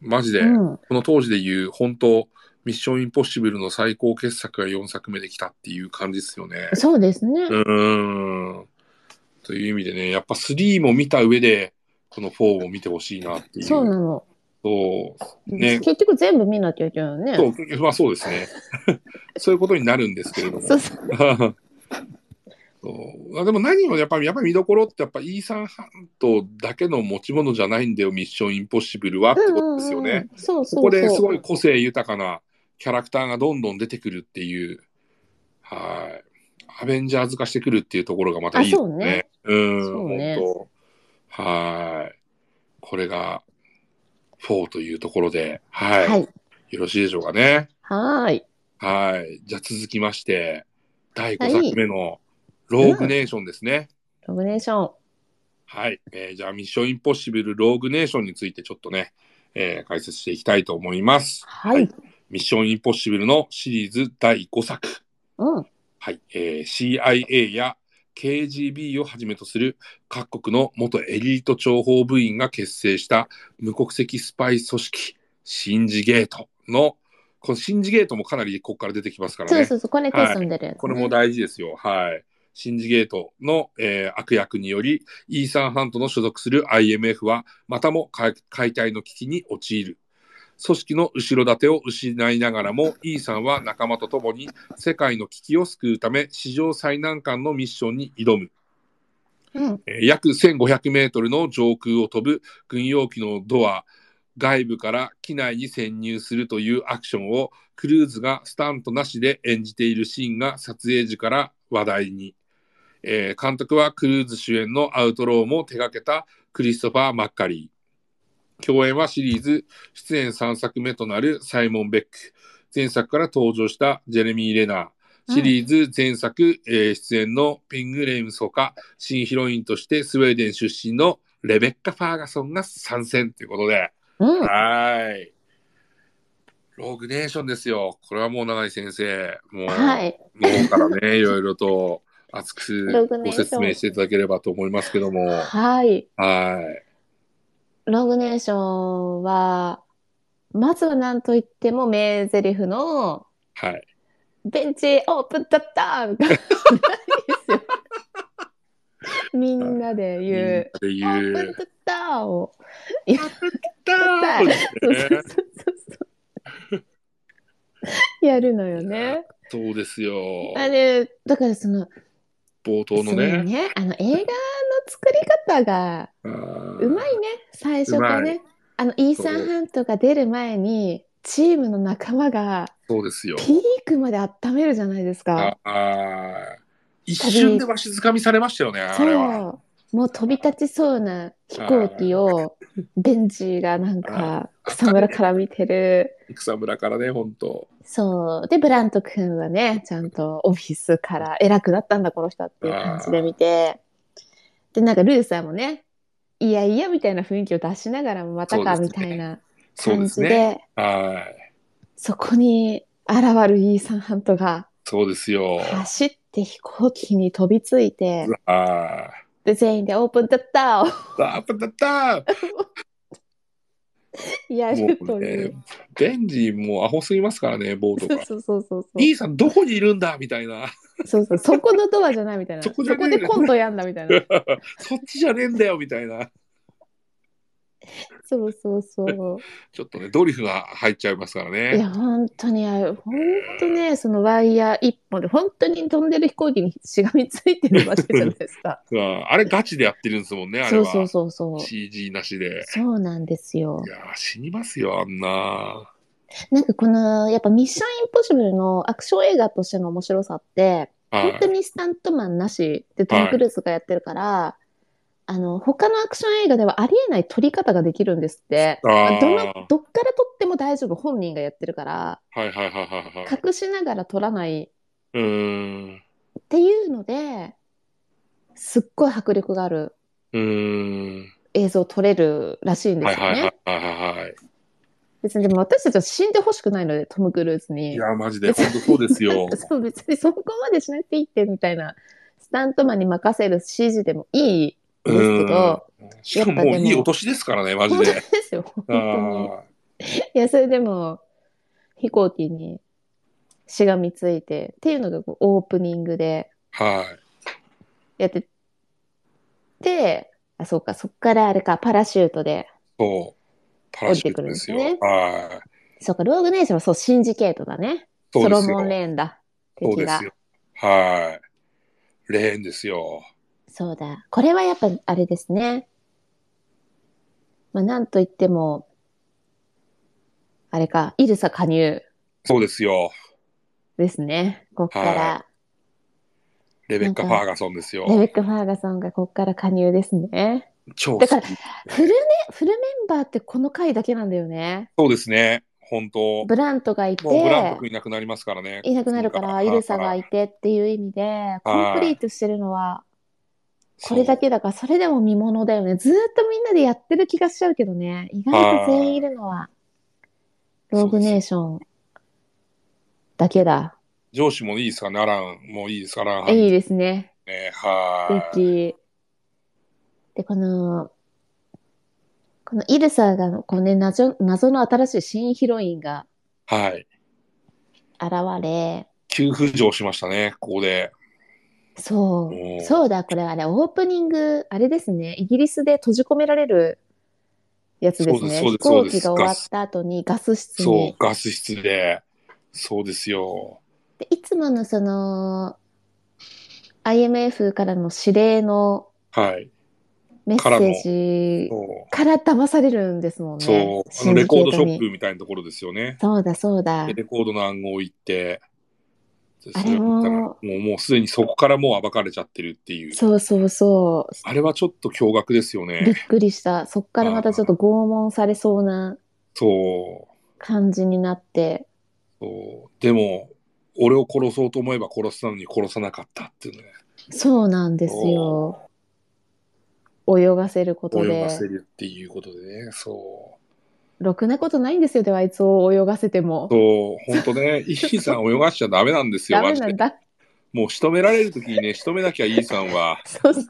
Speaker 1: マジで、
Speaker 2: うん、
Speaker 1: この当時で言う、本当ミッションインポッシブルの最高傑作が4作目できたっていう感じですよね。
Speaker 2: そうですね、
Speaker 1: うん。という意味でね、やっぱ3も見た上で、この4を見てほしいなっていう。
Speaker 2: そうなの、
Speaker 1: そうね
Speaker 2: 結局全部見なきゃいけないよね
Speaker 1: そう、まあそうですね。 そういうことになるんですけれども。
Speaker 2: そうそう
Speaker 1: そうあでも何よりやっぱり、やっぱり見どころってやっぱイーサン半島だけの持ち物じゃないんだよ、ミッションインポッシブルはってことですよね。
Speaker 2: うんうんうん、そうそうそう
Speaker 1: ここですごい個性豊かなキャラクターがどんどん出てくるっていう、はい。アベンジャーズ化してくるっていうところがまたいいですね。うん、
Speaker 2: そうね
Speaker 1: 本当。はい。これが4というところで、はい。
Speaker 2: はい
Speaker 1: よろしいでしょうかね。
Speaker 2: はーい
Speaker 1: はい。じゃあ続きまして、第5作目のローグネーションですね。
Speaker 2: ログネーション
Speaker 1: はい、えーじゃあ、ミッションインポッシブルローグネーションについてちょっとね、えー解説していきたいと思います。
Speaker 2: はい、
Speaker 1: はいミッションインポッシブルのシリーズ第5作。
Speaker 2: うん
Speaker 1: はい、えー CIA や KGB をはじめとする各国の元エリート諜報部員が結成した無国籍スパイ組織シンジゲートのこのシンジゲートもかなりここから出てきますから
Speaker 2: そう
Speaker 1: ね
Speaker 2: そうそうこれテストに出るやつ、ね
Speaker 1: これも大事ですよはいシンジゲートの、えー悪役によりイーサン・ハントの所属する IMF はまたも解解体の危機に陥る組織の後ろ盾を失いながらも、イーさんは仲間と共に世界の危機を救うため、史上最難関のミッションに挑む。
Speaker 2: うん
Speaker 1: えー約1500メートルの上空を飛ぶ軍用機のドア、外部から機内に潜入するというアクションをクルーズがスタントなしで演じているシーンが撮影時から話題に。えー監督はクルーズ主演のアウトローも手掛けたクリストファー・マッカリー。共演はシリーズ出演3作目となるサイモン・ベック。前作から登場したジェレミー・レナー。シリーズ前作、えー出演のピング・レイムスほか、新ヒロインとしてスウェーデン出身のレベッカ・ファーガソンが参戦ということで、
Speaker 2: うん
Speaker 1: はーい。ローグネーションですよ。これはもう永井先生、もう、
Speaker 2: はい
Speaker 1: 脳からね、い ろいろと熱く
Speaker 2: ログネ
Speaker 1: ご
Speaker 2: ーション
Speaker 1: 説明していただければと思いますけども、は
Speaker 2: はい
Speaker 1: ーい。
Speaker 2: ログネーションはまずは何と言っても名台詞の
Speaker 1: はい。
Speaker 2: ベンチオープンだったみたいなで すよ。 みんなで
Speaker 1: みんな
Speaker 2: 言
Speaker 1: で
Speaker 2: う。オープ
Speaker 1: 言
Speaker 2: ン
Speaker 1: う。
Speaker 2: だったを。
Speaker 1: だー
Speaker 2: そうそうそうそう。やるのよね。
Speaker 1: そうですよ。
Speaker 2: あれ、だからその、
Speaker 1: 冒頭の
Speaker 2: その
Speaker 1: ね。
Speaker 2: あの映画の作り方が
Speaker 1: う
Speaker 2: うまいね、最初から
Speaker 1: う
Speaker 2: ね。あの、イーサンハントが出る前に、チームの仲間が
Speaker 1: そうですよ。
Speaker 2: ピークまで温めるじゃないですか。
Speaker 1: ああー一瞬でわしづかみされましたよね、あれは。
Speaker 2: そう。もう飛び立ちそうな飛行機をベンジがなんか草むらから見てる。
Speaker 1: 草むらからね、本当
Speaker 2: そう。で、ブラント君はね、ちゃんとオフィスから偉くなったんだ、この人はっていう感じで見て。で、なんかルーさんもね、いやいやみたいな雰囲気を出しながらもまたか
Speaker 1: そうで
Speaker 2: み
Speaker 1: す
Speaker 2: た
Speaker 1: ね
Speaker 2: いな
Speaker 1: そう
Speaker 2: 感
Speaker 1: で
Speaker 2: じ
Speaker 1: す
Speaker 2: で、そ
Speaker 1: ね。はい。
Speaker 2: こに現るイーサン・ハントが
Speaker 1: そうですよ。
Speaker 2: 走って飛行機に飛びついて、
Speaker 1: あ
Speaker 2: で、全員でオープンだったを
Speaker 1: あ。だーだだ
Speaker 2: やる
Speaker 1: も
Speaker 2: と
Speaker 1: う
Speaker 2: いう
Speaker 1: ね。、ベンジもうアホすぎますからね、ボート
Speaker 2: そう
Speaker 1: が。
Speaker 2: そうそうそうそう。
Speaker 1: 兄さん、どこにいるんだみたいな。
Speaker 2: そうそう、そこのドアじゃないみたいな。そ
Speaker 1: そ
Speaker 2: こ
Speaker 1: こじゃねえ
Speaker 2: でコントやんだみたいな。
Speaker 1: そっちじゃねえんだよみたいな。
Speaker 2: そうそうそう。
Speaker 1: ちょっとね、ドリフが入っちゃいますから
Speaker 2: い
Speaker 1: ね。
Speaker 2: や、本当にあれ、本当ね、そのワイヤー一本で、本当に飛んでる飛行機にしがみついてるわけじゃないですか。
Speaker 1: うんあれ、ガチでやってるんですもん ね、あれ
Speaker 2: そう
Speaker 1: は。
Speaker 2: そうそうそう。
Speaker 1: CG なしで。
Speaker 2: そうなんですよ
Speaker 1: い。やー、死にますよ、あんな。
Speaker 2: なんかこの、やっぱミッションインポッシブルのアクション映画としての面白さって、
Speaker 1: は
Speaker 2: 本当
Speaker 1: い。
Speaker 2: にスタントマンなしでトム・クルーズがやってるから、あの、他のアクション映画ではありえない撮り方ができるんですって。
Speaker 1: あー
Speaker 2: どの、どっから撮っても大丈夫、本人がやってるから、
Speaker 1: はいはいはいはいはい。
Speaker 2: 隠しながら撮らないっ
Speaker 1: うーん。
Speaker 2: ていうので、すっごい迫力がある
Speaker 1: うーん。
Speaker 2: 映像撮れるらしいんで
Speaker 1: は
Speaker 2: す
Speaker 1: い
Speaker 2: よ
Speaker 1: はいは
Speaker 2: ね
Speaker 1: い。はいはい。
Speaker 2: 別にでも私たちは死んでほしくないので、トム・クルーズ
Speaker 1: い
Speaker 2: に。
Speaker 1: やー、マジで、本当そうですよ。
Speaker 2: そう別にそこまでしなくていいってみたいなスタントマンに任せる CG でもいいですけど
Speaker 1: うんしかももういいお年ですからね、マジ
Speaker 2: 本当
Speaker 1: で。
Speaker 2: ですよ本
Speaker 1: あ
Speaker 2: 当
Speaker 1: ー
Speaker 2: にいやそれでも飛行機にしがみついてっていうのがこうオープニングで
Speaker 1: はい。
Speaker 2: やっててあそうかそっからあれかパラシュートで
Speaker 1: そう。パラシュートですよ。
Speaker 2: 降りてく
Speaker 1: はい。
Speaker 2: そうかローグネーションはそうシンジケートだね
Speaker 1: そ
Speaker 2: ソ
Speaker 1: うで
Speaker 2: ロ
Speaker 1: す
Speaker 2: モン・
Speaker 1: よ。
Speaker 2: レーンだ
Speaker 1: そう
Speaker 2: 敵
Speaker 1: で
Speaker 2: が
Speaker 1: すよ。はい。レーンですよ。
Speaker 2: そうだ。これはやっぱあれですね。まあ、なんといっても、あれか、イルサ加入
Speaker 1: そうですよ。
Speaker 2: ですね。こっから。
Speaker 1: レベッカ・
Speaker 2: な
Speaker 1: フ
Speaker 2: んか
Speaker 1: ァーガソンです
Speaker 2: レベ
Speaker 1: よ。
Speaker 2: ック・ファーガソンがこっから加入ですね。
Speaker 1: 超
Speaker 2: だ
Speaker 1: 好き
Speaker 2: から。フルね、フルメンバーってこの回だけなんだよね。
Speaker 1: そうですね。本当。
Speaker 2: ブラントがい
Speaker 1: もうブラン
Speaker 2: て
Speaker 1: ト、君いなくなりますからね。
Speaker 2: いなくなるから、イルサがいてっていう意味で、コンプリートしてるのは、これだ
Speaker 1: け。
Speaker 2: けだから、それでも見ものだよね。ずーっとみんなでやってる気がしちゃうけどね。意外と全員いるのは、
Speaker 1: はい
Speaker 2: ローグネーションだけだ。
Speaker 1: 上司もいいですかね、アランもいいですか、アランハン
Speaker 2: いい
Speaker 1: ね。
Speaker 2: ですね。
Speaker 1: はい。
Speaker 2: 敵。で、この、このイルサが、こうね、謎、謎の新しい新ヒロインが
Speaker 1: はい。
Speaker 2: 現れ、
Speaker 1: 急浮上しましたね、ここで。
Speaker 2: そ
Speaker 1: お
Speaker 2: う、
Speaker 1: ー
Speaker 2: そうだ、これあれ、オープニング、あれですね、イギリスで閉じ込められるやつですね。
Speaker 1: そう
Speaker 2: 飛
Speaker 1: ですそう
Speaker 2: 行
Speaker 1: です
Speaker 2: 機が終わった後にガス室
Speaker 1: そう
Speaker 2: に。、
Speaker 1: ガス室で。そうですよ。
Speaker 2: で、いつものその、IMF からの指令の
Speaker 1: はい。
Speaker 2: メッセージ
Speaker 1: そ
Speaker 2: から騙されるんですもん
Speaker 1: う。
Speaker 2: ね
Speaker 1: そ。う。あのレコードショ
Speaker 2: シンジ
Speaker 1: ッ
Speaker 2: ケートに
Speaker 1: プみたいなところですよね。
Speaker 2: そうだ、そうだ
Speaker 1: で。レコードの暗号行って。で
Speaker 2: あ
Speaker 1: それ
Speaker 2: れ
Speaker 1: を見たら
Speaker 2: も
Speaker 1: もう、もうすでにそこからもう暴かれちゃってるっていう。
Speaker 2: そうそうそ
Speaker 1: あれはちょっと驚愕ですよ
Speaker 2: う。びっ
Speaker 1: ね。
Speaker 2: くりした。そっからまたちょっと拷問されそうな
Speaker 1: そう。
Speaker 2: 感じになって。
Speaker 1: そうでも俺を殺そうと思えば殺したのに殺さなかったっていうね
Speaker 2: そうなんですよ。泳がせること
Speaker 1: 泳
Speaker 2: で
Speaker 1: が。せるっていうことでねそう
Speaker 2: ろくなことないんですよ、ではあいつを泳がせても。
Speaker 1: そう本当 ねイッシーさん泳がしちゃダメなんですよ
Speaker 2: ダメ
Speaker 1: マジ
Speaker 2: なん
Speaker 1: で
Speaker 2: だ。
Speaker 1: もう仕留められる時にね仕留めなきゃイーさんは
Speaker 2: そうそう。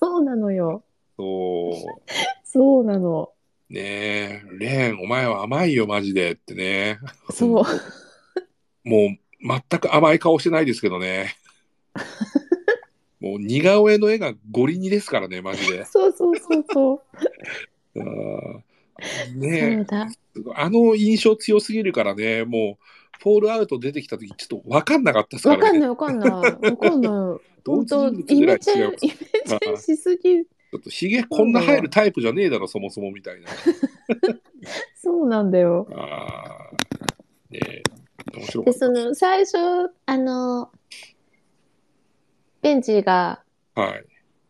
Speaker 2: そうなのよ。
Speaker 1: そ
Speaker 2: そうなの。
Speaker 1: うねえレーンお前は甘いよマジでってね
Speaker 2: そう。
Speaker 1: もう全く甘い顔してないですけどね もう似顔絵の絵がゴリ似ですからねマジで
Speaker 2: そうそうそうそう。
Speaker 1: あー ねえ
Speaker 2: そうだ。
Speaker 1: あの印象強すぎるからね、もう、フォールアウト出てきた時ちょっと分かんなかったですか
Speaker 2: わか
Speaker 1: ら
Speaker 2: ん
Speaker 1: ね。
Speaker 2: ないわかんない。わかんない。
Speaker 1: 同
Speaker 2: 本
Speaker 1: 時
Speaker 2: 当
Speaker 1: に
Speaker 2: イ
Speaker 1: ぐら
Speaker 2: メ
Speaker 1: い
Speaker 2: チ
Speaker 1: 違
Speaker 2: ェ
Speaker 1: う、。
Speaker 2: ンイメチェンしすぎ。
Speaker 1: ちょっとひげこんな入るタイプじゃねえだろ、そもそもみたいな。
Speaker 2: そうなんだよ。
Speaker 1: あーねえ、面白か
Speaker 2: で、
Speaker 1: っ
Speaker 2: その、最初、あの、ベンチが
Speaker 1: た。はい。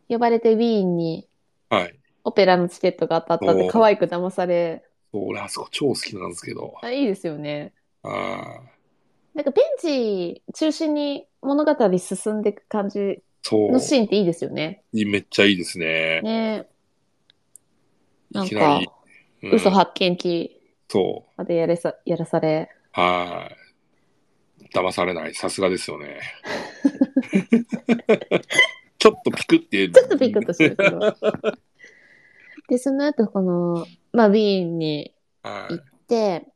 Speaker 2: 呼ばれてウィーンに
Speaker 1: はい。
Speaker 2: オペラのチケットが当たったん
Speaker 1: お
Speaker 2: で
Speaker 1: ー
Speaker 2: 可愛く騙され、
Speaker 1: そう、俺あそこ超好きなんですけど。
Speaker 2: あ、いいですよね。
Speaker 1: ああ、
Speaker 2: なんかベンチ中心に物語進んでいく感じ
Speaker 1: そう
Speaker 2: の。シーンっていいですよね。
Speaker 1: めっちゃいいですね。
Speaker 2: ねないん
Speaker 1: きな
Speaker 2: か
Speaker 1: り、。うん
Speaker 2: 嘘発見器
Speaker 1: そ
Speaker 2: までやれさ、やらされ。
Speaker 1: う。はい。騙されない。さすがですよね。 ちょっとピクって。
Speaker 2: ちょっとビクッとするけど。 で、その後、この、まあ、ウィーンに
Speaker 1: はい。
Speaker 2: 行って、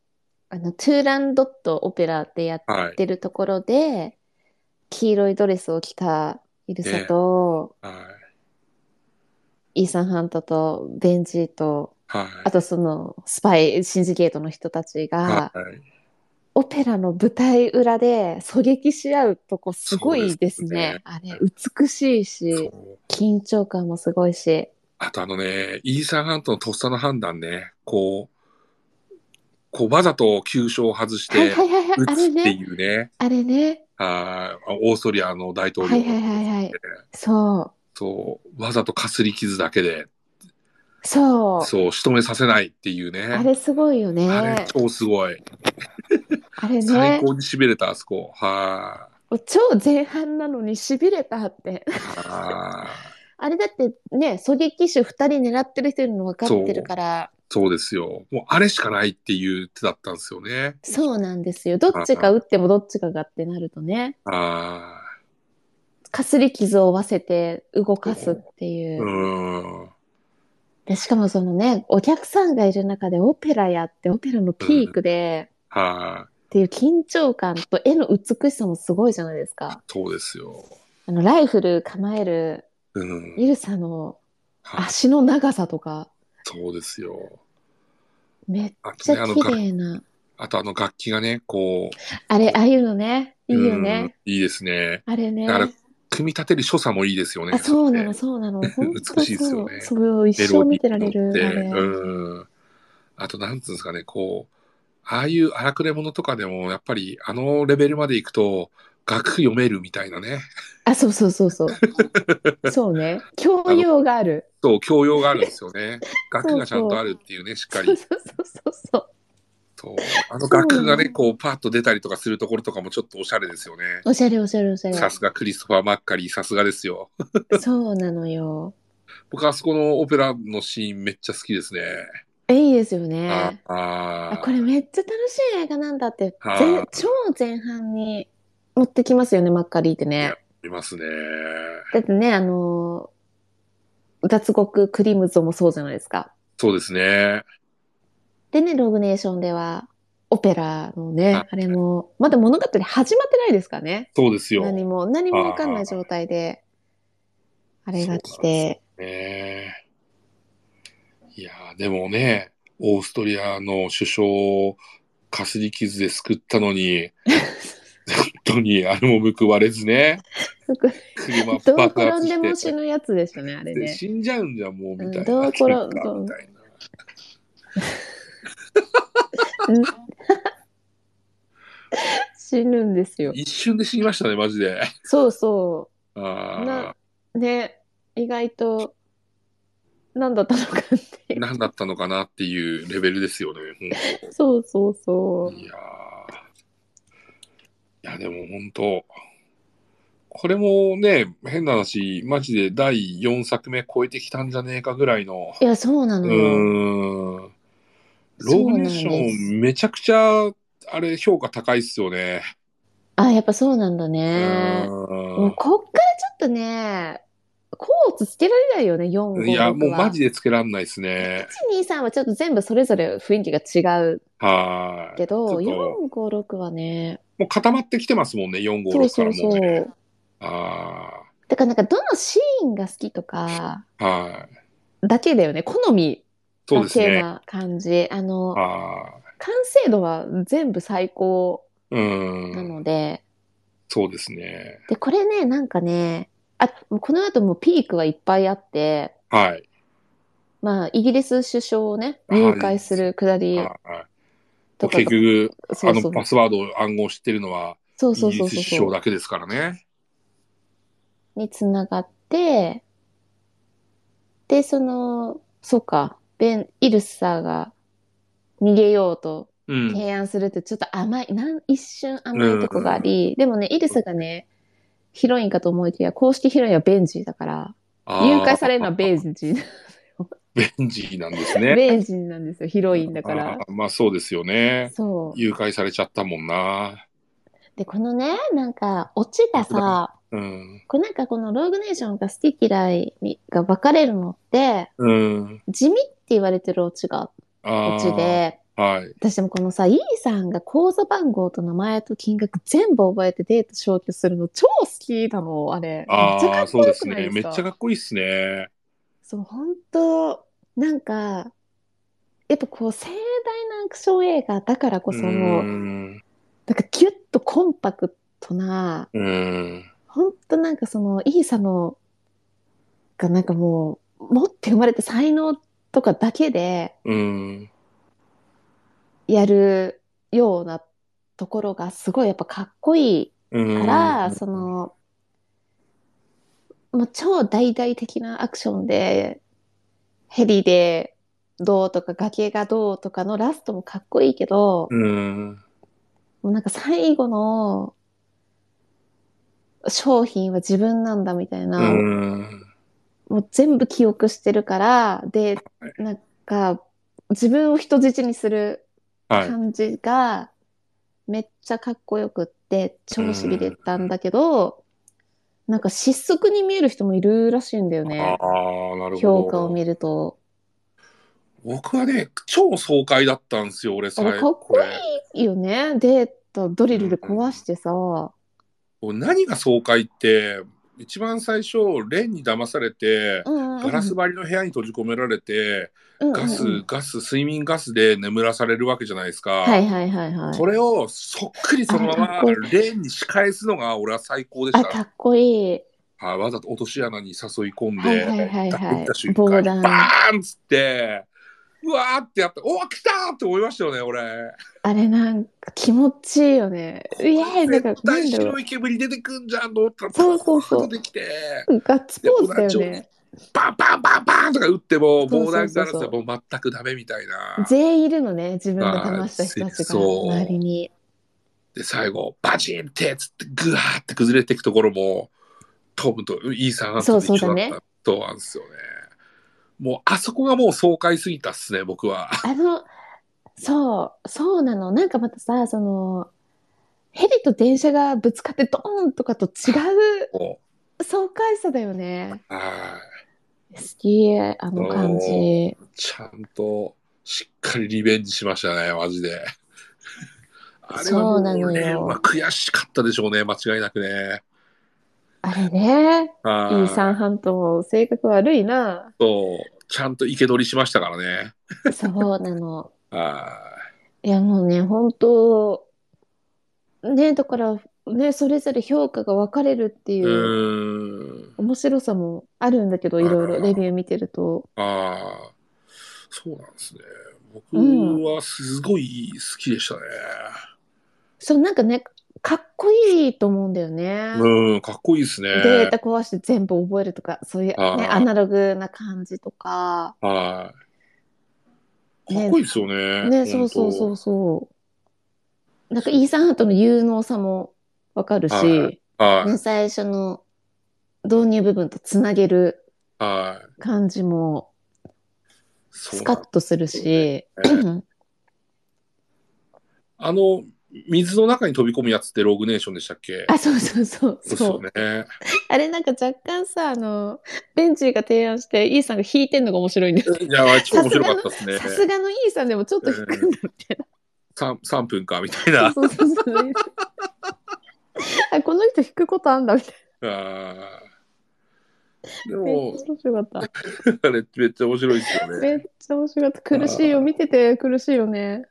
Speaker 2: あの、トゥーランドットオペラでやっ
Speaker 1: はい。
Speaker 2: てるところで、黄色いドレスを着たイルサと、
Speaker 1: はい。
Speaker 2: イーサン・ハントと、ベンジーと、
Speaker 1: はい。
Speaker 2: あとその、スパイ、シンジゲートの人たちが、
Speaker 1: はい。
Speaker 2: オペラの舞台裏で狙撃し合うとこすごいです
Speaker 1: そうです
Speaker 2: ね
Speaker 1: ね。
Speaker 2: あれ、美しいし、
Speaker 1: そう
Speaker 2: 緊張感もすごいし。
Speaker 1: あとあのね、イーサンハントのとっさの判断ね、こう、こうわざと急所を外し
Speaker 2: はい
Speaker 1: て
Speaker 2: はいはいはい、
Speaker 1: 撃
Speaker 2: あ
Speaker 1: つ
Speaker 2: れ
Speaker 1: って
Speaker 2: ね、
Speaker 1: いうね、
Speaker 2: あれね。
Speaker 1: あーオーストリアの大統領、
Speaker 2: はいはいはいはい。そ
Speaker 1: そう、わざとかすり傷だけで、
Speaker 2: う。そう。
Speaker 1: そう、仕留めさせないっていうね、
Speaker 2: あれすごいよね。
Speaker 1: あ
Speaker 2: あ
Speaker 1: れ超すごい、
Speaker 2: れ
Speaker 1: 最
Speaker 2: ね。
Speaker 1: 高にしびれた、あそこ、は
Speaker 2: 超前半なのに痺れたって。
Speaker 1: いはーい
Speaker 2: あれだってね、狙撃手2人狙ってる人いるの分かってるから、
Speaker 1: そうですよ、もうあれしかないっていう手だったんですよね。
Speaker 2: そうなんですよ。どっちか打ってもどっちかがってなるとね、
Speaker 1: あ
Speaker 2: かすり傷を負わせて動かすってい
Speaker 1: ー
Speaker 2: う。
Speaker 1: うーん
Speaker 2: で、しかもそのね、お客さんがいる中でオペラやって、オペラのピークで、
Speaker 1: は
Speaker 2: っていう緊張感と絵の美しさもすごいじゃないですか。
Speaker 1: い、そうですよ。
Speaker 2: あの、ライフル構える
Speaker 1: うん
Speaker 2: イルサの
Speaker 1: はい
Speaker 2: 足の長さとか、
Speaker 1: そうですよ。
Speaker 2: めっ
Speaker 1: あ
Speaker 2: ち
Speaker 1: とね、
Speaker 2: ゃ
Speaker 1: あの
Speaker 2: 綺
Speaker 1: 楽、
Speaker 2: 麗な。
Speaker 1: あとあの楽器がね、こ
Speaker 2: あれ、ああいうのね、
Speaker 1: う、
Speaker 2: いいよ
Speaker 1: うん
Speaker 2: ね。。
Speaker 1: いいですね。
Speaker 2: あれね。
Speaker 1: だから組み立てる所作もいいですよね。
Speaker 2: あ、そうな
Speaker 1: れ
Speaker 2: の、
Speaker 1: って
Speaker 2: そうなの。本 当
Speaker 1: 美しいですよね
Speaker 2: そう。そう、一生見てられ
Speaker 1: メ
Speaker 2: る、
Speaker 1: ロディ
Speaker 2: あ
Speaker 1: ーに乗
Speaker 2: れ。
Speaker 1: ってうん。あと、なんつうんですかね、こう、ああいう荒くれ者とかでも、やっぱりあのレベルまで行くと、楽譜読めるみたいなね。
Speaker 2: あ、そうそうそ うそう。そうね。教養がある。
Speaker 1: そう、教養があるんですよ ね。
Speaker 2: うそう
Speaker 1: 楽がちゃんとあるっていうね、しっ
Speaker 2: そ
Speaker 1: か
Speaker 2: うそう
Speaker 1: り。
Speaker 2: そうそうそう。
Speaker 1: そう。あの楽譜が
Speaker 2: そうな
Speaker 1: ね、
Speaker 2: の
Speaker 1: こう、パッと出たりとかするところとかもちょっとおしゃれですよね。
Speaker 2: おしゃれおしゃれおしゃ
Speaker 1: さすがクリストファー・マッカリー、さすがですよ。
Speaker 2: れ。そうなのよ。
Speaker 1: 僕あそこのオペラのシーンめっちゃ好きですね。
Speaker 2: えいいですよ
Speaker 1: あ
Speaker 2: ね。
Speaker 1: あ
Speaker 2: あ、これめっちゃ楽しい映画なんだって、
Speaker 1: あ
Speaker 2: 前
Speaker 1: ー
Speaker 2: 超前半に持ってきますよね、マッカリーって
Speaker 1: い
Speaker 2: ね
Speaker 1: や。いますね。
Speaker 2: だってね、あのー脱獄クリムゾもそうじゃないですか。
Speaker 1: そうですね。
Speaker 2: でね、ログネーションでは、オペラの
Speaker 1: は
Speaker 2: ね
Speaker 1: い、
Speaker 2: あれも、まだ物語始まってないですからね。
Speaker 1: そうですよ。
Speaker 2: 何
Speaker 1: ね
Speaker 2: も、何もわかんない状態で、あれが来て、
Speaker 1: えいやーでもね、オーストリアの首相をかすり傷で救ったの に、本当にあれも報われずね、
Speaker 2: すごい
Speaker 1: 車
Speaker 2: どう
Speaker 1: 爆
Speaker 2: 転ん
Speaker 1: 発
Speaker 2: でも
Speaker 1: し
Speaker 2: 死
Speaker 1: て。
Speaker 2: ぬやつでしたね、あれ
Speaker 1: で
Speaker 2: ね。
Speaker 1: 死んじゃうんじゃんもうみたいな。
Speaker 2: うんどう転ん
Speaker 1: みたいな。
Speaker 2: 死ぬんですよ。
Speaker 1: 一瞬で死にましたね、マジで。
Speaker 2: そうそう。
Speaker 1: あ
Speaker 2: なね意外と何だったのかって
Speaker 1: あ、何だったのかなっていうレベルですよね。
Speaker 2: そうそうそ
Speaker 1: 本当いやーいや、でも本当、これもね、変な話、マジで第4作目超えてきたんじゃねえかぐらいの、
Speaker 2: ういやそうな
Speaker 1: う
Speaker 2: のよ
Speaker 1: ーん、ローグネーシ
Speaker 2: そうなんです
Speaker 1: ョン、めちゃくちゃ、あれ、評価高いっすよね。
Speaker 2: あやっぱそうなんだ
Speaker 1: う
Speaker 2: ねも
Speaker 1: ー
Speaker 2: うこっからちょっとねコーツつけられないよね
Speaker 1: ん。いや、も
Speaker 2: 456
Speaker 1: うマ
Speaker 2: は
Speaker 1: ジでつけらんないですね。
Speaker 2: 123はちょっと全部それぞれ雰囲気が違う
Speaker 1: はーい。
Speaker 2: けど
Speaker 1: ちょっ
Speaker 2: 456はね
Speaker 1: もう固まってきてますもんね、4、5、
Speaker 2: そ
Speaker 1: 6
Speaker 2: う
Speaker 1: か
Speaker 2: そ
Speaker 1: ら
Speaker 2: う
Speaker 1: も
Speaker 2: そう
Speaker 1: ね。
Speaker 2: う
Speaker 1: あ
Speaker 2: だからなんかどのシーンが好きとか
Speaker 1: あ、はい。
Speaker 2: だけだよね好み
Speaker 1: そう
Speaker 2: だ
Speaker 1: です
Speaker 2: け
Speaker 1: ね。
Speaker 2: な感じあの
Speaker 1: ああ、
Speaker 2: 完成度は全部最高
Speaker 1: う、
Speaker 2: なんので、
Speaker 1: そうですね。
Speaker 2: で、これね、なんかね、あ、この後もピークはいっぱいあって、
Speaker 1: はい。
Speaker 2: まあ、イギリス首相をね、
Speaker 1: はい
Speaker 2: 入会するくだり
Speaker 1: はい
Speaker 2: とか
Speaker 1: 結局、
Speaker 2: そ
Speaker 1: あ
Speaker 2: うそ
Speaker 1: の
Speaker 2: う、
Speaker 1: パスワード暗号知ってるのは、
Speaker 2: そう
Speaker 1: イ
Speaker 2: そう
Speaker 1: ギ
Speaker 2: そう
Speaker 1: リス
Speaker 2: そう
Speaker 1: 首相だけですからね。
Speaker 2: につながって、で、その、そうか、ベン・イルサーが逃げようと
Speaker 1: うん。
Speaker 2: 提案するってちょっと甘い、なん一瞬甘いとこがあり、でもね、イルサがね、ヒロインかと思いきや、公式ヒロインはベンジーだから、
Speaker 1: あー
Speaker 2: 誘拐されるのはベンジー、
Speaker 1: ベンジーなんですね。
Speaker 2: ベンジーなんですよ、ヒロインだから
Speaker 1: あ。ーまあそうですよね。
Speaker 2: そう。
Speaker 1: 誘拐されちゃったもんな。
Speaker 2: で、このね、なんか、オチがさ、
Speaker 1: うん。
Speaker 2: こうなんかこのローグネーションが好き嫌いにが分かれるのって、
Speaker 1: うん。
Speaker 2: 地味って言われてるオチが、
Speaker 1: あ
Speaker 2: オ
Speaker 1: ー
Speaker 2: チ。で、
Speaker 1: はい。
Speaker 2: 私でもこのさ、イーさんが口座番号と名前と金額全部覚えてデート消去するの超好きなの、あれ。めっちゃ
Speaker 1: あ
Speaker 2: か
Speaker 1: あ、
Speaker 2: っ
Speaker 1: そう
Speaker 2: こ
Speaker 1: で
Speaker 2: よ
Speaker 1: す
Speaker 2: くない
Speaker 1: ね。
Speaker 2: で
Speaker 1: めっ
Speaker 2: す
Speaker 1: ち
Speaker 2: か
Speaker 1: ゃかっこいいっすね。
Speaker 2: そう、本当なんか、やっぱこう盛大なアクション映画だからこそ、
Speaker 1: うー
Speaker 2: なん
Speaker 1: ん。
Speaker 2: かギュッとコンパクトな、
Speaker 1: うーん。
Speaker 2: 本当なんかそのイーサのがなんかもう持って生まれた才能とかだけで
Speaker 1: うん。
Speaker 2: やるようなところがすごいやっぱかっこいい
Speaker 1: か
Speaker 2: から、そ、のもう超大々的なアクションでヘリでどうとか崖がどうとかのラストもかっこいいけど、
Speaker 1: うん。
Speaker 2: もうなんか最後の商品は自分なんだみたいな。
Speaker 1: うん。
Speaker 2: もう全部記憶してるから、で、なんか、自分を人質にする
Speaker 1: はい。
Speaker 2: 感じが、めっちゃかっこよくって、超しびれたんだけど、なんか失速に見える人もいるらしいんだよね。
Speaker 1: ああ、なる
Speaker 2: 評
Speaker 1: ほ
Speaker 2: 価を
Speaker 1: ど。
Speaker 2: 見ると。
Speaker 1: 僕はね、超爽快だったんですよ、俺
Speaker 2: あ
Speaker 1: さ
Speaker 2: れ、かっこ
Speaker 1: れ
Speaker 2: いいよね。データ、ドリルで壊してさ。
Speaker 1: これ何が爽快って、一番最初、レンに騙されて、
Speaker 2: うんうん
Speaker 1: ガラス張りの部屋に閉じ込められて、
Speaker 2: うんうん
Speaker 1: ガス、ガス、睡眠ガスで眠らされるわけじゃないですか。
Speaker 2: はいはいはいはい。
Speaker 1: それをそっくりそのま
Speaker 2: あか
Speaker 1: ま
Speaker 2: っこい
Speaker 1: レンに仕返すのが俺は最高でし
Speaker 2: あ、
Speaker 1: た
Speaker 2: か。っこいい。
Speaker 1: はい、わざと落とし穴に誘い込ん
Speaker 2: はい
Speaker 1: で、
Speaker 2: はいはいはい
Speaker 1: ダッて打った瞬
Speaker 2: 防
Speaker 1: 間
Speaker 2: 弾
Speaker 1: バーンっつって、うわーってやって、おー来たーって思いましたよね、俺。
Speaker 2: あれなんか気持ちいいよね。いやなんか、
Speaker 1: 絶
Speaker 2: な
Speaker 1: 対
Speaker 2: んだろ
Speaker 1: 白。
Speaker 2: う
Speaker 1: い煙出てくんじゃんと思ったら、
Speaker 2: そうそうそう
Speaker 1: パーンと出てきて、
Speaker 2: ガッツポーズだよね。
Speaker 1: バンバンバンバンとか打っても、
Speaker 2: そう
Speaker 1: 防
Speaker 2: そうそうそう
Speaker 1: 弾ガラスはもう全くダメみたいな。
Speaker 2: 全員いるのね、自分が騙した人たちが
Speaker 1: そう
Speaker 2: 周りに。
Speaker 1: で、最後、バチンってつって、ぐわーって崩れていくところも、トムとイーサンハントと一緒だったとなんですよね。もう、あそこがもう爽快すぎたっすね、僕 は。
Speaker 2: あの、そう、そうなの。なんかまたさ、その、ヘリと電車がぶつかってドーンとかと違う
Speaker 1: も
Speaker 2: 爽快さだよね。
Speaker 1: うはい
Speaker 2: 好き、あの感じ。
Speaker 1: ちゃんとしっかりリベンジしましたね、マジ で。あれはも
Speaker 2: そうなの
Speaker 1: う
Speaker 2: よ
Speaker 1: レンは悔しかったでしょうね、間違いなくね。
Speaker 2: あれね、イ
Speaker 1: あ
Speaker 2: ーサンハントも性格悪いな。
Speaker 1: そう、ちゃんと生け捕りしましたからね。
Speaker 2: そうなの。
Speaker 1: はい
Speaker 2: やもうね、本当ね、だから、ね、それぞれ評価が分かれるって
Speaker 1: い。
Speaker 2: いうう
Speaker 1: ーん。
Speaker 2: 面白さもあるんだけど、いろいろレビュー見てると。
Speaker 1: ああ、そうなんですね。僕
Speaker 2: うん
Speaker 1: はすごい好きでしたね。
Speaker 2: そう、なんかね、かっこいいと思うんだよね。
Speaker 1: うん、かっこいいですね。
Speaker 2: データ壊して全部覚えるとか、そういう
Speaker 1: あ
Speaker 2: ね、
Speaker 1: ー
Speaker 2: アナログな感じとか。
Speaker 1: はい。
Speaker 2: ね
Speaker 1: かっこいいですよね。
Speaker 2: ね、そうそうそうそう。なんか、イーサンハートの有能さも分かるし、
Speaker 1: はう。はい。
Speaker 2: ね、最初の導入部分とつなげる
Speaker 1: はい。
Speaker 2: 感じも。
Speaker 1: そうな
Speaker 2: スカ
Speaker 1: んで
Speaker 2: ッとするし、
Speaker 1: すねあの、水の中に飛び込むやつってローグネーションでしたっけ
Speaker 2: あ、そうそうそう、
Speaker 1: そうです
Speaker 2: そ
Speaker 1: よ
Speaker 2: う。
Speaker 1: ね。
Speaker 2: あれなんか若干さ、あの、ベンチーが提案して、イーさんが弾いてんのが面白いんだよ。
Speaker 1: いや、超面白かったですね
Speaker 2: さすがのイーさんでもちょっと弾くんだって。
Speaker 1: 3。3分か、みたいな。
Speaker 2: そうそうそう。あ、この人弾くことあんだみたい
Speaker 1: あーで
Speaker 2: な。めっ
Speaker 1: も
Speaker 2: ち、ゃ面白かっ
Speaker 1: あれめっちゃ面白いですよ
Speaker 2: た。
Speaker 1: ね。
Speaker 2: めっちゃ面白かった。苦しいよ。見てて苦しいよね。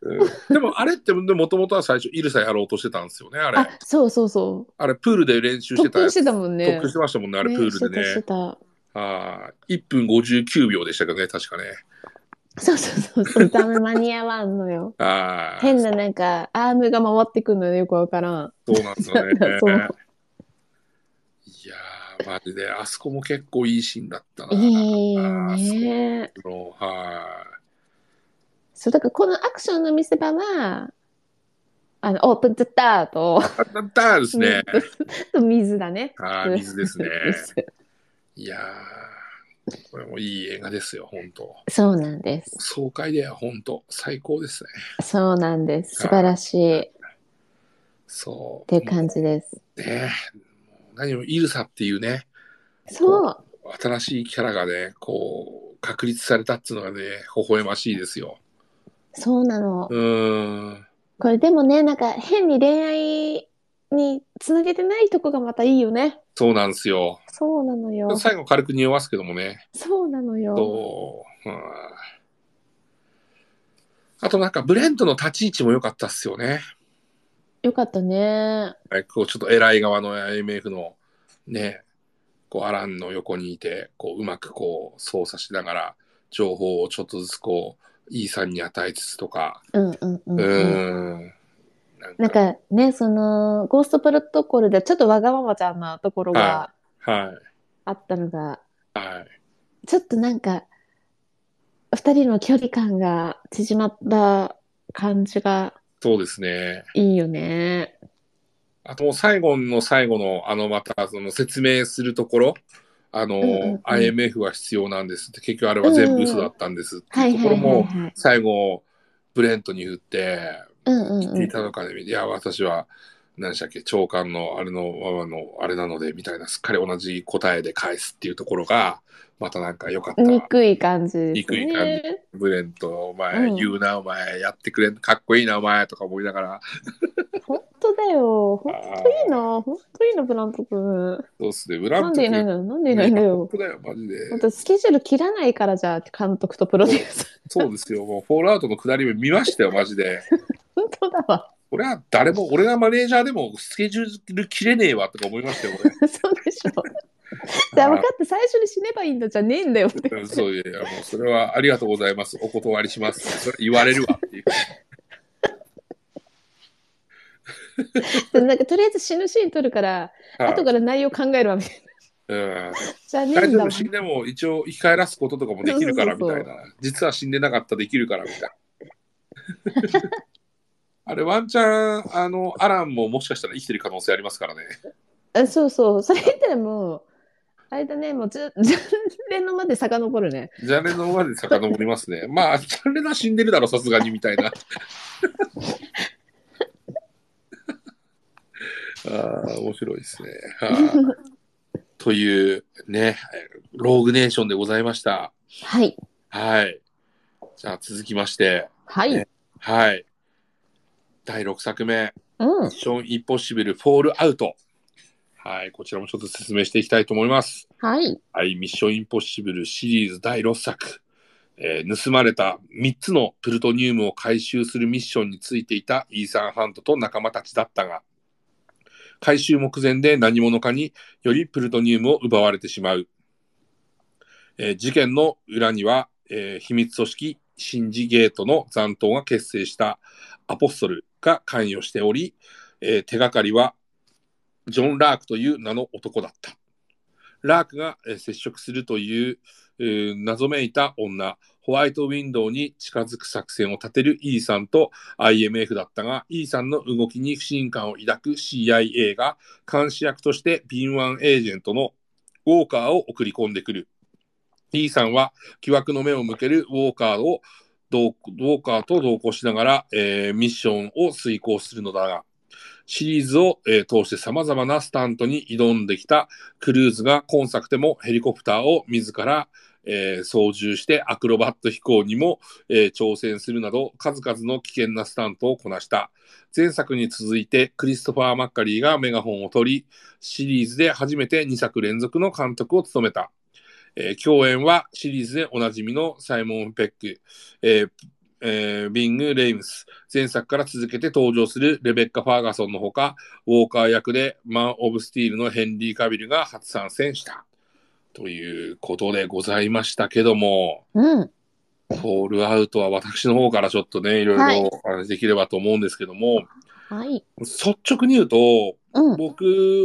Speaker 1: でもあれってもともとは最初イルサやろうとしてたんですよねあれ
Speaker 2: あ
Speaker 1: あ、
Speaker 2: そうそうそう。
Speaker 1: れプールで練習して
Speaker 2: 特
Speaker 1: たや
Speaker 2: 訓し
Speaker 1: つ
Speaker 2: てたもんね。
Speaker 1: 特訓してましたもんねあれ
Speaker 2: ね
Speaker 1: プールで
Speaker 2: してたして
Speaker 1: ね
Speaker 2: た。
Speaker 1: あー1分59秒でしたけどね確かね
Speaker 2: そうそうそうそう。ダメ間に合わんのよ。
Speaker 1: あー
Speaker 2: 変ななんかアーム が回ってくるのよよくわからん。
Speaker 1: そうなんですよね
Speaker 2: そ
Speaker 1: い
Speaker 2: う
Speaker 1: やーマジで、あそこも結構いいシーンだったな。
Speaker 2: いい
Speaker 1: あー
Speaker 2: ね。
Speaker 1: そのは
Speaker 2: そう、だからこのアクションの見せ場は、あの、オープンツッターと、
Speaker 1: い。だったですね。
Speaker 2: と水だね。
Speaker 1: はい、水ですね。
Speaker 2: 水
Speaker 1: いやー、これもいい映画ですよ、本当。
Speaker 2: そうなんです。
Speaker 1: 爽快で、本当、最高ですね。
Speaker 2: そうなんです。素晴らしい。っ
Speaker 1: そう。
Speaker 2: ていう感じです。
Speaker 1: ねもう何よりイルサっていうね、
Speaker 2: そう。
Speaker 1: 新しいキャラがね、こう、確立されたっていうのがね、微笑ましいですよ。
Speaker 2: そうなの。
Speaker 1: うーん。
Speaker 2: これでもね、なんか変に恋愛につなげてないとこがまたいいよね。
Speaker 1: そうなんですよ。
Speaker 2: そうなのよ。
Speaker 1: 最後軽く匂わすけどもね。
Speaker 2: そうなのよ。
Speaker 1: そう。うんあとなんかブレントの立ち位置も良かったっすよね。
Speaker 2: よかったね。
Speaker 1: はいこうちょっと偉い側の IMF のね、こうアランの横にいて、こううまくこう操作しながら情報をちょっとずつこう、イーサンに与えつつとか。
Speaker 2: うんうんうん、
Speaker 1: う
Speaker 2: う
Speaker 1: ー
Speaker 2: ん。
Speaker 1: ん。な
Speaker 2: なん、かね、その、ゴーストプロトコルでちょっとわがままちゃんなところが
Speaker 1: は
Speaker 2: あったのが、
Speaker 1: い。はい。
Speaker 2: ちょっとなんか、二人の距離感が縮まった感じが
Speaker 1: そうですね。
Speaker 2: いいよね。
Speaker 1: あともう最後の最後の、あの、また、その説明するところ、あの、
Speaker 2: んうんうん
Speaker 1: IMF は必要なんですって、結局あれは全部嘘だったんですって
Speaker 2: はいい
Speaker 1: と
Speaker 2: う
Speaker 1: こ
Speaker 2: は
Speaker 1: ろ
Speaker 2: いはい
Speaker 1: も、
Speaker 2: はい。
Speaker 1: 最後、ブレントに振って、
Speaker 2: うんうん
Speaker 1: 聞
Speaker 2: う
Speaker 1: い
Speaker 2: ん。
Speaker 1: たのかね、いや、私は、何でしたっけ、長官のあれのままの、あれなので、みたいな、すっかり同じ答えで返すっていうところが、またなんか良かった。
Speaker 2: 憎い感じですね。
Speaker 1: 憎い感じブレント、お前、
Speaker 2: うん
Speaker 1: 言うな、お前、やってくれん、かっこいいな、お前、とか思いながら、
Speaker 2: 本当だよ。本当いいな。本当いいな、ブラント君。
Speaker 1: そうっすね、ブラ
Speaker 2: なん
Speaker 1: ント
Speaker 2: でいないんだよ。なんでいないんだ
Speaker 1: 本
Speaker 2: よ。
Speaker 1: 当だよ、マジで。
Speaker 2: 本当スケジュール切らないからじゃあ、監督とプロデュー サー。
Speaker 1: そうですよ、もうフォールアウトの下り目見ましたよ、マジで。
Speaker 2: 本当だわ。
Speaker 1: これは誰も、俺がマネージャーでもスケジュール切れねえわとか思いましたよ、こ
Speaker 2: そうでしょ。じゃあ、分かって最初に死ねばいいんだじゃね えんだよって。
Speaker 1: れ。そういやいや、もうそれはありがとうございます、お断りします、それ言われるわっていう。
Speaker 2: なんか、とりあえず死ぬシーン撮るから、
Speaker 1: はい
Speaker 2: 後から内容考えるわみたいな。
Speaker 1: うん、
Speaker 2: じゃあねえ
Speaker 1: 大
Speaker 2: ん
Speaker 1: 丈
Speaker 2: だわ
Speaker 1: 夫、。死んでも一応生き返らすこととかもできるからみ
Speaker 2: そうそ
Speaker 1: た
Speaker 2: うそ
Speaker 1: いうな。実は死んでなかった、できるからみたいな。 あれ、ワンチャン、あの、アランももしかしたら生きてる可能性ありますからね。
Speaker 2: あそうそう。それ言ったらもう、あれだね、もう、 じゅジャンレノまで遡るね。
Speaker 1: ジャンレノまで遡りますね。まあ、ジャンレノは死んでるだろ、さすがに、みたいな。あ あ、面白いですね。はいという、ね、ローグネーションでございました。
Speaker 2: はい。
Speaker 1: はい。じゃあ、続きまして、
Speaker 2: はい。
Speaker 1: ねはい。第6作目、
Speaker 2: うん。
Speaker 1: ミッションインポッシブル・フォール・アウト。はい、こちらもちょっと説明していきたいと思います。
Speaker 2: はい。
Speaker 1: はい、ミッションインポッシブルシリーズ第6作、えー盗まれた3つのプルトニウムを回収するミッションについていたイーサン・ハントと仲間たちだったが、回収目前で何者かによりプルトニウムを奪われてしまう。えー事件の裏には、えー秘密組織シンジゲートの残党が結成したアポストルが関与しており、えー手がかりはジョン・ラークという名の男だった。ラークがえー接触するという、えー謎めいた女、ホワイトウィンドウに近づく作戦を立てる E さんと IMF だったが、E さんの動きに不信感を抱く CIA が監視役として敏腕エージェントのウォーカーを送り込んでくる。E さんは疑惑の目を向けるウォーカーを同ウォーカーと同行しながら、えーミッションを遂行するのだが、シリーズを、えー通して様々なスタントに挑んできたクルーズが今作でもヘリコプターを自ら、えー操縦してアクロバット飛行にも、えー挑戦するなど数々の危険なスタントをこなした前作に続いてクリストファー・マッカリーがメガホンを取りシリーズで初めて2作連続の監督を務めた、えー共演はシリーズでおなじみのサイモン・ペック、えーえービング・レイムス前作から続けて登場するレベッカ・ファーガソンのほかウォーカー役でマン・オブ・スティールのヘンリー・カビルが初参戦した。ということでございましたけども、
Speaker 2: うん。
Speaker 1: フォールアウトは私の方からちょっとね、いろ
Speaker 2: はいい
Speaker 1: ろお話しできればと思うんですけども、
Speaker 2: はい。
Speaker 1: 率直に言うと、
Speaker 2: うん。
Speaker 1: 僕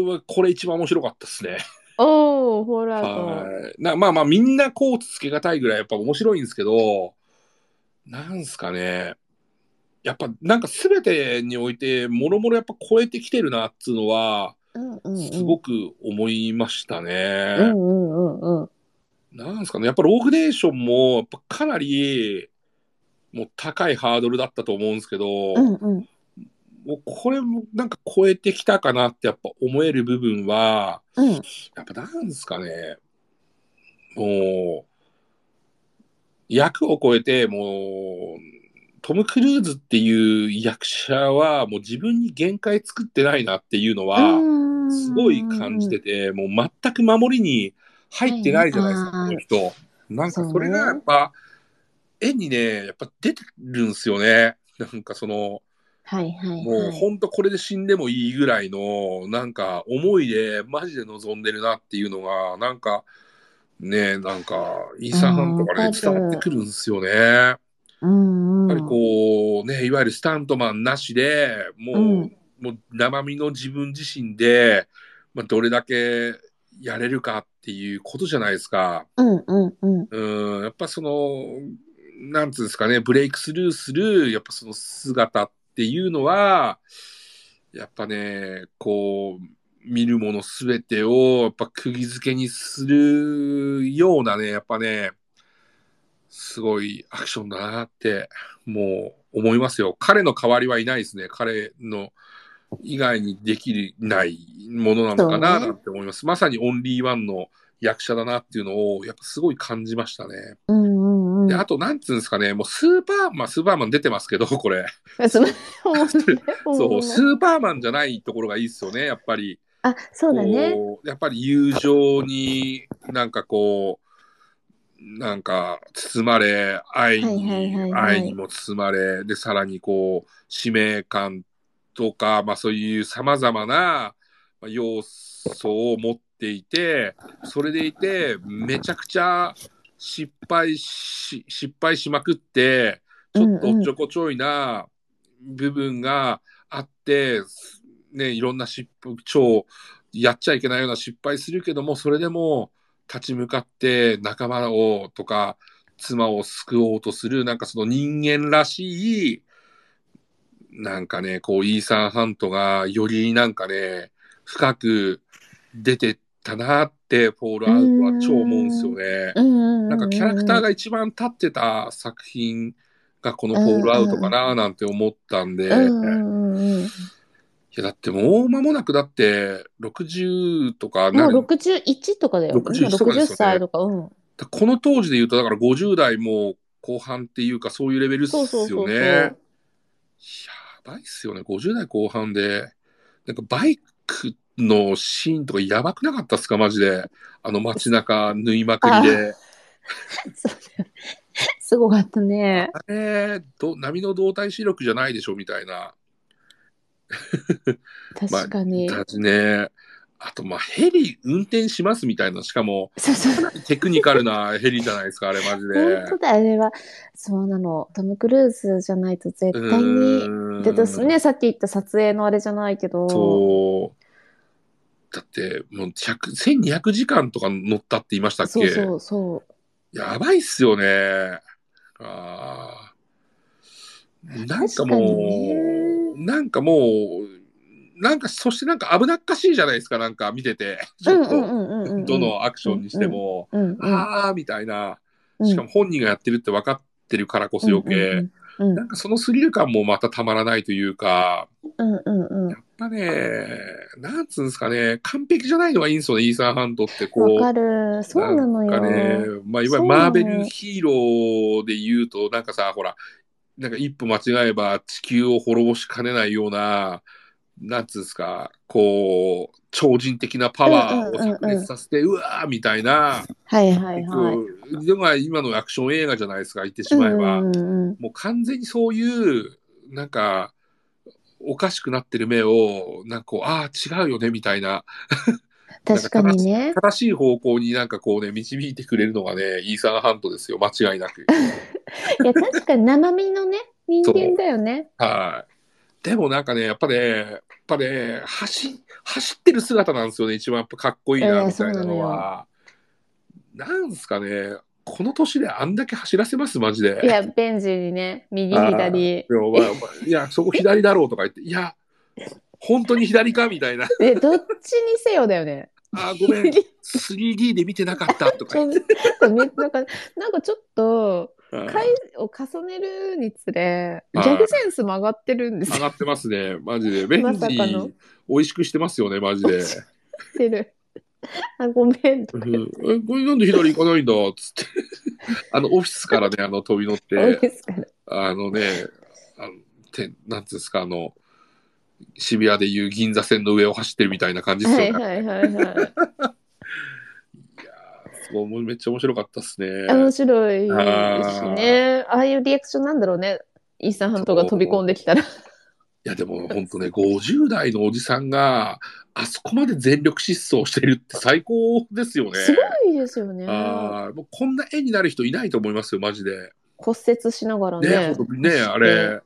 Speaker 1: はこれ一番面白かったですね。
Speaker 2: おお、フォールアウト。
Speaker 1: はいなまあまあみんなこうつけがたいぐらいやっぱ面白いんですけどなんすかねやっぱなんか全てにおいてもろもろやっぱ超えてきてるなっつうのは
Speaker 2: うんうんうん。
Speaker 1: すごく思いましたね。
Speaker 2: うんうんうんうん。
Speaker 1: なんですかねやっぱローグデーションもやっぱかなりもう高いハードルだったと思うんですけど、
Speaker 2: うんうん。
Speaker 1: もうこれもなんか超えてきたかなってやっぱ思える部分は
Speaker 2: うん。
Speaker 1: やっぱなんですかね、もう、役を超えて、もう、トム・クルーズっていう役者は、もう自分に限界作ってないなっていうのは、
Speaker 2: うん
Speaker 1: すごい感じてて、もう全く守りに入ってないじゃないですか、
Speaker 2: はい
Speaker 1: この人。なんかそれが
Speaker 2: そう
Speaker 1: や
Speaker 2: ね
Speaker 1: っぱ、絵にね、やっぱ出てるんですよね。なんかその、
Speaker 2: はいはい
Speaker 1: もう
Speaker 2: はい。
Speaker 1: ほんとこれで死んでもいいぐらいのなんか思いでマジで望んでるなっていうのがなんかねえなんかイーサン・ハンとか
Speaker 2: あ
Speaker 1: ね
Speaker 2: ー
Speaker 1: 伝わってくるんですよね。や
Speaker 2: う
Speaker 1: っ
Speaker 2: んう
Speaker 1: ぱ
Speaker 2: ん。
Speaker 1: りこうねいわゆるスタントマンなしでもう,、
Speaker 2: うん
Speaker 1: もう生身の自分自身で、まあ、どれだけやれるかっていうことじゃないですか。
Speaker 2: うんうんうん。
Speaker 1: うんやっぱそのなんつうんですかねブレイクスルーするやっぱその姿っていうのはやっぱねこう見るものすべてをやっぱ釘付けにするようなねやっぱねすごいアクションだなってもう思いますよ彼の代わりはいないですね彼の以外にできないものなのかな
Speaker 2: そうね
Speaker 1: なんて思います、まさにオンリーワンの役者だなっていうのをやっぱすごい感じましたね。
Speaker 2: うんうんう
Speaker 1: で
Speaker 2: ん。
Speaker 1: あとなんつうんですかねもうスーパーマンスーパーマン出てますけど これ
Speaker 2: その本物ね 本
Speaker 1: そ
Speaker 2: 物
Speaker 1: うスーパーマンじゃないところがいいですよねやっぱり。
Speaker 2: あ、そうだね。
Speaker 1: こうやっぱり友情になんかこうなんか包まれ愛に、
Speaker 2: はいはいはいはい
Speaker 1: 愛にも包まれでさらにこう使命感とか、まあ、そういうさまざまなまあ要素を持っていてそれでいてめちゃくちゃ失敗し失敗しまくってちょっとおっちょこちょいな部分があって、ね、いろんな失敗超やっちゃいけないような失敗するけどもそれでも立ち向かって仲間をとか妻を救おうとするなんかその人間らしいなんかねこうイーサン・ハントがよりなんかね深く出てったなってフォールアウトは超思うんですよね。
Speaker 2: うんうんうんうん。
Speaker 1: なんかキャラクターが一番立ってた作品がこの「フォールアウト」かななんて思ったんで、
Speaker 2: うんうんうんうん。
Speaker 1: いやだってもう間もなくだって60とかな
Speaker 2: も
Speaker 1: る
Speaker 2: う61とかだよ。今
Speaker 1: 61とかですよね
Speaker 2: 60歳とか。うん。
Speaker 1: この当時で言うとだから50代もう後半っていうかそういうレベルっすよ
Speaker 2: そう
Speaker 1: ね。
Speaker 2: そうそうそう。
Speaker 1: やばいっすよね50代後半でなんかバイクのシーンとかやばくなかったっすかマジであの街中 縫いまくりで。
Speaker 2: そうだよすごかったね。
Speaker 1: あれど波の動体視力じゃないでしょみたいな。
Speaker 2: 確かに。
Speaker 1: だしね。あと、まあ、ヘリ運転しますみたいな、しかも、
Speaker 2: そうそう。
Speaker 1: テクニカルなヘリじゃないですか、あれ、マジで
Speaker 2: 本。当だ、あれは。そうなの。トム・クルーズじゃないと絶対に。
Speaker 1: うーん
Speaker 2: でですね、さっき言った撮影のあれじゃないけど。
Speaker 1: そう。だって、もう100、1200時間とか乗ったって言いましたっけ
Speaker 2: そうそうそう
Speaker 1: やばいっすよね。あーなんかもう
Speaker 2: 確かにね
Speaker 1: なんかもう、なんか、そしてなんか危なっかしいじゃないですか、なんか見てて。ち
Speaker 2: うん
Speaker 1: ょっ
Speaker 2: う
Speaker 1: と、
Speaker 2: んうんうんうん。
Speaker 1: どのアクションにしても、
Speaker 2: うんうん
Speaker 1: あーみたいな、
Speaker 2: うん。
Speaker 1: しかも本人がやってるって分かってるからこそ余計、
Speaker 2: うんうん
Speaker 1: なんかそのスリル感もまたたまらないというか、
Speaker 2: うんうん
Speaker 1: やっぱね、なんつうんですかね、完璧じゃないのがいいんですよね、イーサン・ハントって
Speaker 2: うん。
Speaker 1: こ
Speaker 2: わか
Speaker 1: う。
Speaker 2: る。そうなの
Speaker 1: なんか
Speaker 2: よ。
Speaker 1: ね、まあ、いわ
Speaker 2: そ
Speaker 1: ゆる
Speaker 2: うなの
Speaker 1: マーベルヒーローで言うと、なんかさ、ほら、なんか一歩間違えば地球を滅ぼしかねないような、なんつうんですか、こう、超人的なパワーを炸裂させて、うわーみたいな、
Speaker 2: はいはいはい。
Speaker 1: でも今のアクション映画じゃないですか言ってしまえば、
Speaker 2: うんうんうん
Speaker 1: もう完全にそういうなんかおかしくなってる目をなんかこうああ違うよねみたいな
Speaker 2: 確かにね。
Speaker 1: 正しい方向になんかこうね導いてくれるのがねイーサン・ハントですよ間 違いなく
Speaker 2: いや確かに生身のね人間だよね。
Speaker 1: はいでもなんかね、やっぱね、やっぱね、走、走ってる姿なんですよね、一番やっぱかっこいい
Speaker 2: え
Speaker 1: な、
Speaker 2: え
Speaker 1: みたいなのは。なんすかね、この年であんだけ走らせます、マジで。
Speaker 2: いや、ベンジにね、右、
Speaker 1: あーい
Speaker 2: 左。
Speaker 1: やお前お前いや、そこ左だろうとか言って、いや、本当に左かみたいな。
Speaker 2: で、どっちにせよだよね。
Speaker 1: あーごめん、3D で見てなかったとか
Speaker 2: ちょ
Speaker 1: 言っ
Speaker 2: っと
Speaker 1: て。
Speaker 2: なんかなんかちょっと
Speaker 1: うん
Speaker 2: 回を重ねるにつれギ
Speaker 1: あー
Speaker 2: ャグセンスも上がってるんです
Speaker 1: 上
Speaker 2: よ。
Speaker 1: がってますね、マジで。ベ
Speaker 2: ま
Speaker 1: ン
Speaker 2: さ
Speaker 1: ジ
Speaker 2: かの
Speaker 1: ー、美味しくしてますよね、マジで。
Speaker 2: ってる。あごめんとか
Speaker 1: うんえ、これなんで左行かないんだっつって。 あの、オフィスからね、あの、飛び乗っ
Speaker 2: 多い
Speaker 1: て、
Speaker 2: ですから。
Speaker 1: あのね、あのてなんつうんですか、あの、渋谷でいう銀座線の上を走ってるみたいな感じです
Speaker 2: は
Speaker 1: よね。
Speaker 2: いはいはいはい。
Speaker 1: そうもうめっちゃ面白かったですね。
Speaker 2: 面白いし
Speaker 1: あ
Speaker 2: ね。ああいうリアクションなんだろうね。イーサンハントが飛び込んできたら。
Speaker 1: いやでも本当ね、50代のおじさんが、あそこまで全力疾走してるって最高ですよね。
Speaker 2: すごいですよね。
Speaker 1: あーもうこんな絵になる人いないと思いますよ、マジで。
Speaker 2: 骨折しながら
Speaker 1: ね、
Speaker 2: ね。
Speaker 1: 本当にね、あれ。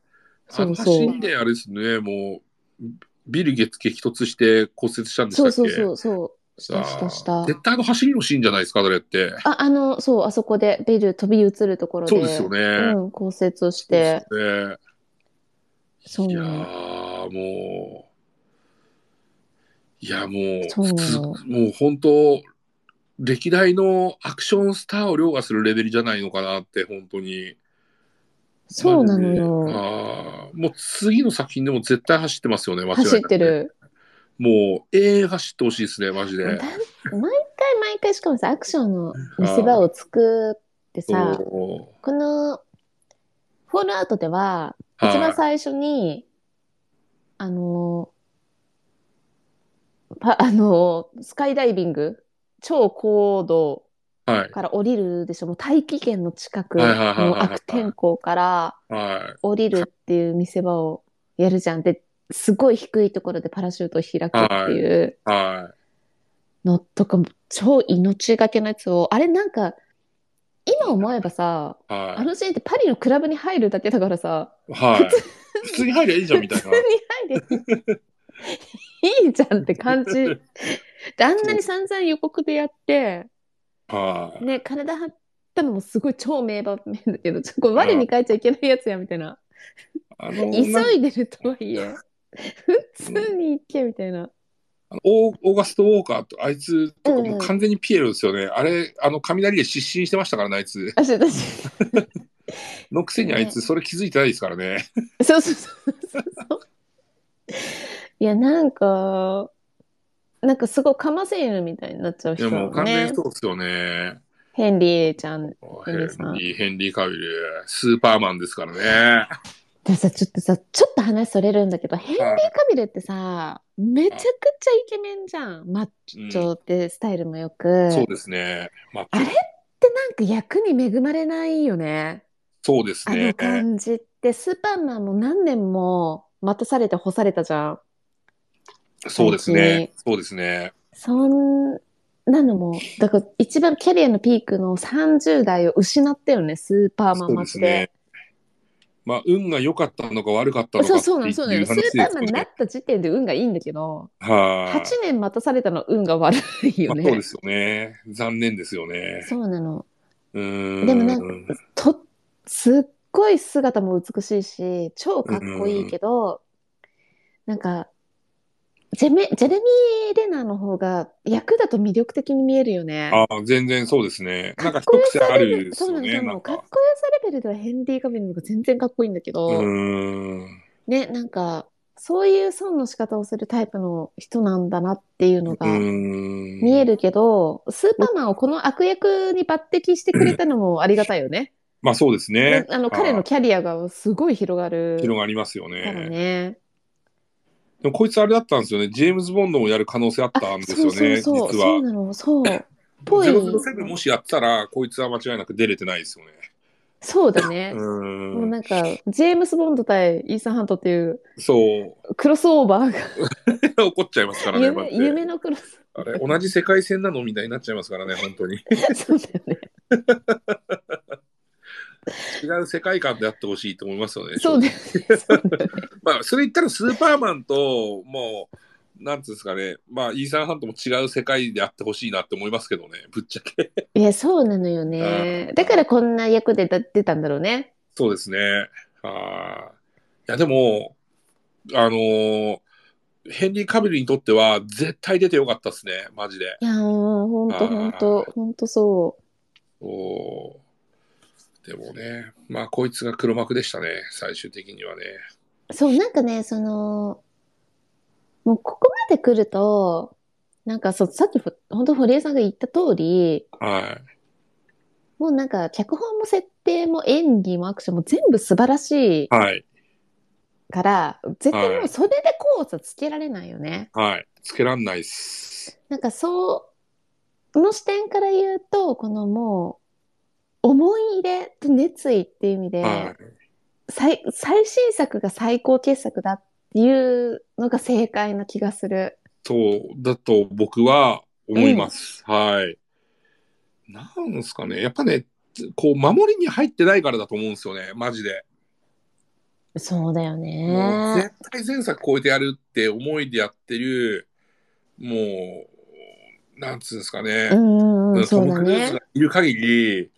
Speaker 2: そ
Speaker 1: あの
Speaker 2: うそう
Speaker 1: 走りであれですね、もう、ビルゲツ激突して骨折したんでした
Speaker 2: そ
Speaker 1: っ
Speaker 2: う
Speaker 1: け
Speaker 2: そうそうそう。した
Speaker 1: あー
Speaker 2: したした。
Speaker 1: 絶対あの走りのシーンじゃないですか、あれって。
Speaker 2: あ、あの、そう、あそこでビル飛び移るところで。
Speaker 1: そうですよね。
Speaker 2: うん、骨折をして。
Speaker 1: そうです
Speaker 2: そう
Speaker 1: ね。い
Speaker 2: な
Speaker 1: や
Speaker 2: の
Speaker 1: ー、もう、いや、も、
Speaker 2: そううな
Speaker 1: 普
Speaker 2: の
Speaker 1: 通、もう本当、歴代のアクションスターを凌駕するレベルじゃないのかなって、本当に。
Speaker 2: そうなの
Speaker 1: マジで
Speaker 2: よ。
Speaker 1: あーもう次の作品でも絶対走ってますよね、間違いなく
Speaker 2: 走って。る。
Speaker 1: もう、永遠走ってほしいですね、マジ
Speaker 2: なん
Speaker 1: で
Speaker 2: 毎。回毎回、しかもさ、アクションの見せ場を作ってさ、
Speaker 1: そう
Speaker 2: この、フォールアウトでは、一
Speaker 1: はい
Speaker 2: 番最初に、あの、パあの、スカイダイビング、超高度
Speaker 1: はい。
Speaker 2: から降りるでしょ。もう大気圏の近く
Speaker 1: はいはいはいはい
Speaker 2: の
Speaker 1: はい
Speaker 2: 悪天候から
Speaker 1: は
Speaker 2: 降りるっていう見せ場をやるじゃん。で、すごい低いところでパラシュートを開くっていう
Speaker 1: い。は
Speaker 2: のとかも、超命がけのやつを、あれなんか、今思えばさ、
Speaker 1: い。
Speaker 2: あ
Speaker 1: は
Speaker 2: のシーンってパリのクラブに入るだけだからさ、
Speaker 1: い。はい。普通に入りゃいいじゃん、みたい
Speaker 2: 普
Speaker 1: な
Speaker 2: 通。に入れいいじゃんって感じ。であんなに散々予告でやって、
Speaker 1: はい。
Speaker 2: ね、体張ったのもすごい超名場面だけど、ちょっとこれ我に返っちゃいけないやつやみたいな。
Speaker 1: あ の
Speaker 2: 急
Speaker 1: なんか
Speaker 2: いでるとはいえ、普通に行けみたいな。
Speaker 1: あのオーオーガスト・ウォーカーとあいつとか
Speaker 2: うんう
Speaker 1: も
Speaker 2: ん
Speaker 1: う完全にピエロですよね、あれあの雷で失神してましたからねあいつ
Speaker 2: あ、そう私、
Speaker 1: のくせにあいつそれ気づいてないですからね
Speaker 2: そうそうそうそうそう。いや、なんか、なんかすごいかませ犬みたいになっちゃう
Speaker 1: い
Speaker 2: 人
Speaker 1: や
Speaker 2: な
Speaker 1: も
Speaker 2: の
Speaker 1: う完全
Speaker 2: ね
Speaker 1: にそうですよね
Speaker 2: ヘンリーちゃん
Speaker 1: ヘ
Speaker 2: ヘンリーさ
Speaker 1: ン
Speaker 2: ん
Speaker 1: リーヘンリー・カウィルスーパーマンですからね
Speaker 2: でさ、ちょっとさ、ちょっと話それるんだけど、ヘンリー・カビルってさ、めちゃくちゃイケメンじゃん。マッチョでスタイルもよく。
Speaker 1: そうですね、まあ、
Speaker 2: あれってなんか役に恵まれないよね。
Speaker 1: そうです
Speaker 2: あの
Speaker 1: ね
Speaker 2: 感じって、スーパーマンも何年も待たされて干されたじゃん。
Speaker 1: そうですねそうですね
Speaker 2: そんなのも、だから一番キャリアのピークの30代を失ったよね、スーパーマン
Speaker 1: そう
Speaker 2: マ
Speaker 1: で
Speaker 2: っ
Speaker 1: す
Speaker 2: て
Speaker 1: ね。まあ運が良かったのか悪かったのか
Speaker 2: そ
Speaker 1: っ
Speaker 2: うそうな
Speaker 1: て
Speaker 2: の、そうなの。
Speaker 1: いう
Speaker 2: ス
Speaker 1: 話
Speaker 2: ー
Speaker 1: です
Speaker 2: パ
Speaker 1: よ
Speaker 2: ーマンにな
Speaker 1: ね
Speaker 2: った時点で運がいいんだけど、
Speaker 1: は
Speaker 2: 8年待たされたの運が悪い
Speaker 1: い、ま
Speaker 2: よ
Speaker 1: あ、
Speaker 2: ね。
Speaker 1: そうですよね残念ですよね
Speaker 2: そうなの。
Speaker 1: うーん
Speaker 2: でもなんか、と、すっごい姿も美しいし、超かっこいいけど、なんか、ジェメ、ジェレミー・レナーの方が役だと魅力的に見えるよね。
Speaker 1: ああ、全然そうですね。なんか
Speaker 2: かっこ
Speaker 1: 一
Speaker 2: よ
Speaker 1: 癖
Speaker 2: さ
Speaker 1: あ
Speaker 2: レベ
Speaker 1: る
Speaker 2: ル、
Speaker 1: です
Speaker 2: そう
Speaker 1: よ
Speaker 2: なの、そ
Speaker 1: ね。
Speaker 2: うな
Speaker 1: なん
Speaker 2: の。かっ
Speaker 1: か
Speaker 2: こ。よさレベルではヘンリー・カビルの方が全然かっこいいんだけ
Speaker 1: う
Speaker 2: ど、
Speaker 1: ーん。
Speaker 2: ね、なんか、そういう損の仕方をするタイプの人なんだなっていうの
Speaker 1: う
Speaker 2: が
Speaker 1: ーん。
Speaker 2: 見え。るけど、スーパーマンをこの悪役に抜擢してくれたのもありがたいよね。
Speaker 1: まあそうですね
Speaker 2: ね。あの彼のキャリアがすごい広がる
Speaker 1: 広がりますよ
Speaker 2: から
Speaker 1: ね。
Speaker 2: ね。
Speaker 1: でもこいつあれだったんですよね。ジェームズ・ボンドをやる可能性あったんです
Speaker 2: そ
Speaker 1: よ
Speaker 2: うそう
Speaker 1: ね、実
Speaker 2: そう、そう
Speaker 1: は。
Speaker 2: なの、そう。ぽい。
Speaker 1: 007もしやってたら、こいつは間違いなく出れてないですよね。
Speaker 2: そうだね
Speaker 1: う。ー。
Speaker 2: もうんなんか、ジェームス・ボンド対イーサン・ハントっていう
Speaker 1: そう。
Speaker 2: クロスオーバーが、
Speaker 1: 怒っちゃいますからね、だっ
Speaker 2: 夢
Speaker 1: て
Speaker 2: 夢のクロス。
Speaker 1: あれ、同じ世界 線なのみたいになっちゃいますからね、本当に。
Speaker 2: そうだよね。
Speaker 1: 違う世界観であってほしいと思いますよね。
Speaker 2: そうですね。そうだね
Speaker 1: まあ、それ言ったらスーパーマンと、もう、なんていうんですかね、まあ、イーサン・ハントも違う世界であってほしいなって思いますけどね、ぶっちゃけ。
Speaker 2: いや、そうなのよね。だからこんな役で出てたんだろうね。
Speaker 1: そうですね。あーいや、でも、あのーヘンリー・カビルにとっては、絶対出てよかったですね、マジで。
Speaker 2: いやー、ほん
Speaker 1: あ
Speaker 2: と
Speaker 1: ー
Speaker 2: ほんと、ほんとそ
Speaker 1: おーでもね、まあ、こいつが黒幕でしたね、最終的にはね。
Speaker 2: う。そう、なんかね、その、もうここまで来ると、なんかそう、さっきほほんと堀江さんが言った通り、
Speaker 1: はい。
Speaker 2: もうなんか脚本も設定も演技もアクションも全部素晴らしい
Speaker 1: はい。
Speaker 2: から、絶対も
Speaker 1: は
Speaker 2: う
Speaker 1: い
Speaker 2: それでコースつけられないよね。
Speaker 1: はい。つけらんないっす。
Speaker 2: なんかそう、の視点から言うと、このもう、思い入れと熱意っていう意味で、
Speaker 1: はい。
Speaker 2: 最最新作が最高傑作だっていうのが正解な気がする。
Speaker 1: そうだと僕は思います。はい。なんすかね。やっぱね、こう、守りに入ってないからだと思うんですよね。マジで。
Speaker 2: そうだよ
Speaker 1: もう
Speaker 2: ね
Speaker 1: 絶。対前作超えてやるって思いでやってる、もう、なんつうんですか
Speaker 2: う
Speaker 1: ね。
Speaker 2: んうんうん、そうだ
Speaker 1: トム・クルーズ
Speaker 2: ね
Speaker 1: が。いる限り、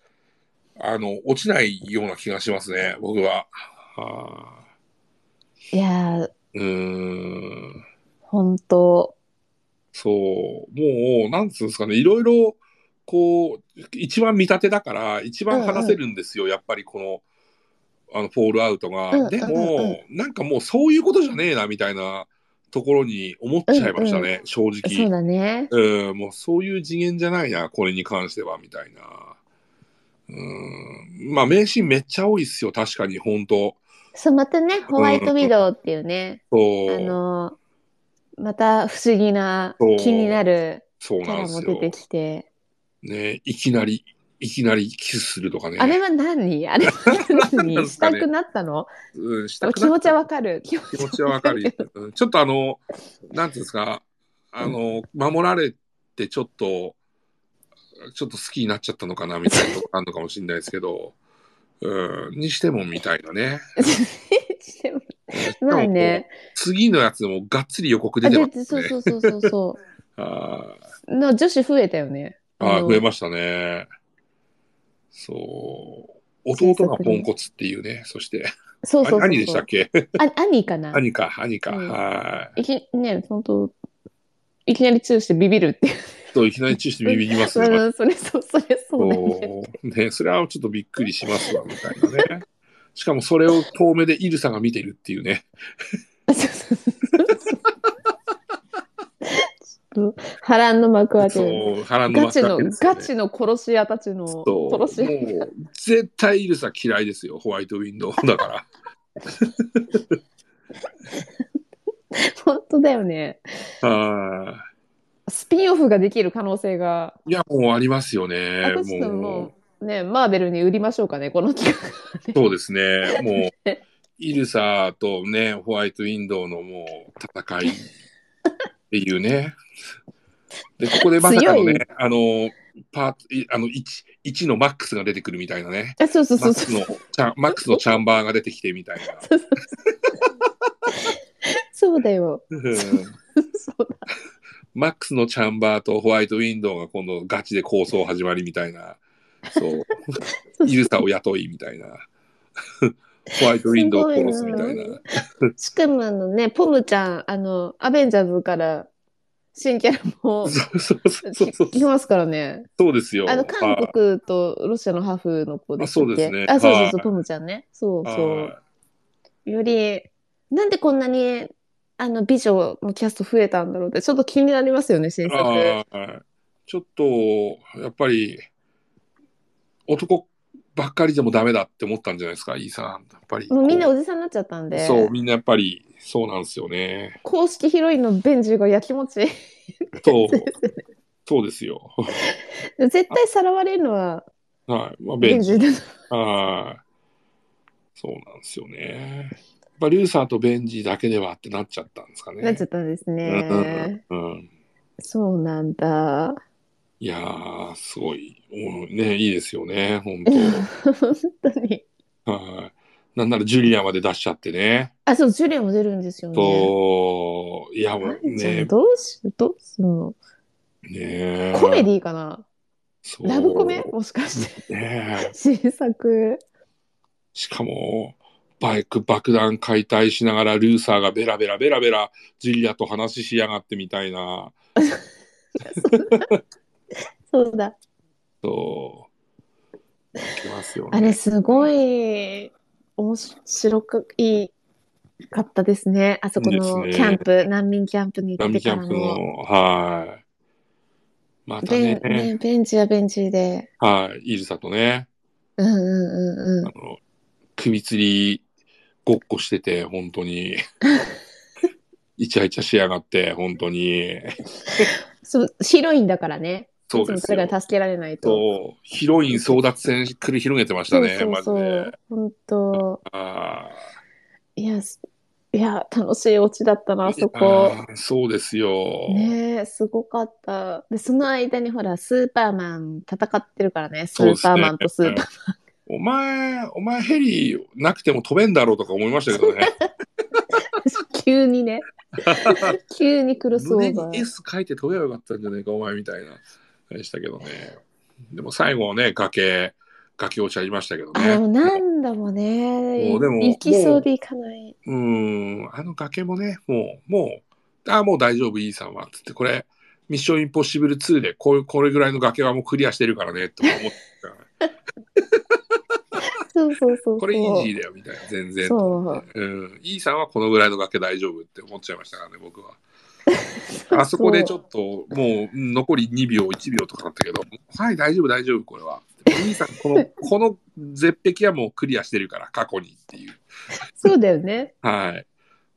Speaker 1: あの、落ちないような気がしますね。僕は。はあ、
Speaker 2: いやー、
Speaker 1: うーん。
Speaker 2: 本当
Speaker 1: そう、もう、なんつうんですかね、いろいろ、こう、一番見立てだから、一番話せるんですよ、やっぱりこの、あの、フォールアウトが。
Speaker 2: うんうんうん
Speaker 1: でも、なんかもう、そういうことじゃねえな、みたいなところに思っちゃいましたね、正
Speaker 2: そう
Speaker 1: 直。
Speaker 2: だね。
Speaker 1: うん、もう、そういう次元じゃないな、これに関しては、みたいな。うん、まあ、名シーンめっちゃ多いっすよ、確かに、本当
Speaker 2: そう、またね、ホワイトウィドウっていうね、
Speaker 1: そ
Speaker 2: あ
Speaker 1: う、
Speaker 2: の、また不思議な
Speaker 1: そう
Speaker 2: 気になる
Speaker 1: そう
Speaker 2: キャ
Speaker 1: なん
Speaker 2: ラ
Speaker 1: で
Speaker 2: も
Speaker 1: す
Speaker 2: 出
Speaker 1: よ。
Speaker 2: てきて。
Speaker 1: ね、いきなり、いきなりキスするとかね。
Speaker 2: あれ は何あれは
Speaker 1: 何なん
Speaker 2: 何
Speaker 1: で
Speaker 2: し
Speaker 1: すか
Speaker 2: た
Speaker 1: ね
Speaker 2: くなったの
Speaker 1: うん、し
Speaker 2: で
Speaker 1: た
Speaker 2: も
Speaker 1: く
Speaker 2: 気
Speaker 1: な
Speaker 2: 持
Speaker 1: っ
Speaker 2: ちはわかる。気持
Speaker 1: 気持ちはわかる。うんちょっとあの、なんていうんですか、あの、守られてちょっと、ちょっと好きになっちゃったのかなみたいなとこあるのかもしれないですけど、うん、にしてもみたいなね。
Speaker 2: ちまあね。
Speaker 1: 次のやつもがっつり予告出
Speaker 2: あ、
Speaker 1: てま
Speaker 2: で、
Speaker 1: す
Speaker 2: そう
Speaker 1: ね。
Speaker 2: そうそうそうそう。
Speaker 1: あ
Speaker 2: の女子増えたよね。
Speaker 1: ーあ
Speaker 2: あ
Speaker 1: ー、
Speaker 2: の
Speaker 1: 増えましたね。そう。弟がポンコツっていうね、そして、
Speaker 2: そうそうそうそう。
Speaker 1: あ兄でしたっけ
Speaker 2: あ兄かな。
Speaker 1: 兄か、兄か。
Speaker 2: うん
Speaker 1: はい。
Speaker 2: いきね、本当いきなりチューしてビビるっていう。
Speaker 1: と、いきなりチューしてビビりますね。
Speaker 2: うん、それそう、それそうだよね。
Speaker 1: そうね、それはちょっとびっくりしますわみたいなね。しかもそれを遠目でイルサが見てるっていうね。
Speaker 2: そうそうそうちょっと波乱の幕開け。
Speaker 1: そう腹の
Speaker 2: ガチ
Speaker 1: 中
Speaker 2: の、ガチの殺し屋たちの
Speaker 1: そうもう
Speaker 2: 殺し屋。
Speaker 1: 絶対イルサ嫌いですよ、ホワイトウィンドウだから。
Speaker 2: 本当だよね。
Speaker 1: は
Speaker 2: スピンオフができる可能性が。
Speaker 1: いいや、もうありますよね。
Speaker 2: 私ども
Speaker 1: も
Speaker 2: う、ね、マーベルに売りましょうかね、この企
Speaker 1: う、そうです ね。もう、イルサとね、ホワイトウィンドウのもう戦いっていうね。で、ここでまさかのね、あの、パート、いあの1、1のマックスが出てくるみたいなね。
Speaker 2: 画。あ、 そうそう
Speaker 1: マ
Speaker 2: そ
Speaker 1: ッ
Speaker 2: う
Speaker 1: クス
Speaker 2: そう
Speaker 1: の。チャンマックスのチャンバーが出てきてみ たいな。
Speaker 2: そうだよ。
Speaker 1: うん
Speaker 2: そうだ。
Speaker 1: マックスのチャンバーとホワイトウィンドウが今度ガチで構想始まりみたいな。そう。 イルサを雇いみたいな。 ホワイトウィンドウを殺すみたいな。
Speaker 2: しかもあのね、ポムちゃん、あの、アベンジャーズから新キャラも
Speaker 1: そうそうそうそうそう。
Speaker 2: 来ますからね。
Speaker 1: そうですよ。
Speaker 2: あの、韓
Speaker 1: はい
Speaker 2: 国とロシアのハーフの子でしたっ
Speaker 1: あそ
Speaker 2: け
Speaker 1: うですね
Speaker 2: あ、そうそう
Speaker 1: は
Speaker 2: そう、
Speaker 1: い
Speaker 2: ポムちゃんね。そうそ
Speaker 1: は
Speaker 2: う。より、なんでこんなに、あの、美女のキャスト増えたんだろうって、ちょっと気になりますよね、新
Speaker 1: い
Speaker 2: 作。
Speaker 1: はいちょっと、やっぱり、男ばっかりでもダメだって思ったんじゃないですか、イーサン。やっぱり。
Speaker 2: もうみんなおじさんになっちゃったんで、
Speaker 1: そう、みんなやっぱり、そうなんですよね。
Speaker 2: 公式ヒロインのベンジがやきもち。
Speaker 1: そう、そうですよ。
Speaker 2: 絶対さらわれるのは
Speaker 1: はい。まあ、
Speaker 2: ベ
Speaker 1: ベ
Speaker 2: ン
Speaker 1: ンジ。
Speaker 2: ジだな。
Speaker 1: はい。そうなんですよね。まあ、リューサーとベンジだけではってなっちゃったんですかね。
Speaker 2: なっちゃったんですね。
Speaker 1: うんうんうんうん
Speaker 2: そうなんだ。
Speaker 1: いやー、すごい。うんね、いいですよね、本
Speaker 2: 本当に。
Speaker 1: 当。はい。なんならジュリアまで出しちゃってね。
Speaker 2: あ、そう、ジュリアも出るんですよね。
Speaker 1: と、いや、も
Speaker 2: ア
Speaker 1: う
Speaker 2: イちゃん
Speaker 1: ね、
Speaker 2: どうし、どうすんの
Speaker 1: ね
Speaker 2: コメディかな
Speaker 1: そう
Speaker 2: ラブコメもしかして。
Speaker 1: ね
Speaker 2: 新作。
Speaker 1: しかも、バイク爆弾解体しながらルーサーがベラベラベラベラジュリアと話しやがってみたいな。
Speaker 2: そうだ。
Speaker 1: そう。いきますよね。
Speaker 2: あれ、すごい、面白く、いいかったですね。あそこの
Speaker 1: で
Speaker 2: キ
Speaker 1: すね
Speaker 2: ャンプ、難民キャンプに行
Speaker 1: ラ
Speaker 2: っ
Speaker 1: ミ
Speaker 2: て
Speaker 1: キャ
Speaker 2: か
Speaker 1: ン
Speaker 2: ら
Speaker 1: プ
Speaker 2: も。
Speaker 1: の、はい。また
Speaker 2: ベ
Speaker 1: ね
Speaker 2: ン、ね、ベンチはベンチで。
Speaker 1: はい、イルサとね、
Speaker 2: うんうんうんうん。
Speaker 1: あの、首吊りごっこしてて、本当 に。イチャイチャしやがって、本当に。
Speaker 2: そう、白いんだからね。
Speaker 1: そう
Speaker 2: いつ
Speaker 1: で
Speaker 2: も
Speaker 1: す
Speaker 2: それ
Speaker 1: よ。
Speaker 2: から助けられないと。
Speaker 1: そうヒロイン争奪戦繰り広げてましたね、
Speaker 2: そう
Speaker 1: マジ
Speaker 2: そうそ
Speaker 1: で
Speaker 2: う。。本当。
Speaker 1: あ
Speaker 2: いや、すいや、楽しいオチだったな、
Speaker 1: あ
Speaker 2: あそこ。
Speaker 1: そうですよ。
Speaker 2: ねえ、すごかった。で、その間にほら、スーパーマン戦ってるからね。ス
Speaker 1: そうで
Speaker 2: ー
Speaker 1: すね
Speaker 2: パーマンとスーパー
Speaker 1: お前、お前ヘリなくても飛べんだろうとか思いましたけどね。
Speaker 2: 急 にね。急に苦 そう
Speaker 1: 胸
Speaker 2: が。
Speaker 1: に S 書いて飛べばよかったんじゃないか、お前みたいな。でしたけどね。でも最後はね、崖、崖落ちありましたけど
Speaker 2: あ、で
Speaker 1: ね。
Speaker 2: もなんだもね。
Speaker 1: もうでも
Speaker 2: 行きそうで行かない。
Speaker 1: うーん、あの崖もね、もう、もう、ああ、もう大丈夫、E さんは。つって、これ、ミッションインポッシブル2で、こういう、これぐらいの崖はもうクリアしてるからね、と か思ってたからね
Speaker 2: そうそうそうそう。
Speaker 1: これイージーだよ、みたいな、全然。
Speaker 2: そう。
Speaker 1: うん、E さんはこのぐらいの崖大丈夫って思っちゃいましたからね、僕 は。あそこでちょっと、もううん残り2秒、1秒とかだったけど、はい、大丈夫、大丈夫、これは。兄さん、この、この絶壁はもうクリアしてるから、過去にっていう。
Speaker 2: そうだよね。
Speaker 1: はい。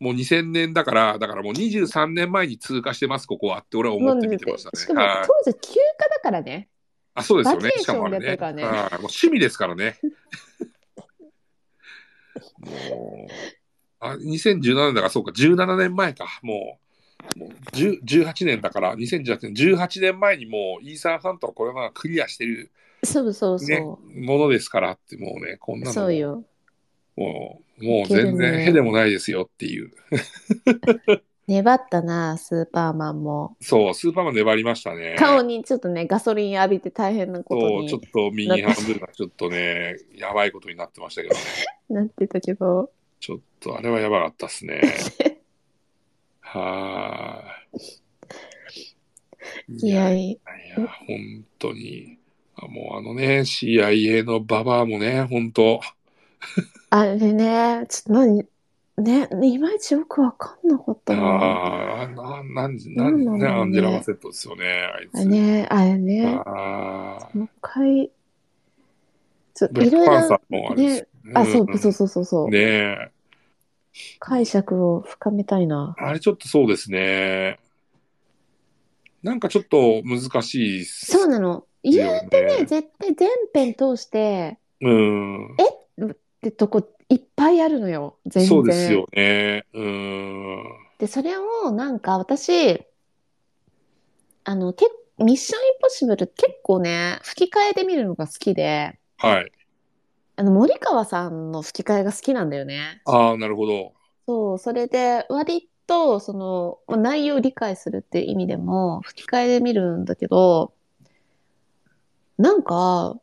Speaker 1: もう2000年だから、だからもう23年前に通過してます、ここはって俺は思って見てました
Speaker 2: しか
Speaker 1: ね。
Speaker 2: も
Speaker 1: はい。
Speaker 2: 当時休暇だからね。
Speaker 1: あ、そうですよ
Speaker 2: バ
Speaker 1: ね。
Speaker 2: ケー
Speaker 1: し
Speaker 2: シ
Speaker 1: かも
Speaker 2: ョ
Speaker 1: あ
Speaker 2: ンで
Speaker 1: れ
Speaker 2: やって
Speaker 1: ね
Speaker 2: る。か
Speaker 1: は
Speaker 2: らね
Speaker 1: いもう趣味ですからね。 もう、あ、2017年だから、そうか、17年前か。もう、もう10 18年だから、2018年、18年前にもう、イーサンハントはこれはクリアしてる、
Speaker 2: そうそうそう。
Speaker 1: ね、ものですからって、もうね、こんなの。
Speaker 2: そうよ。
Speaker 1: もう、もう
Speaker 2: いける
Speaker 1: 全
Speaker 2: ね
Speaker 1: 然へでもないですよっていう。
Speaker 2: 粘ったな、スーパーマンも。
Speaker 1: そう、スーパーマン粘りましたね。
Speaker 2: 顔にちょっとね、ガソリン浴びて大変なこと
Speaker 1: そう、ちょっ
Speaker 2: に
Speaker 1: と右半分がちょっとね、やばいことになってましたけどね。
Speaker 2: なってたけど。
Speaker 1: ちょっとあれはやばかったっ すね。はーい。
Speaker 2: いや
Speaker 1: い
Speaker 2: い
Speaker 1: や、本当に。あもうあのね、CIA のババアもね、本当
Speaker 2: あれね、ちょっと何、ね、いまいちよくわかんなかったな。
Speaker 1: あーあ、な、なん、な
Speaker 2: なんなん
Speaker 1: ん、ね、アン
Speaker 2: だろうね
Speaker 1: ジェラ・バセットですよね、あい
Speaker 2: あれ
Speaker 1: つ。
Speaker 2: ね、あれね、
Speaker 1: ああ、
Speaker 2: もう一回、ちょっ
Speaker 1: ブラッ
Speaker 2: とい
Speaker 1: ク
Speaker 2: ろい
Speaker 1: パンサ
Speaker 2: ろ、
Speaker 1: ーもあれですよね
Speaker 2: あ、そう、そうそうそうそう、
Speaker 1: ねえ
Speaker 2: 解釈を深めたいな。
Speaker 1: あれちょっとそうですね。なんかちょっと難しいっす
Speaker 2: そうなの。言う
Speaker 1: よて
Speaker 2: ね、絶対全編通して、
Speaker 1: うん。
Speaker 2: ってとこいっぱいあるのよ、全然。
Speaker 1: そうですよね。うん。
Speaker 2: で、それをなんか私、あの、けミッションインポッシブル結構ね、吹き替えで見るのが好きで、
Speaker 1: はい。
Speaker 2: あの、森川さんの吹き替えが好きなんだよね。
Speaker 1: ああ、なるほど。
Speaker 2: そう、それで割と、その、まあ内容を理解するっていう意味でも、吹き替えで見るんだけど、なんか、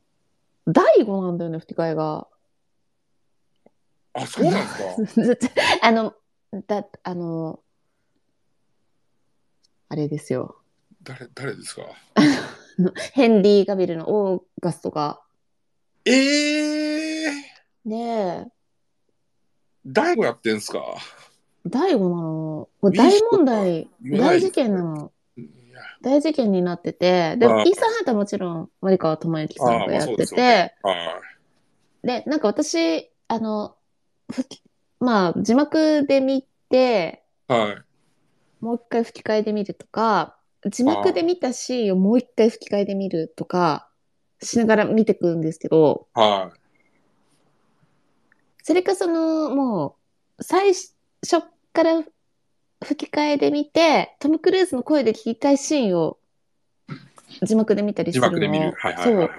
Speaker 2: 第五なんだよね、吹き替えが。
Speaker 1: あ、そうなんですか。
Speaker 2: あの、だ、あの、あれですよ。
Speaker 1: 誰、誰ですか。
Speaker 2: ヘンリー・ガビルのオーガストが。
Speaker 1: ええー、
Speaker 2: ねえ、
Speaker 1: 大悟やってんすか。
Speaker 2: 第五なの。これ大問題、
Speaker 1: 見ない
Speaker 2: 大事件なの。
Speaker 1: いや
Speaker 2: 大事件になってて、で、イー
Speaker 1: ああ
Speaker 2: サンハンターもちろん、森川智之さん
Speaker 1: ああ、
Speaker 2: が
Speaker 1: まあ
Speaker 2: やっ
Speaker 1: そうで
Speaker 2: て
Speaker 1: す
Speaker 2: て、
Speaker 1: よね。はい。
Speaker 2: で、なんか私、あの、吹きまあ、字幕で見て、
Speaker 1: はい。
Speaker 2: もう一回吹き替えで見るとか、字幕で見たシーンをもう一回吹き替えで見るとか、しながら見てくんですけど、
Speaker 1: はい。
Speaker 2: それかその、もう、最初から吹き替えで見て、トム・クルーズの声で聞きたいシーンを字幕で見たり
Speaker 1: 字
Speaker 2: するの
Speaker 1: 幕で見る。はいはいはい、はい
Speaker 2: そ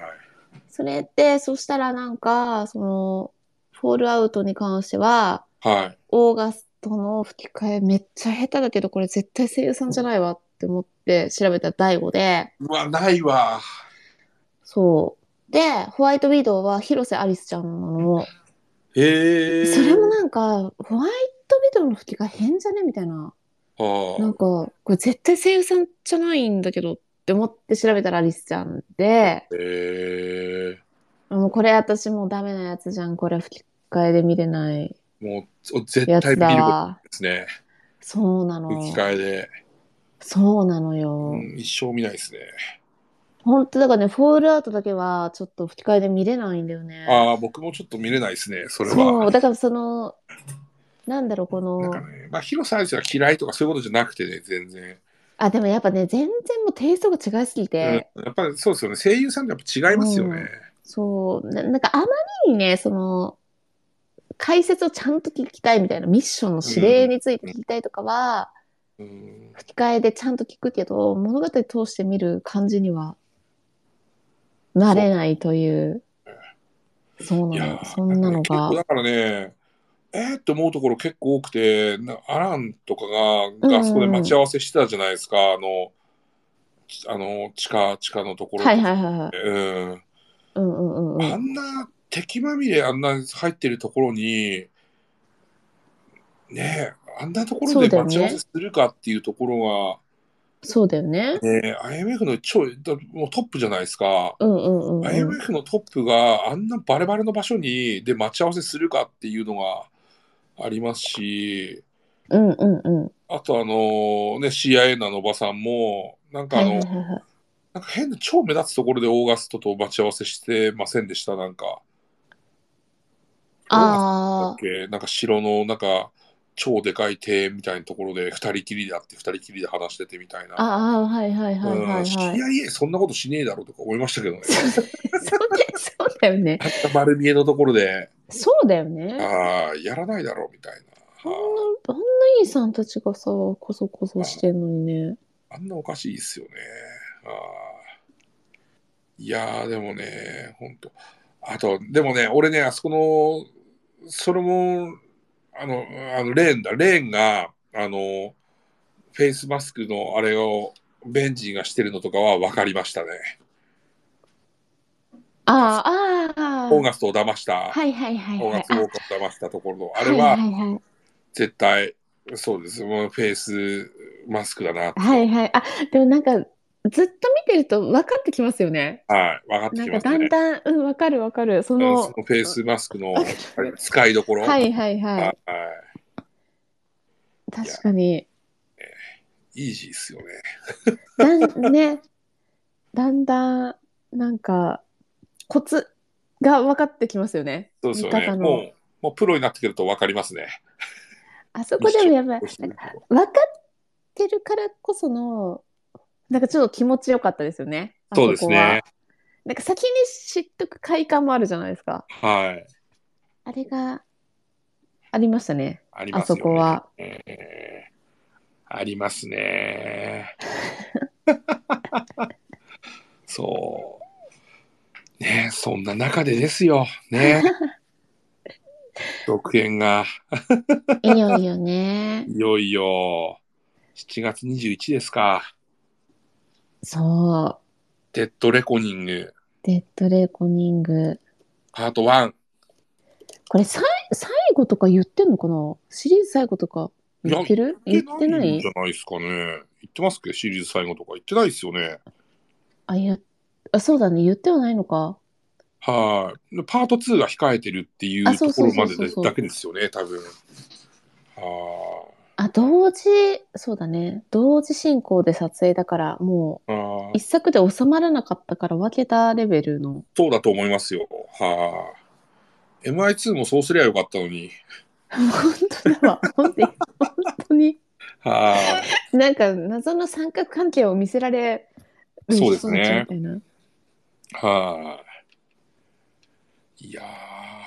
Speaker 2: う。それでそしたらなんかそのフォールアウトに関しては
Speaker 1: はい。
Speaker 2: オーガストの吹き替えめっちゃ下手だけどこれ絶対声優さんじゃないわって思って調べたら第5で
Speaker 1: うわ、ないわ。
Speaker 2: そうでホワイトウィドウは広瀬アリスちゃんなの
Speaker 1: へえ。
Speaker 2: それもなんかホワイトウィドウの吹き替え変じゃねみたいな
Speaker 1: は
Speaker 2: なんかこれ絶対声優さんじゃないんだけどって思って調べたらアリスちゃんで
Speaker 1: あ。へえ。
Speaker 2: もうこれ私もうダメなやつじゃんこれ吹き替えで見れない
Speaker 1: もう、絶
Speaker 2: や
Speaker 1: 対
Speaker 2: つ
Speaker 1: 見
Speaker 2: だ
Speaker 1: ること
Speaker 2: わ
Speaker 1: ですね。
Speaker 2: そうなの
Speaker 1: 吹き替えで。
Speaker 2: そうなのよ、
Speaker 1: うん、一生見ないですね。
Speaker 2: 本当だからねフォールアウトだけはちょっと吹き替えで見れないんだよね
Speaker 1: ああ、僕もちょっと見れないですね、それ
Speaker 2: そう
Speaker 1: は。
Speaker 2: だからそのなんだろうこの
Speaker 1: なんかね、まあ、広瀬アリスが嫌いとかそういうことじゃなくてね、全然。
Speaker 2: あでもやっぱね全然もうテイストが違いすぎて、
Speaker 1: うんやっぱりそうですよね、声優さんってやっぱ違いますよね。
Speaker 2: そうななんかあまりにねその解説をちゃんと聞きたいみたいなミッションの指令について聞きたいとかは、
Speaker 1: うん、
Speaker 2: 吹き替えでちゃんと聞くけど物語通して見る感じにはなれないというそう
Speaker 1: い
Speaker 2: な
Speaker 1: や
Speaker 2: の
Speaker 1: ー
Speaker 2: そんなの
Speaker 1: 結構だ
Speaker 2: が
Speaker 1: からね、えー、って思うところ結構多くて、なアランとかが、
Speaker 2: うん
Speaker 1: があそこで待ち合わせしてたじゃないですか、あの、ちあの地下、地下のところとか
Speaker 2: はいはいはいはい
Speaker 1: うん、
Speaker 2: うんうんうんうん
Speaker 1: あんな敵まみれあんな入ってるところにねえあんなとこ
Speaker 2: そ
Speaker 1: ろで
Speaker 2: うだよ
Speaker 1: 待
Speaker 2: ね
Speaker 1: ち合わせするかっていうところ
Speaker 2: そうだよ
Speaker 1: が、
Speaker 2: ね。
Speaker 1: ねえ IMF の超だもうトップじゃないですか、
Speaker 2: うんうんうんうん。
Speaker 1: IMF のトップがあんなバレバレの場所にで待ち合わせするかっていうのがありますし
Speaker 2: うんうんうん。
Speaker 1: あとあのね CIA のあのおばさんもなんか
Speaker 2: は
Speaker 1: あ
Speaker 2: い
Speaker 1: の、
Speaker 2: はいはいはい。
Speaker 1: なんか変な超目立つところでオーガストと待ち合わせしてませんでしたなんか。だ
Speaker 2: あ
Speaker 1: っけなんか城のなんか超でかい庭園みたいなところで二人きりで会って二人きりで話しててみたい
Speaker 2: あ、あ
Speaker 1: な。
Speaker 2: あ、はいはいはいはいは
Speaker 1: うん
Speaker 2: い。そ
Speaker 1: CIA そんなことしねえだろうとか思いましたけ どね。
Speaker 2: うでそうだよね。
Speaker 1: あんな丸見えのところで、
Speaker 2: そうだよね。
Speaker 1: ああ、やらないだろうみたい
Speaker 2: あんな
Speaker 1: な。、
Speaker 2: あんな兄さんたちがさ、こそこそしてんのにね。
Speaker 1: あんなおかしいっすよね。ああいやー、でもね、ほんと。あと、でもね、俺ね、あそこの、それも、あの、あのレーンだ、レーンが、あの、フェイスマスクのあれを、ベンジンがしてるのとかは分かりましたね。
Speaker 2: ああ、ああ。
Speaker 1: オーガストを騙した、
Speaker 2: はいはいはい
Speaker 1: オー
Speaker 2: は
Speaker 1: ガ
Speaker 2: い
Speaker 1: ス。トを騙したところの、
Speaker 2: あ
Speaker 1: あれ
Speaker 2: はい
Speaker 1: は
Speaker 2: はいはい。
Speaker 1: 絶対、そうです、もうフェイスマスクだなって。
Speaker 2: はいはい。あ、でもなんか、ずっと見てると分かってきますよね。
Speaker 1: はい、分かって
Speaker 2: な
Speaker 1: き
Speaker 2: ん
Speaker 1: ま
Speaker 2: か
Speaker 1: す
Speaker 2: だん
Speaker 1: ね。
Speaker 2: だん、うん、分かる分かる。そ
Speaker 1: うん
Speaker 2: の
Speaker 1: そ、のフェイスマスクの使いどころ。
Speaker 2: はいはい
Speaker 1: は
Speaker 2: はい。
Speaker 1: はい
Speaker 2: 確かに。
Speaker 1: い、イージーっすよね。
Speaker 2: だんね、だんだん、なんか、コツが分かってきますよね。
Speaker 1: そうですよ
Speaker 2: 見
Speaker 1: ね。
Speaker 2: 方の
Speaker 1: もう、もうプロになってくると分かりますね。
Speaker 2: あそこでもやっぱり
Speaker 1: どうしてる
Speaker 2: 分かってるからこその、なんかちょっと気持ちよかったですよね。あ
Speaker 1: そう
Speaker 2: こは
Speaker 1: ですね。。
Speaker 2: なんか先に知っとく快感もあるじゃないですか。
Speaker 1: はい。
Speaker 2: あれがありましたね。
Speaker 1: あり
Speaker 2: あ
Speaker 1: ますよ
Speaker 2: そ
Speaker 1: ね。
Speaker 2: こ。は。
Speaker 1: えー、あります ね。そう。ねそんな中でですよ。 ね続編が、
Speaker 2: いよいよね。
Speaker 1: いよいよ、7月21ですか。
Speaker 2: そう。
Speaker 1: デッドレコニング、
Speaker 2: デッドレコニング。
Speaker 1: パート1。
Speaker 2: これさい最後とか言ってんのかなシリーズ最後とか言ってる言ってな
Speaker 1: じゃ
Speaker 2: い
Speaker 1: ないですかね。言ってますっけど、シリーズ最後とか言ってないですよね。
Speaker 2: あいやあそうだね言ってはないのか
Speaker 1: はい。でパート2が控えてるっていう
Speaker 2: あ
Speaker 1: と
Speaker 2: そう
Speaker 1: こ
Speaker 2: そう
Speaker 1: ろ
Speaker 2: そ
Speaker 1: ま
Speaker 2: う
Speaker 1: で
Speaker 2: そう
Speaker 1: でだけですよね、多分。は
Speaker 2: あ同時そうだね同時進行で撮影だからも
Speaker 1: い。あ
Speaker 2: う一作で収まらなかったから分けたレベルの
Speaker 1: そうだと思いますよ。はい。MI2 もそうすりゃよかったのに。
Speaker 2: 本当だわ 本当に本当に
Speaker 1: は
Speaker 2: なんか謎の三角関係を見せられる
Speaker 1: そうですね。
Speaker 2: 人たちみたいない
Speaker 1: はい。いやー、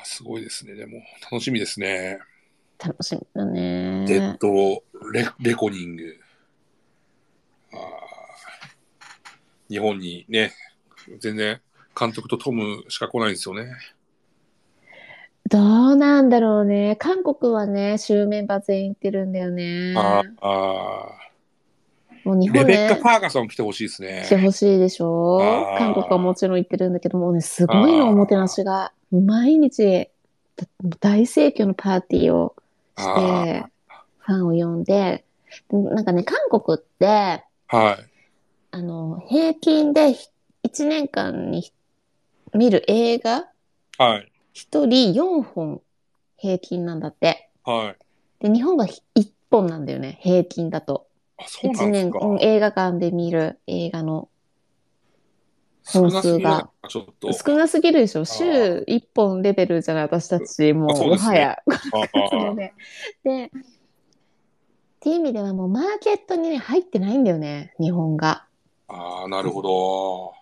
Speaker 1: すごいですね。でも、楽しみですね。
Speaker 2: 楽しみだ
Speaker 1: デッ
Speaker 2: ね
Speaker 1: ドレレコニング。あー日本にね、全然監督とトムしか来ないんですよね。
Speaker 2: どうなんだろうね。韓国はね、州メンバー全員行ってるんだよね。
Speaker 1: あーあ
Speaker 2: もう日
Speaker 1: ー、レ
Speaker 2: 本
Speaker 1: ベッカ・
Speaker 2: ね
Speaker 1: フ、ァーガソン来てほしいです
Speaker 2: 来て
Speaker 1: ね。
Speaker 2: ほしいでしょ
Speaker 1: あー
Speaker 2: 韓国はもちろん行ってるんだけどもうね、すごい
Speaker 1: あー
Speaker 2: の、おもてなしが。毎日、だもう大盛況のパーティーをして、ファンを呼んで、でもなんかね、韓国って、
Speaker 1: あーはい。
Speaker 2: あの、平均で1年間に見る映画、
Speaker 1: はい。
Speaker 2: 1人4本平均なんだって。
Speaker 1: はい。
Speaker 2: で、日本が1本なんだよね、平均だと。
Speaker 1: あ、そうな
Speaker 2: 1
Speaker 1: んです
Speaker 2: 年、
Speaker 1: か。
Speaker 2: うん映画館で見る映画の本数が
Speaker 1: 少なすぎないちょっと。
Speaker 2: 少なすぎるでしょ
Speaker 1: ー
Speaker 2: 週1本レベルじゃない私たちも
Speaker 1: あそうう
Speaker 2: も
Speaker 1: です
Speaker 2: は
Speaker 1: ね
Speaker 2: や
Speaker 1: あー
Speaker 2: ででっていう意味ではもうマーケットにね入ってないんだよね日本が
Speaker 1: あー、なるほど。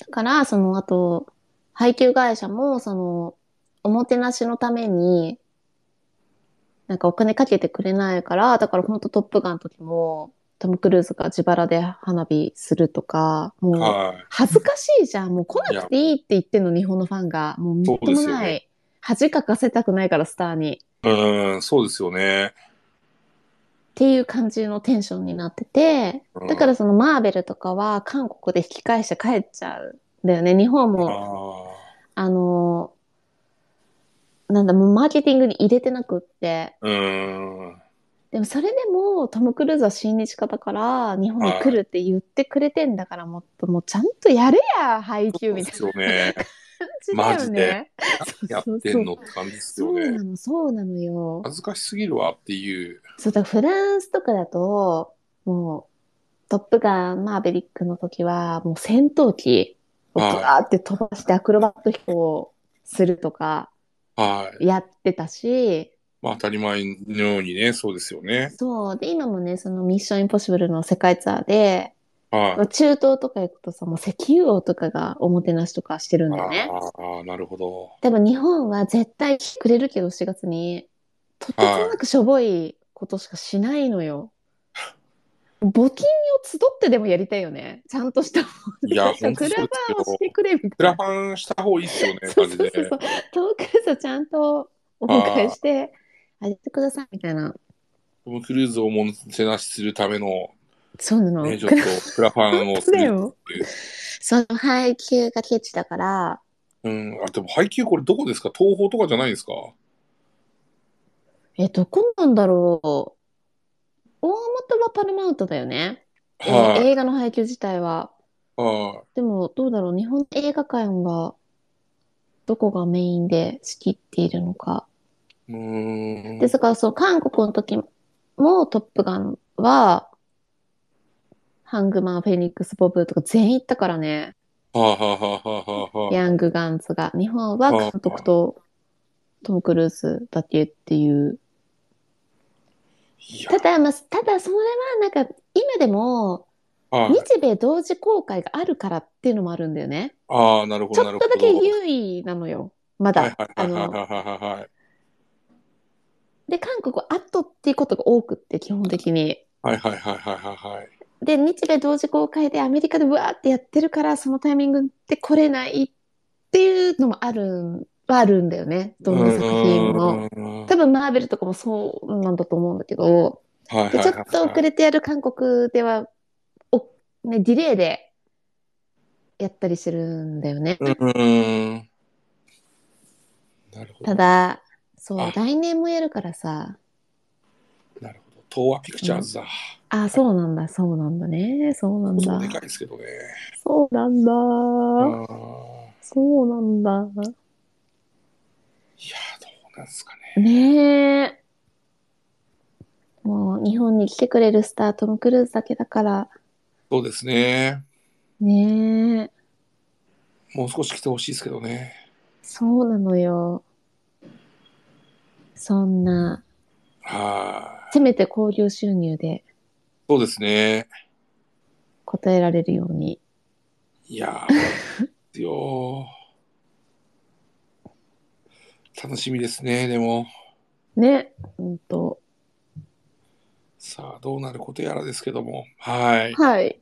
Speaker 2: だからそのあと配給会社もそのおもてなしのためになんかお金かけてくれないからだからほんと「トップガン」の時もトム・クルーズが自腹で花火するとかもう
Speaker 1: は
Speaker 2: 恥ずかしいじゃん。もう来なくていいって言ってんの、日本のファンが。もうみっとも
Speaker 1: そうですよ
Speaker 2: ない。
Speaker 1: ね
Speaker 2: 恥かかせたくないから、スターに。
Speaker 1: い。うん、そうですよね。
Speaker 2: っていう感じのテンションになってて、
Speaker 1: うん
Speaker 2: だからそのマーベルとかは韓国で引き返して帰っちゃうんだよね。日本
Speaker 1: あ
Speaker 2: も、
Speaker 1: あ。
Speaker 2: あのーなんだ、もうマーケティングに入れてなくって。
Speaker 1: うん。
Speaker 2: でもそれでもトム・クルーズは親日家だから、日本に来るって言ってくれてんだから、もっともうちゃんとやれや、配給みたい
Speaker 1: そうですよね。
Speaker 2: な感
Speaker 1: マ
Speaker 2: じ
Speaker 1: ジ
Speaker 2: だよね
Speaker 1: で。やってんのって感じです
Speaker 2: そ
Speaker 1: よ
Speaker 2: う
Speaker 1: ね
Speaker 2: な。の、そうなのよ。
Speaker 1: 恥ずかしすぎるわっていう。
Speaker 2: そうだ、フランスとかだと、もう、トップガン、マーベリックの時は、もう戦闘機をブ
Speaker 1: はい
Speaker 2: ワーって飛ばしてアクロバット飛行をするとか
Speaker 1: はい。
Speaker 2: やってたし、
Speaker 1: まあ当たり前のようにね、そうですよね。
Speaker 2: そう。で、今もね、そのミッションインポッシブルの世界ツアーで、
Speaker 1: はい。
Speaker 2: 中東とか行くとさ、もう石油王とかがおもてなしとかしてるんだよね。
Speaker 1: ああ、なるほど。
Speaker 2: でも日本は絶対来てくれるけど、4月に、とてつもなくしょぼいことしかしないのよ。募金を集ってでもやりたいよね。ちゃんとしたもん
Speaker 1: いや
Speaker 2: なんか
Speaker 1: 本当そうです
Speaker 2: クラ
Speaker 1: よ
Speaker 2: バーをしてくれみ
Speaker 1: ク
Speaker 2: た
Speaker 1: ラ
Speaker 2: い
Speaker 1: フ
Speaker 2: な。
Speaker 1: ァンした方がいいっすよね、
Speaker 2: そう
Speaker 1: 感じ
Speaker 2: そう
Speaker 1: で。
Speaker 2: そうそう。トークルーズをちゃんとお迎えして、あげてくださいみたいな。
Speaker 1: トム・クルーズをもてなしするための、
Speaker 2: そうなの。
Speaker 1: ね、ちょっとクラファンをす
Speaker 2: 本当
Speaker 1: る
Speaker 2: だよ
Speaker 1: っていう。
Speaker 2: その配給がケチだから、
Speaker 1: うん、あでも配給これどこですか東宝とかじゃないですか
Speaker 2: え、どこなんだろう。大元はパルマウントだよね。
Speaker 1: はい、
Speaker 2: 映画の配給自体は。
Speaker 1: はい、
Speaker 2: でも、どうだろう。日本映画館が、どこがメインで仕切っているのか。
Speaker 1: うーん。
Speaker 2: ですから、そう、韓国の時も、トップガンは、ハングマン、フェニックス、ボブとか全員行ったからね。
Speaker 1: はあ、はあはあはあはあ、
Speaker 2: ヤングガンズが。日本は監督とトム・クルーズだけっていう。
Speaker 1: いや
Speaker 2: ただ、まあ、ただ、それはなんか、今でも、
Speaker 1: はい
Speaker 2: 日米同時公開があるからっていうのもあるんだよね。
Speaker 1: ああ、なるほ
Speaker 2: ち
Speaker 1: ど、
Speaker 2: ょ
Speaker 1: なる
Speaker 2: っ
Speaker 1: ほ
Speaker 2: と
Speaker 1: ど。
Speaker 2: だけ優位なのよ。
Speaker 1: は
Speaker 2: ま
Speaker 1: い
Speaker 2: だ。
Speaker 1: はい
Speaker 2: あ
Speaker 1: はいは
Speaker 2: の、
Speaker 1: いはいはい。
Speaker 2: で、韓国は後っていうことが多くって、基本的に。
Speaker 1: はいはいはいはいはいはい。
Speaker 2: で、日米同時公開でアメリカでわーってやってるから、そのタイミングで来れないっていうのもある、はあるんだよね。どの作品も。
Speaker 1: うーん
Speaker 2: 多分、マーベルとかもそうなんだと思うんだけど、
Speaker 1: はいはい
Speaker 2: で、
Speaker 1: はい
Speaker 2: ちょっと遅れてやる韓国では、お、ね、ディレイでやったりしてるんだよね。
Speaker 1: うーん。なるほ
Speaker 2: た
Speaker 1: ど。
Speaker 2: だ、そう
Speaker 1: あ、
Speaker 2: 来年もやるからさ、
Speaker 1: なるほど。東亜ピクチャーズだ。
Speaker 2: あ、そうなんだ、そうなんだね、そうなん
Speaker 1: 相当
Speaker 2: だ
Speaker 1: で。かいですけどね。
Speaker 2: そうなんだ。
Speaker 1: ああー。い
Speaker 2: そうなんだ。
Speaker 1: やー、どうなんですかね。
Speaker 2: ねえ。もう日本に来てくれるスタートム・クルーズだけだから。
Speaker 1: そうですね。
Speaker 2: ねえ。
Speaker 1: もう少し来てほしいですけどね。
Speaker 2: そうなのよ。そんな、
Speaker 1: はい。
Speaker 2: せめて興行収入で
Speaker 1: そうですね。
Speaker 2: 答えられるように。
Speaker 1: いやーですよー。楽しみですね、でも。
Speaker 2: ね。ほんと。
Speaker 1: さあ、どうなることやらですけども。はい。
Speaker 2: はい。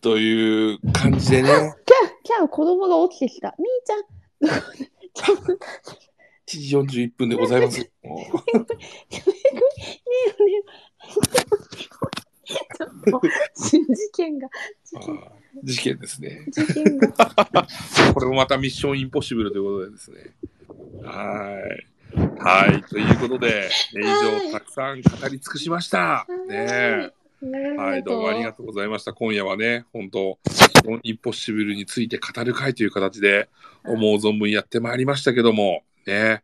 Speaker 1: という感じでね、
Speaker 2: キャー、子供が起きてきた。みーちゃん。 ちょっと
Speaker 1: 7時41分でござい ます。もう
Speaker 2: ねえねえ。ちょっと事件が、事件
Speaker 1: あー事件ですね。
Speaker 2: 事件が。
Speaker 1: これもまたミッションインポッシブルということでですね。はい。はい。ということで、以
Speaker 2: はい
Speaker 1: 上たくさん語り尽くしました。ねえ。
Speaker 2: ね
Speaker 1: はい、どうもありがとうございました。今夜はね、本当、インポッシブルについて語る会という形で、思う存分やってまいりましたけども、ね。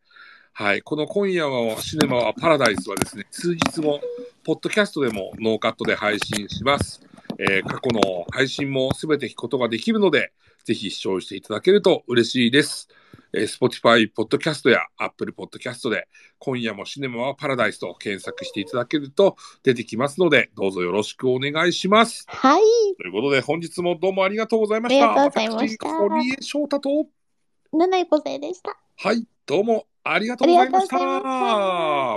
Speaker 1: はい、この今夜はシネマはパラダイスはですね、数日後、ポッドキャストでもノーカットで配信します。えー過去の配信もすべて聞くことができるので、ぜひ視聴していただけると嬉しいです。えー Spotify ポッドキャストや Apple ポッドキャストで、今夜もシネマはパラダイスと検索していただけると出てきますので、どうぞよろしくお願いします。
Speaker 2: はい。
Speaker 1: ということで、本日もどうもありがとうございました。
Speaker 2: ありがとうございました
Speaker 1: 私堀江翔太と、
Speaker 2: 七井小生でした。
Speaker 1: はい、どうもありがとうございました。
Speaker 2: ありがとうござい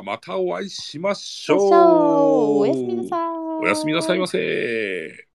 Speaker 1: またお会いしまし
Speaker 2: そう
Speaker 1: ょう。
Speaker 2: おやすみなさい。
Speaker 1: おやすみなさいませ。